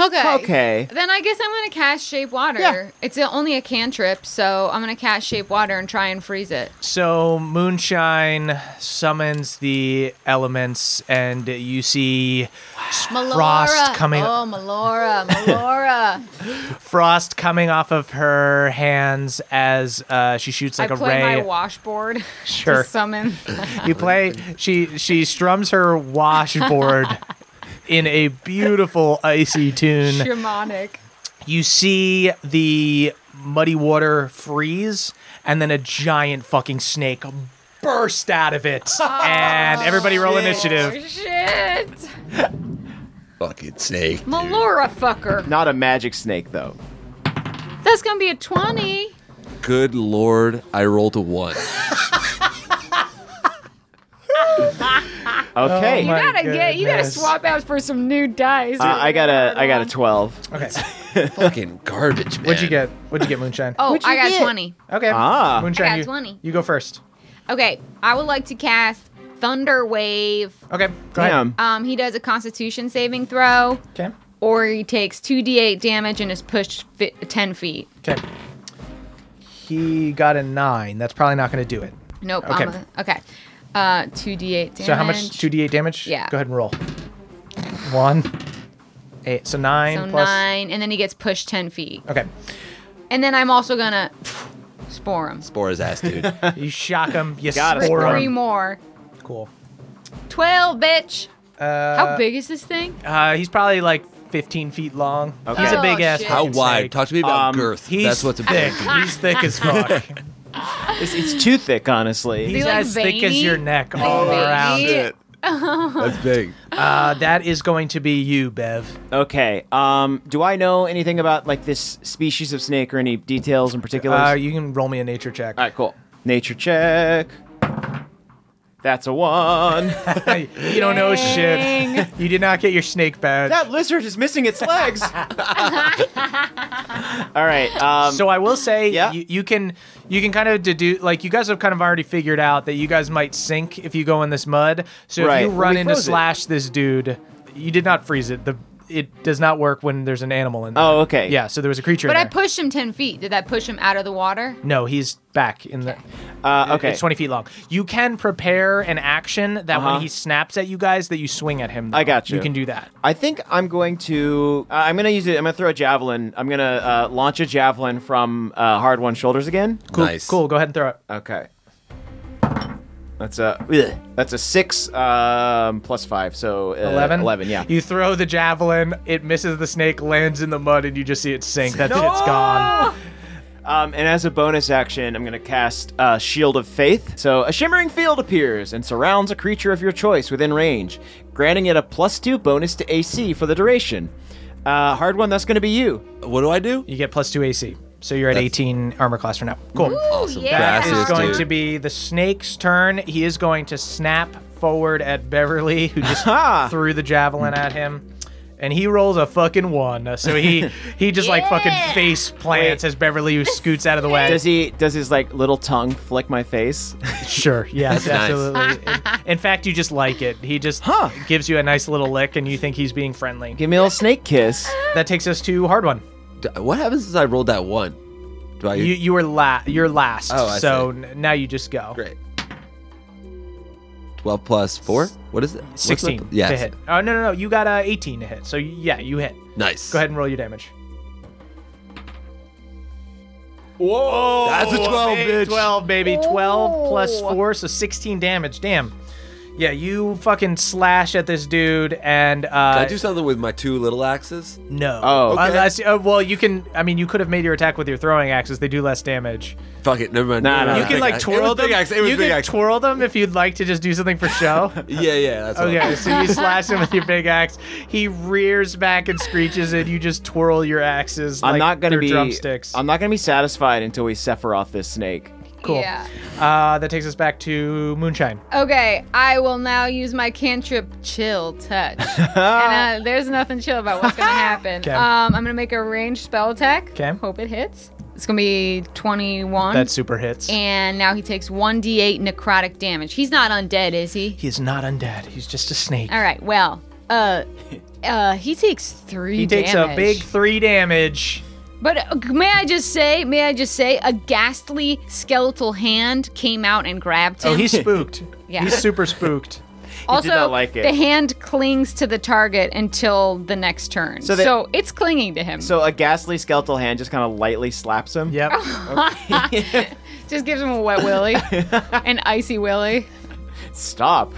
[SPEAKER 4] Okay.
[SPEAKER 6] Okay.
[SPEAKER 4] Then I guess I'm going to cast shape water.
[SPEAKER 6] Yeah.
[SPEAKER 4] It's a- only a cantrip, so I'm going to cast shape water and try and freeze it.
[SPEAKER 3] So moonshine summons the elements, and you see
[SPEAKER 4] Melora.
[SPEAKER 3] frost coming.
[SPEAKER 4] Oh, Melora, Melora.
[SPEAKER 3] Frost coming off of her hands as uh, she shoots like
[SPEAKER 4] I
[SPEAKER 3] a
[SPEAKER 4] play my
[SPEAKER 3] ray.
[SPEAKER 4] washboard
[SPEAKER 3] Sure.
[SPEAKER 4] to summon.
[SPEAKER 3] you play. She she strums her washboard in a beautiful icy tune.
[SPEAKER 4] Shamanic.
[SPEAKER 3] You see the muddy water freeze, and then a giant fucking snake burst out of it, and everybody roll
[SPEAKER 4] Oh,
[SPEAKER 3] initiative.
[SPEAKER 4] shit.
[SPEAKER 5] Fucking snake. dude.
[SPEAKER 4] Melora fucker.
[SPEAKER 6] Not a magic snake though.
[SPEAKER 4] That's going to be a 20.
[SPEAKER 5] Good lord, I rolled a one.
[SPEAKER 3] Oh
[SPEAKER 6] Okay.
[SPEAKER 4] You gotta get, you gotta
[SPEAKER 3] goodness.
[SPEAKER 4] swap out for some new dice.
[SPEAKER 6] uh, I got a I got a twelve.
[SPEAKER 3] Okay,
[SPEAKER 5] Fucking garbage, man.
[SPEAKER 3] what'd you get? What'd you get, Moonshine?
[SPEAKER 4] Oh,
[SPEAKER 6] What'd
[SPEAKER 4] I
[SPEAKER 6] you
[SPEAKER 4] got
[SPEAKER 6] get?
[SPEAKER 4] 20.
[SPEAKER 3] Okay.
[SPEAKER 6] Ah.
[SPEAKER 3] Moonshine,
[SPEAKER 4] I got
[SPEAKER 3] you,
[SPEAKER 4] 20.
[SPEAKER 3] You go first.
[SPEAKER 4] Okay, I would like to cast Thunder Wave.
[SPEAKER 3] Okay. Go
[SPEAKER 6] Damn.
[SPEAKER 4] Um, he does a Constitution saving throw,
[SPEAKER 3] ahead.
[SPEAKER 4] or he takes 2d8 damage and is pushed fi- 10 feet.
[SPEAKER 3] Okay. Okay. He got a nine. That's probably not going to do it.
[SPEAKER 4] Nope.
[SPEAKER 3] Okay.
[SPEAKER 4] I'm a- okay. Uh, 2d8 damage.
[SPEAKER 3] So how much? Two d eight damage.
[SPEAKER 4] Yeah.
[SPEAKER 3] Go ahead and roll. One. Eight. So nine
[SPEAKER 4] So
[SPEAKER 3] plus.
[SPEAKER 4] nine, and then he gets pushed 10 feet.
[SPEAKER 3] Okay.
[SPEAKER 4] And then I'm also gonna spore him.
[SPEAKER 5] Spore his ass, dude.
[SPEAKER 3] You shock him. You
[SPEAKER 6] Gotta
[SPEAKER 3] spore
[SPEAKER 6] spore
[SPEAKER 4] Three
[SPEAKER 3] him.
[SPEAKER 4] more.
[SPEAKER 3] Cool.
[SPEAKER 4] 12, bitch. how big is this thing?
[SPEAKER 3] Uh, he's probably like 15 feet long. He's a
[SPEAKER 4] Oh,
[SPEAKER 3] big ass.
[SPEAKER 4] shit.
[SPEAKER 5] How
[SPEAKER 3] fucking
[SPEAKER 5] wide?
[SPEAKER 3] snake.
[SPEAKER 5] Talk to me about
[SPEAKER 6] Um,
[SPEAKER 5] girth.
[SPEAKER 3] He's
[SPEAKER 5] That's what's
[SPEAKER 3] thick.
[SPEAKER 5] important.
[SPEAKER 3] he's thick as fuck.
[SPEAKER 6] It's, it's too thick, honestly.
[SPEAKER 3] he's
[SPEAKER 4] like,
[SPEAKER 3] as thick as
[SPEAKER 4] veiny?
[SPEAKER 3] your neck all
[SPEAKER 4] veiny?
[SPEAKER 3] around.
[SPEAKER 4] Shit.
[SPEAKER 5] That's big.
[SPEAKER 3] Uh, that is going to be you, Bev.
[SPEAKER 6] Okay. Um, do I know anything about like this species of snake or any details in particular?
[SPEAKER 3] Uh, you can roll me a nature check.
[SPEAKER 6] All right, cool. Nature check. That's a one.
[SPEAKER 3] you don't know shit. You did not get your snake badge.
[SPEAKER 6] that lizard is missing its legs. All right. Um,
[SPEAKER 3] so I will say,
[SPEAKER 6] Yeah.
[SPEAKER 3] you, you can you can kind of deduce like you guys have kind of already figured out that you guys might sink if you go in this mud. So if
[SPEAKER 6] Right.
[SPEAKER 3] you
[SPEAKER 6] Well,
[SPEAKER 3] run
[SPEAKER 6] we
[SPEAKER 3] in to
[SPEAKER 6] froze it.
[SPEAKER 3] slash this dude, you did not freeze it. The it does not work when there's an animal in there.
[SPEAKER 6] Oh, okay.
[SPEAKER 3] Yeah, so there was a creature
[SPEAKER 4] But
[SPEAKER 3] in
[SPEAKER 4] I
[SPEAKER 3] there.
[SPEAKER 4] pushed him 10 feet. Did that push him out of the water?
[SPEAKER 3] no, he's back in the.
[SPEAKER 6] Uh, okay.
[SPEAKER 3] It's 20 feet long. You can prepare an action that when he snaps at you guys, that you swing at him.
[SPEAKER 6] Uh-huh. I got
[SPEAKER 3] You
[SPEAKER 6] you.
[SPEAKER 3] can do that.
[SPEAKER 6] I think I'm going to. Uh, I'm going to use it. I'm going to throw a javelin. I'm going to uh, launch a javelin from uh, hard one shoulders again.
[SPEAKER 3] Cool.
[SPEAKER 5] Nice.
[SPEAKER 3] Cool. Go ahead and throw it.
[SPEAKER 6] Okay. That's a ugh, that's a six um, plus five, so uh,
[SPEAKER 3] 11?
[SPEAKER 6] Eleven, yeah.
[SPEAKER 3] You throw the javelin, it misses the snake, lands in the mud, and you just see it sink. That shit's gone.
[SPEAKER 6] Um, and as a bonus action, I'm gonna cast uh, Shield of Faith. So a shimmering field appears and surrounds a creature of your choice within range, granting it a plus two bonus to AC for the duration. Uh, hard one. That's gonna be you.
[SPEAKER 5] What do I do?
[SPEAKER 3] You get plus two AC. So you're at 18 armor class for now. Cool.
[SPEAKER 5] Awesome.
[SPEAKER 4] yeah.
[SPEAKER 3] That is
[SPEAKER 5] Gracias,
[SPEAKER 3] going
[SPEAKER 5] dude.
[SPEAKER 3] to be the snake's turn. He is going to snap forward at Beverly, who just threw the javelin at him. And he rolls a fucking one. So he he just like fucking face plants as Beverly who scoots out of the way.
[SPEAKER 6] Does he? Does his like little tongue flick my face?
[SPEAKER 3] Sure. Yes,
[SPEAKER 5] nice.
[SPEAKER 3] absolutely. In- In fact, you just like it. He just gives you a nice little lick, and you think he's being friendly.
[SPEAKER 6] Give me a little snake kiss.
[SPEAKER 3] That takes us to hard one.
[SPEAKER 5] D- What happens is I rolled that one? Do I?
[SPEAKER 3] You you were la- you're last.
[SPEAKER 5] Oh, I
[SPEAKER 3] so n- now you just go.
[SPEAKER 5] Great. Twelve plus four. What is it? What's my-
[SPEAKER 3] Sixteen
[SPEAKER 5] Yes.
[SPEAKER 3] to hit. Oh no no no! You got uh, eighteen to hit. So yeah, you hit.
[SPEAKER 5] Nice.
[SPEAKER 3] Go ahead and roll your damage.
[SPEAKER 5] Whoa. That's a twelve,
[SPEAKER 3] Hey,
[SPEAKER 5] bitch.
[SPEAKER 3] Twelve baby. Twelve plus four, so sixteen damage. Damn. Yeah, you fucking slash at this dude, and uh,
[SPEAKER 5] Can I do something with my two little axes?
[SPEAKER 3] no.
[SPEAKER 6] Oh. Okay.
[SPEAKER 3] unless uh, well, you can. I mean, you could have made your attack with your throwing axes. They do less damage.
[SPEAKER 5] Fuck it. Never mind.
[SPEAKER 6] Nah, nah,
[SPEAKER 5] Never
[SPEAKER 6] nah.
[SPEAKER 3] You
[SPEAKER 5] mind.
[SPEAKER 3] can
[SPEAKER 5] Big
[SPEAKER 3] like
[SPEAKER 5] axe. It
[SPEAKER 3] twirl
[SPEAKER 5] was
[SPEAKER 3] them.
[SPEAKER 5] big axe. It was
[SPEAKER 3] you
[SPEAKER 5] big
[SPEAKER 3] can
[SPEAKER 5] axe.
[SPEAKER 3] twirl them if you'd like to just do something for show.
[SPEAKER 5] Yeah, yeah. That's what
[SPEAKER 3] Okay, Oh, so you slash him with your big axe. He rears back and screeches, and you just twirl your axes.
[SPEAKER 6] I'm
[SPEAKER 3] like
[SPEAKER 6] not gonna
[SPEAKER 3] they're
[SPEAKER 6] be.
[SPEAKER 3] drumsticks.
[SPEAKER 6] I'm not gonna be satisfied until we Sephiroth this snake.
[SPEAKER 3] Cool.
[SPEAKER 4] Yeah.
[SPEAKER 3] Uh, that takes us back to Moonshine.
[SPEAKER 4] Okay, I will now use my cantrip chill touch. and uh, there's nothing chill about what's going to happen.
[SPEAKER 3] Okay.
[SPEAKER 4] Um, I'm going to make a ranged spell attack.
[SPEAKER 3] Okay.
[SPEAKER 4] Hope it hits. It's going to be 21.
[SPEAKER 3] That super hits.
[SPEAKER 4] and now he takes 1d8 necrotic damage. He's not undead, is he?
[SPEAKER 3] He is not undead. He's just a snake.
[SPEAKER 4] All right. Well, uh, uh, he takes three.
[SPEAKER 3] He takes a
[SPEAKER 4] damage.
[SPEAKER 3] big three damage.
[SPEAKER 4] But uh, may I just say? May I just say? A ghastly skeletal hand came out and grabbed him.
[SPEAKER 3] Oh, he's spooked.
[SPEAKER 4] Yeah.
[SPEAKER 3] He's super spooked.
[SPEAKER 4] also
[SPEAKER 6] not like it.
[SPEAKER 4] the hand clings to the target until the next turn. So,
[SPEAKER 6] they-
[SPEAKER 4] it's clinging to him.
[SPEAKER 6] So a ghastly skeletal hand just kind of lightly slaps him.
[SPEAKER 3] Yep.
[SPEAKER 4] just gives him a wet willy, an icy willy.
[SPEAKER 6] Stop.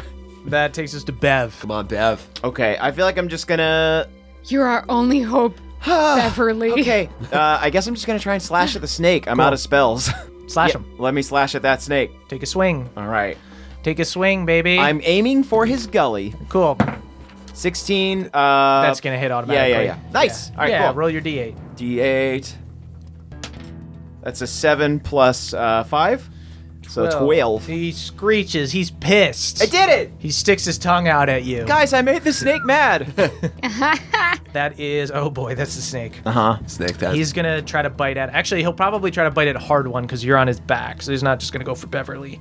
[SPEAKER 3] that takes us to Bev.
[SPEAKER 5] Come on, Bev.
[SPEAKER 6] Okay, I feel like I'm just gonna.
[SPEAKER 4] You're our only hope, Beverly.
[SPEAKER 6] Okay, uh, I guess I'm just gonna try and slash at the snake. I'm out of spells.
[SPEAKER 3] Slash
[SPEAKER 6] Yeah,
[SPEAKER 3] him.
[SPEAKER 6] Let me slash at that snake.
[SPEAKER 3] Take a swing.
[SPEAKER 6] All right.
[SPEAKER 3] Take a swing, baby.
[SPEAKER 6] I'm aiming for his gully.
[SPEAKER 3] cool.
[SPEAKER 6] 16. Uh,
[SPEAKER 3] That's gonna hit automatically.
[SPEAKER 6] yeah, yeah. Nice. All right,
[SPEAKER 3] yeah,
[SPEAKER 6] cool.
[SPEAKER 3] roll your d8.
[SPEAKER 6] D8. That's a 7 plus uh, 5. So 12.
[SPEAKER 3] He screeches. He's pissed.
[SPEAKER 6] I did it!
[SPEAKER 3] He sticks his tongue out at you.
[SPEAKER 6] Guys, I made the snake mad.
[SPEAKER 3] That is, oh boy, that's the snake.
[SPEAKER 5] Snake time.
[SPEAKER 3] He's gonna try to bite at. Actually, he'll probably try to bite at hard one because you're on his back, so he's not just gonna go for Beverly.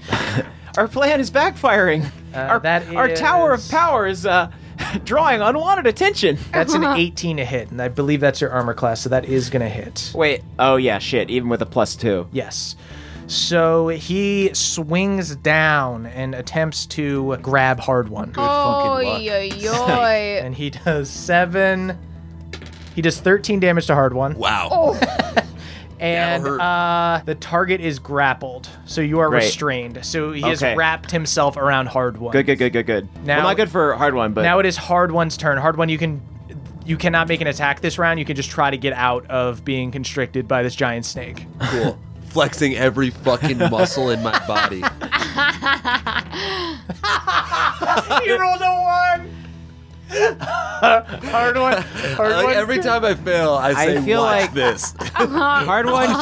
[SPEAKER 6] our plan is backfiring. our,
[SPEAKER 3] Uh, that
[SPEAKER 6] our tower of
[SPEAKER 3] is-
[SPEAKER 6] power is uh, drawing unwanted attention.
[SPEAKER 3] That's an 18 to hit, and I believe that's your armor class, so that is gonna hit.
[SPEAKER 6] Wait. Oh, yeah, shit. Even with a plus 2.
[SPEAKER 3] Yes. So he swings down and attempts to grab hard one,
[SPEAKER 6] Oh.
[SPEAKER 4] Oy, oy, oy.
[SPEAKER 3] and he does seven. He does 13 damage to hard one.
[SPEAKER 5] wow.
[SPEAKER 3] Oh. and
[SPEAKER 5] That'll hurt.
[SPEAKER 3] uh, the target is grappled, so you are
[SPEAKER 6] Great.
[SPEAKER 3] restrained. So he has
[SPEAKER 6] Okay.
[SPEAKER 3] wrapped himself around Hard One.
[SPEAKER 6] Good, good, good, good, good.
[SPEAKER 3] Now-
[SPEAKER 6] well, not good for a hard one, but
[SPEAKER 3] Now it is Hard One's turn. Hard One, you can, you cannot make an attack this round. You can just try to get out of being constricted by this giant snake.
[SPEAKER 5] cool. Flexing every fucking muscle in my body.
[SPEAKER 3] you rolled a one. hard one. Hard
[SPEAKER 5] Like
[SPEAKER 3] one.
[SPEAKER 5] every time I fail, I say,
[SPEAKER 6] feel
[SPEAKER 5] "Watch
[SPEAKER 6] like-
[SPEAKER 5] this."
[SPEAKER 6] hard one.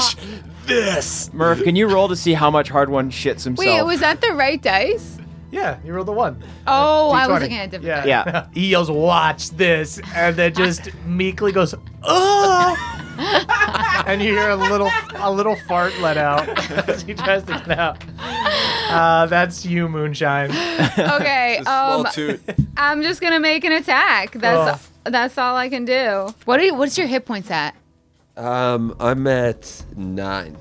[SPEAKER 5] this.
[SPEAKER 6] Murph, can you roll to see how much hard one shits himself?
[SPEAKER 4] Wait, was that the right dice?
[SPEAKER 3] yeah, you rolled a one.
[SPEAKER 6] Uh,
[SPEAKER 4] Oh, I was
[SPEAKER 3] D20.
[SPEAKER 4] looking at a different
[SPEAKER 3] Yeah.
[SPEAKER 4] dice.
[SPEAKER 6] Yeah.
[SPEAKER 3] He yells, "Watch this!" and then just meekly goes, "Oh!" and you hear a little a little fart let out as he tries to get out. Uh, that's you, Moonshine.
[SPEAKER 4] Okay.
[SPEAKER 5] Small
[SPEAKER 4] Um,
[SPEAKER 5] toot.
[SPEAKER 4] I'm just gonna make an attack. That's
[SPEAKER 6] Oh.
[SPEAKER 3] That's all I can do. What are you? What's your hit points at?
[SPEAKER 5] Um, I'm at nine.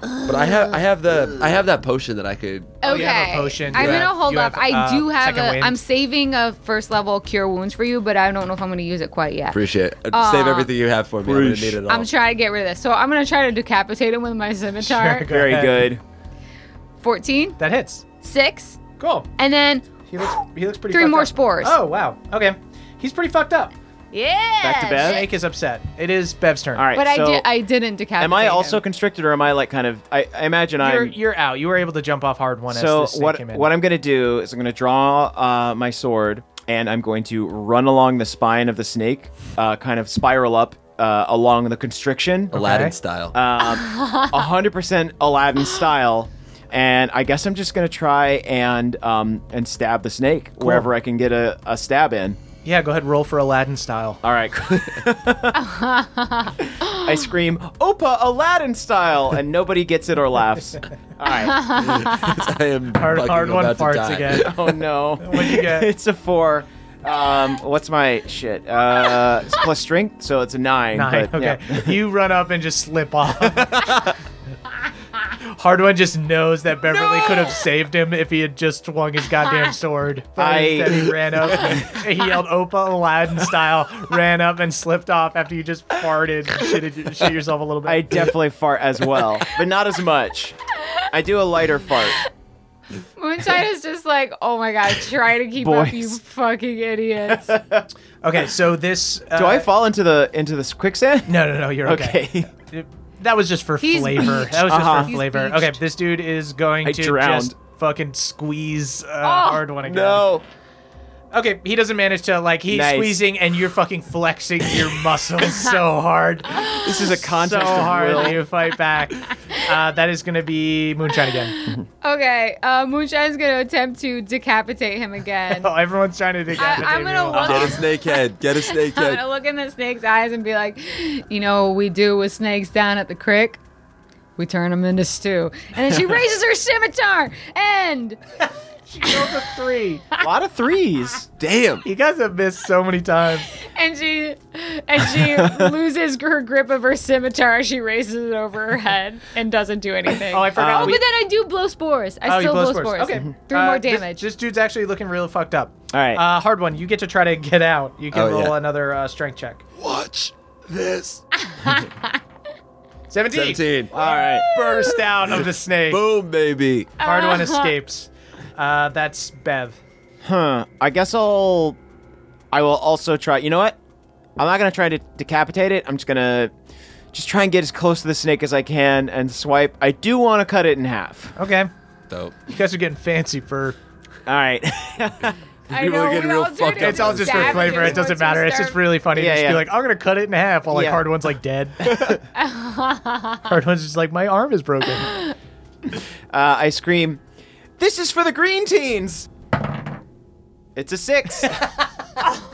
[SPEAKER 5] But I have I have the I have that potion that I could.
[SPEAKER 3] Okay.
[SPEAKER 4] Oh, you have a potion.
[SPEAKER 3] I'm
[SPEAKER 4] You
[SPEAKER 3] gonna
[SPEAKER 4] have-
[SPEAKER 3] hold
[SPEAKER 4] you
[SPEAKER 3] up.
[SPEAKER 4] have,
[SPEAKER 3] I
[SPEAKER 4] uh,
[SPEAKER 3] do have
[SPEAKER 4] second
[SPEAKER 3] a.
[SPEAKER 4] wind.
[SPEAKER 3] am saving a first level cure wounds for you, but I don't know if I'm gonna use it quite yet.
[SPEAKER 5] Appreciate. it. Save everything you have for me. I'm gonna need it all.
[SPEAKER 3] I'm trying to get rid of this, so I'm gonna try to decapitate him with my scimitar.
[SPEAKER 4] Sure, go
[SPEAKER 6] Very
[SPEAKER 4] ahead.
[SPEAKER 6] good.
[SPEAKER 3] 14,
[SPEAKER 4] That hits.
[SPEAKER 3] 6,
[SPEAKER 4] Cool.
[SPEAKER 3] and then
[SPEAKER 4] He looks. He looks pretty.
[SPEAKER 3] Three
[SPEAKER 4] fucked
[SPEAKER 3] more
[SPEAKER 4] up.
[SPEAKER 3] spores.
[SPEAKER 4] Oh wow. Okay. He's pretty fucked up.
[SPEAKER 3] yeah.
[SPEAKER 6] Back to Bev?
[SPEAKER 4] Snake is upset. It is Bev's turn.
[SPEAKER 6] All right.
[SPEAKER 3] But I
[SPEAKER 6] so
[SPEAKER 3] did. I didn't decapitate.
[SPEAKER 6] am I also uh, uh,
[SPEAKER 3] Him. Uh,
[SPEAKER 6] um, Oh, Um, Uh,
[SPEAKER 3] oh uh, uh, Uh, Oh,
[SPEAKER 4] Uh, Oh,
[SPEAKER 6] Uh,
[SPEAKER 3] Oh, Uh, uh, Uh, Uh, Uh, Oh,
[SPEAKER 6] Oh.
[SPEAKER 4] Oh,
[SPEAKER 6] Uh,
[SPEAKER 4] Or three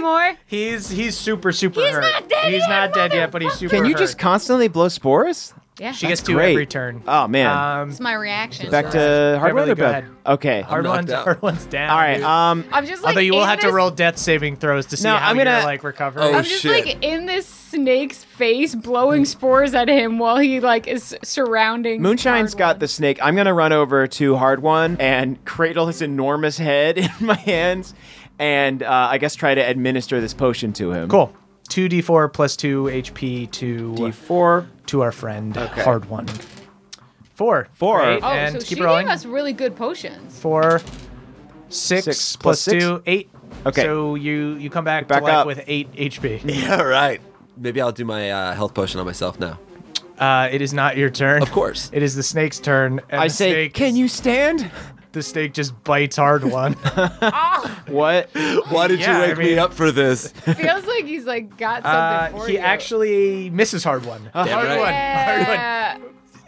[SPEAKER 4] more.
[SPEAKER 3] He's he's super super
[SPEAKER 4] He's
[SPEAKER 3] hurt.
[SPEAKER 4] not dead
[SPEAKER 3] he's
[SPEAKER 4] yet,
[SPEAKER 3] not dead yet, but he's
[SPEAKER 4] motherfucker.
[SPEAKER 3] super.
[SPEAKER 6] Can you
[SPEAKER 3] hurt.
[SPEAKER 6] just constantly blow spores?
[SPEAKER 4] Yeah,
[SPEAKER 3] She
[SPEAKER 4] that's
[SPEAKER 3] gets two
[SPEAKER 6] Great.
[SPEAKER 3] every turn.
[SPEAKER 6] Oh man.
[SPEAKER 3] Um,
[SPEAKER 4] my reaction.
[SPEAKER 6] Back to hard one
[SPEAKER 3] Beverly,
[SPEAKER 6] or
[SPEAKER 3] go
[SPEAKER 6] bad?
[SPEAKER 3] ahead.
[SPEAKER 6] Okay.
[SPEAKER 3] hard
[SPEAKER 5] knocked
[SPEAKER 3] one's
[SPEAKER 5] out.
[SPEAKER 3] hard one's down.
[SPEAKER 6] All right.
[SPEAKER 3] dude.
[SPEAKER 6] Um.
[SPEAKER 4] I'm just like
[SPEAKER 3] Although you
[SPEAKER 4] in
[SPEAKER 3] will have to
[SPEAKER 4] this-
[SPEAKER 3] roll death saving throws to see
[SPEAKER 6] No,
[SPEAKER 3] how
[SPEAKER 6] I'm gonna-
[SPEAKER 3] you're like recovering.
[SPEAKER 5] Oh,
[SPEAKER 4] I'm just
[SPEAKER 5] shit.
[SPEAKER 4] like in this snake's face, blowing spores at him while he like is surrounding.
[SPEAKER 6] Moonshine's
[SPEAKER 4] Hard
[SPEAKER 6] got
[SPEAKER 4] One.
[SPEAKER 6] the snake. I'm gonna run over to Hard One and cradle his enormous head in my hands, and uh, I guess try to administer this potion to him.
[SPEAKER 3] cool. Two D four plus two HP to
[SPEAKER 6] D4.
[SPEAKER 3] to our friend hard one. Four.
[SPEAKER 6] Four.
[SPEAKER 3] Great,
[SPEAKER 4] Oh,
[SPEAKER 3] and
[SPEAKER 4] so she
[SPEAKER 3] keep rolling.
[SPEAKER 4] gave us really good potions.
[SPEAKER 3] Four. Six,
[SPEAKER 6] Six
[SPEAKER 3] plus
[SPEAKER 6] plus six?
[SPEAKER 3] two, eight.
[SPEAKER 6] Okay.
[SPEAKER 3] So you you come back,
[SPEAKER 6] Back
[SPEAKER 3] to life
[SPEAKER 6] up.
[SPEAKER 3] with eight HP.
[SPEAKER 5] Yeah, right. Maybe I'll do my uh, health potion on myself now.
[SPEAKER 3] Uh, it is not your turn.
[SPEAKER 5] Of course.
[SPEAKER 3] It is the snake's turn. And
[SPEAKER 6] I
[SPEAKER 3] the
[SPEAKER 6] say,
[SPEAKER 3] snake,
[SPEAKER 6] can you stand?
[SPEAKER 3] The snake just bites hard one.
[SPEAKER 6] What?
[SPEAKER 5] Why did
[SPEAKER 3] Yeah,
[SPEAKER 5] you wake
[SPEAKER 3] I mean-
[SPEAKER 5] me up for this?
[SPEAKER 4] Feels like he's like got something
[SPEAKER 3] Uh,
[SPEAKER 4] for
[SPEAKER 3] he
[SPEAKER 4] you.
[SPEAKER 3] actually misses hard one. hard
[SPEAKER 5] right.
[SPEAKER 3] one. Hard one.
[SPEAKER 4] Yeah.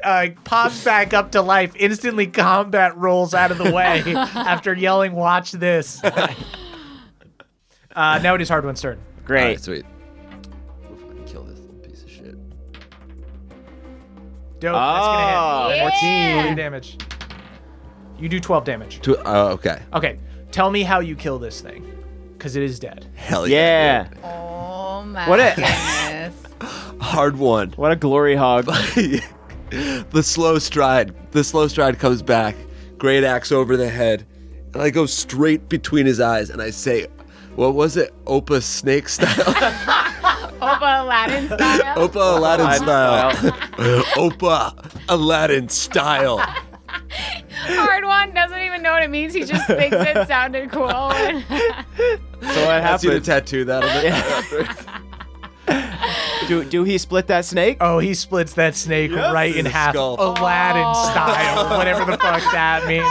[SPEAKER 3] Uh, pops back up to life. Instantly, combat rolls out of the way after yelling, "Watch this!" uh, now it is hard one's turn.
[SPEAKER 6] Great.
[SPEAKER 5] All right, sweet. We'll fucking kill this piece of shit.
[SPEAKER 3] Dope. That's gonna hit.
[SPEAKER 4] Oh, yeah.
[SPEAKER 3] 14 damage. You do 12 damage.
[SPEAKER 5] Tw- oh, okay.
[SPEAKER 3] Okay, tell me how you kill this thing, because it is dead.
[SPEAKER 5] Hell yeah.
[SPEAKER 6] Yeah.
[SPEAKER 4] Oh my
[SPEAKER 6] What a-
[SPEAKER 4] goodness.
[SPEAKER 5] Hard one.
[SPEAKER 6] What a glory hog.
[SPEAKER 5] the slow stride. The slow stride comes back. Great axe over the head. And I go straight between his eyes and I say, what was it? Opa snake style?
[SPEAKER 4] Opa Aladdin style.
[SPEAKER 5] Opa Aladdin style. Opa Aladdin style.
[SPEAKER 4] Hard one doesn't even know what it means. He just thinks it sounded cool. And
[SPEAKER 6] So what
[SPEAKER 5] I see the
[SPEAKER 6] happens?
[SPEAKER 5] tattoo that on it.
[SPEAKER 6] do, do he split that snake?
[SPEAKER 3] Oh, he splits that snake right in
[SPEAKER 5] His
[SPEAKER 3] half,
[SPEAKER 5] skull.
[SPEAKER 3] Aladdin style, whatever the fuck that means.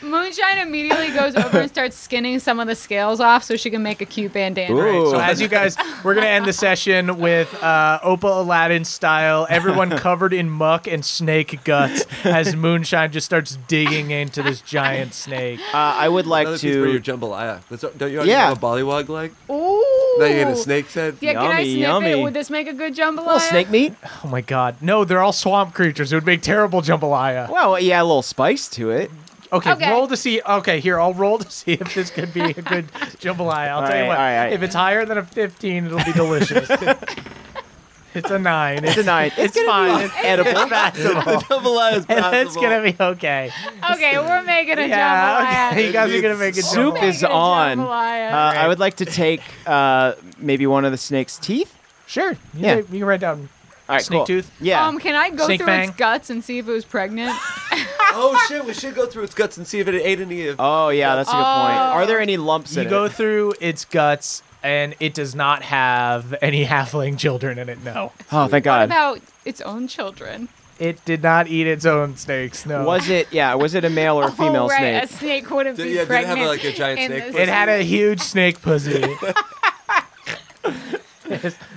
[SPEAKER 4] Moonshine immediately goes over and starts skinning some of the scales off so she can make a cute bandana.
[SPEAKER 6] Ooh.
[SPEAKER 3] So as you guys, we're gonna end the session with uh, Opal Aladdin style. Everyone covered in muck and snake guts as Moonshine just starts digging into this giant snake.
[SPEAKER 6] uh, I would like
[SPEAKER 5] Another piece for your
[SPEAKER 6] to.
[SPEAKER 5] jambalaya. That's, don't you already
[SPEAKER 6] Yeah.
[SPEAKER 5] have a bollywog leg?
[SPEAKER 4] Ooh.
[SPEAKER 5] Now you get a snake's head?
[SPEAKER 4] Yeah, can I
[SPEAKER 6] Yummy,
[SPEAKER 4] sniff it?
[SPEAKER 6] yummy.
[SPEAKER 4] Would this make a good jambalaya?
[SPEAKER 6] Well, snake meat.
[SPEAKER 3] Oh my god, no! They're all swamp creatures. It would make terrible jambalaya.
[SPEAKER 6] Well, yeah, a little spice to it.
[SPEAKER 3] Okay,
[SPEAKER 4] Okay.
[SPEAKER 3] roll to see. Okay, here I'll roll to see if this could be a good jambalaya. I'll
[SPEAKER 6] All
[SPEAKER 3] tell you
[SPEAKER 6] right,
[SPEAKER 3] what.
[SPEAKER 6] all right, all right.
[SPEAKER 3] If it's higher than a fifteen, it'll be delicious. it's a nine. It's,
[SPEAKER 6] It's a nine. It's,
[SPEAKER 3] it's fine. It's,
[SPEAKER 6] edible.
[SPEAKER 3] it's passable.
[SPEAKER 5] Jambalaya is
[SPEAKER 3] it's
[SPEAKER 5] possible.
[SPEAKER 3] gonna be okay.
[SPEAKER 4] Okay,
[SPEAKER 6] uh,
[SPEAKER 4] we're making a
[SPEAKER 3] Yeah,
[SPEAKER 4] jambalaya.
[SPEAKER 3] okay. You guys are gonna make it.
[SPEAKER 6] Soup
[SPEAKER 4] We're
[SPEAKER 6] is
[SPEAKER 4] making a
[SPEAKER 6] on.
[SPEAKER 4] jambalaya.
[SPEAKER 6] Uh, I would like to take uh, maybe one of the snake's teeth.
[SPEAKER 3] Sure. You
[SPEAKER 6] Yeah.
[SPEAKER 3] can- you can write down.
[SPEAKER 6] All right,
[SPEAKER 3] Snake
[SPEAKER 6] cool.
[SPEAKER 3] tooth?
[SPEAKER 6] Yeah.
[SPEAKER 4] Um, can I go
[SPEAKER 3] Snake
[SPEAKER 4] through
[SPEAKER 3] fang.
[SPEAKER 4] its guts and see if it was pregnant?
[SPEAKER 5] oh shit, we should go through its guts and see if it ate any of
[SPEAKER 6] oh yeah, that's a good point.
[SPEAKER 4] Oh.
[SPEAKER 6] Are there any lumps
[SPEAKER 3] You
[SPEAKER 6] in
[SPEAKER 3] go
[SPEAKER 6] it?
[SPEAKER 3] through its guts, and it does not have any halfling children in it. No,
[SPEAKER 6] Oh, thank God.
[SPEAKER 4] About its own children.
[SPEAKER 3] it did not eat its own snakes. No.
[SPEAKER 6] Was it? Yeah, was it a male or a female
[SPEAKER 4] oh, right.
[SPEAKER 6] snake?
[SPEAKER 4] A snake wouldn't
[SPEAKER 5] Did-
[SPEAKER 4] be
[SPEAKER 5] yeah, did it have,
[SPEAKER 4] pregnant.
[SPEAKER 5] like, a giant
[SPEAKER 4] in
[SPEAKER 5] snake
[SPEAKER 4] this-
[SPEAKER 5] pussy?
[SPEAKER 3] It had a huge snake pussy.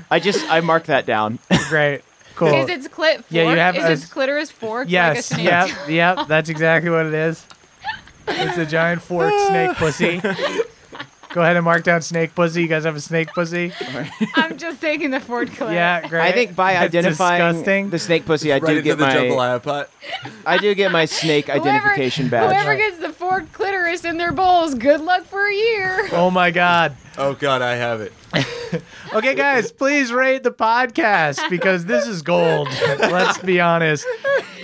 [SPEAKER 6] I just I marked that down.
[SPEAKER 3] Great. Cool.
[SPEAKER 4] Is its clit forked?
[SPEAKER 3] Yeah, you have
[SPEAKER 4] is
[SPEAKER 3] a-
[SPEAKER 4] its clitoris forked like a
[SPEAKER 3] Yes.
[SPEAKER 4] snake?
[SPEAKER 3] yep. Yep. That's exactly what it is. It's a giant forked snake pussy. Go ahead and mark down snake pussy. You guys have a snake pussy.
[SPEAKER 4] I'm just taking the forked clit.
[SPEAKER 3] Yeah. Great.
[SPEAKER 6] I think by
[SPEAKER 3] That's
[SPEAKER 6] identifying
[SPEAKER 3] disgusting.
[SPEAKER 6] the snake pussy, I
[SPEAKER 5] right
[SPEAKER 6] do
[SPEAKER 5] into
[SPEAKER 6] get
[SPEAKER 5] the
[SPEAKER 6] my
[SPEAKER 5] jambalaya pot.
[SPEAKER 6] I do get my snake identification badge.
[SPEAKER 4] Whoever gets the forked clitoris in their bowls, good luck for a year.
[SPEAKER 3] Oh my god.
[SPEAKER 5] Oh god, I have it.
[SPEAKER 3] Okay, guys, please rate the podcast because this is gold. Let's be honest.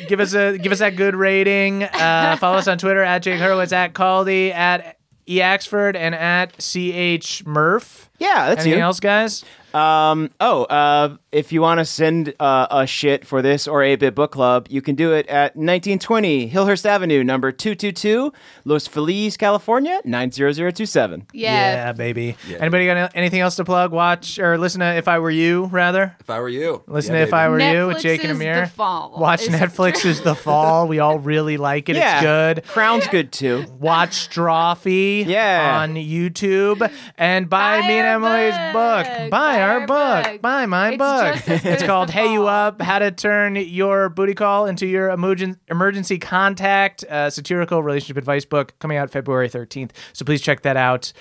[SPEAKER 3] Give us a give us that good rating. Uh, follow us on Twitter at Jake Hurwitz, at Caldy, at Eaxford, and at CH Murph.
[SPEAKER 6] Yeah, that's
[SPEAKER 3] Anything
[SPEAKER 6] you.
[SPEAKER 3] else, guys?
[SPEAKER 6] Um, oh, uh, if you want to send uh, a shit for this or a bit book club, you can do it at 1920 Hillhurst Avenue, number 222, Los Feliz, California, 90027.
[SPEAKER 4] Yeah.
[SPEAKER 3] baby. Anybody got anything else to plug? Watch or listen to If I Were You, rather.
[SPEAKER 5] If I were you.
[SPEAKER 3] Listen
[SPEAKER 5] Yeah,
[SPEAKER 3] to If I
[SPEAKER 5] baby.
[SPEAKER 3] Were You with
[SPEAKER 4] Netflix's
[SPEAKER 3] Jake and Amir.
[SPEAKER 4] The Fall
[SPEAKER 3] Watch
[SPEAKER 4] is-
[SPEAKER 3] Netflix is the fall. We all really like it.
[SPEAKER 6] Yeah.
[SPEAKER 3] It's good.
[SPEAKER 6] Crown's good too.
[SPEAKER 3] watch Drawfee
[SPEAKER 6] Yeah.
[SPEAKER 3] on YouTube and buy,
[SPEAKER 4] Buy
[SPEAKER 3] me
[SPEAKER 4] our
[SPEAKER 3] and Emily's book.
[SPEAKER 4] book.
[SPEAKER 3] Buy,
[SPEAKER 4] Buy
[SPEAKER 3] our book. My my
[SPEAKER 4] It's
[SPEAKER 3] book.
[SPEAKER 4] just as good
[SPEAKER 3] it's
[SPEAKER 4] as
[SPEAKER 3] called
[SPEAKER 4] the
[SPEAKER 3] Hey You
[SPEAKER 4] book.
[SPEAKER 3] Up: How to Turn Your Booty Call into Your Emogen- Emergency Contact. Uh, satirical relationship advice book coming out February thirteenth. So please check that out.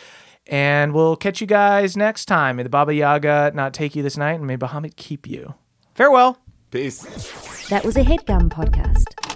[SPEAKER 3] And we'll catch you guys next time. May the Baba Yaga not take you this night, and may Bahamut keep you.
[SPEAKER 6] Farewell.
[SPEAKER 5] Peace.
[SPEAKER 9] That was a headgum podcast.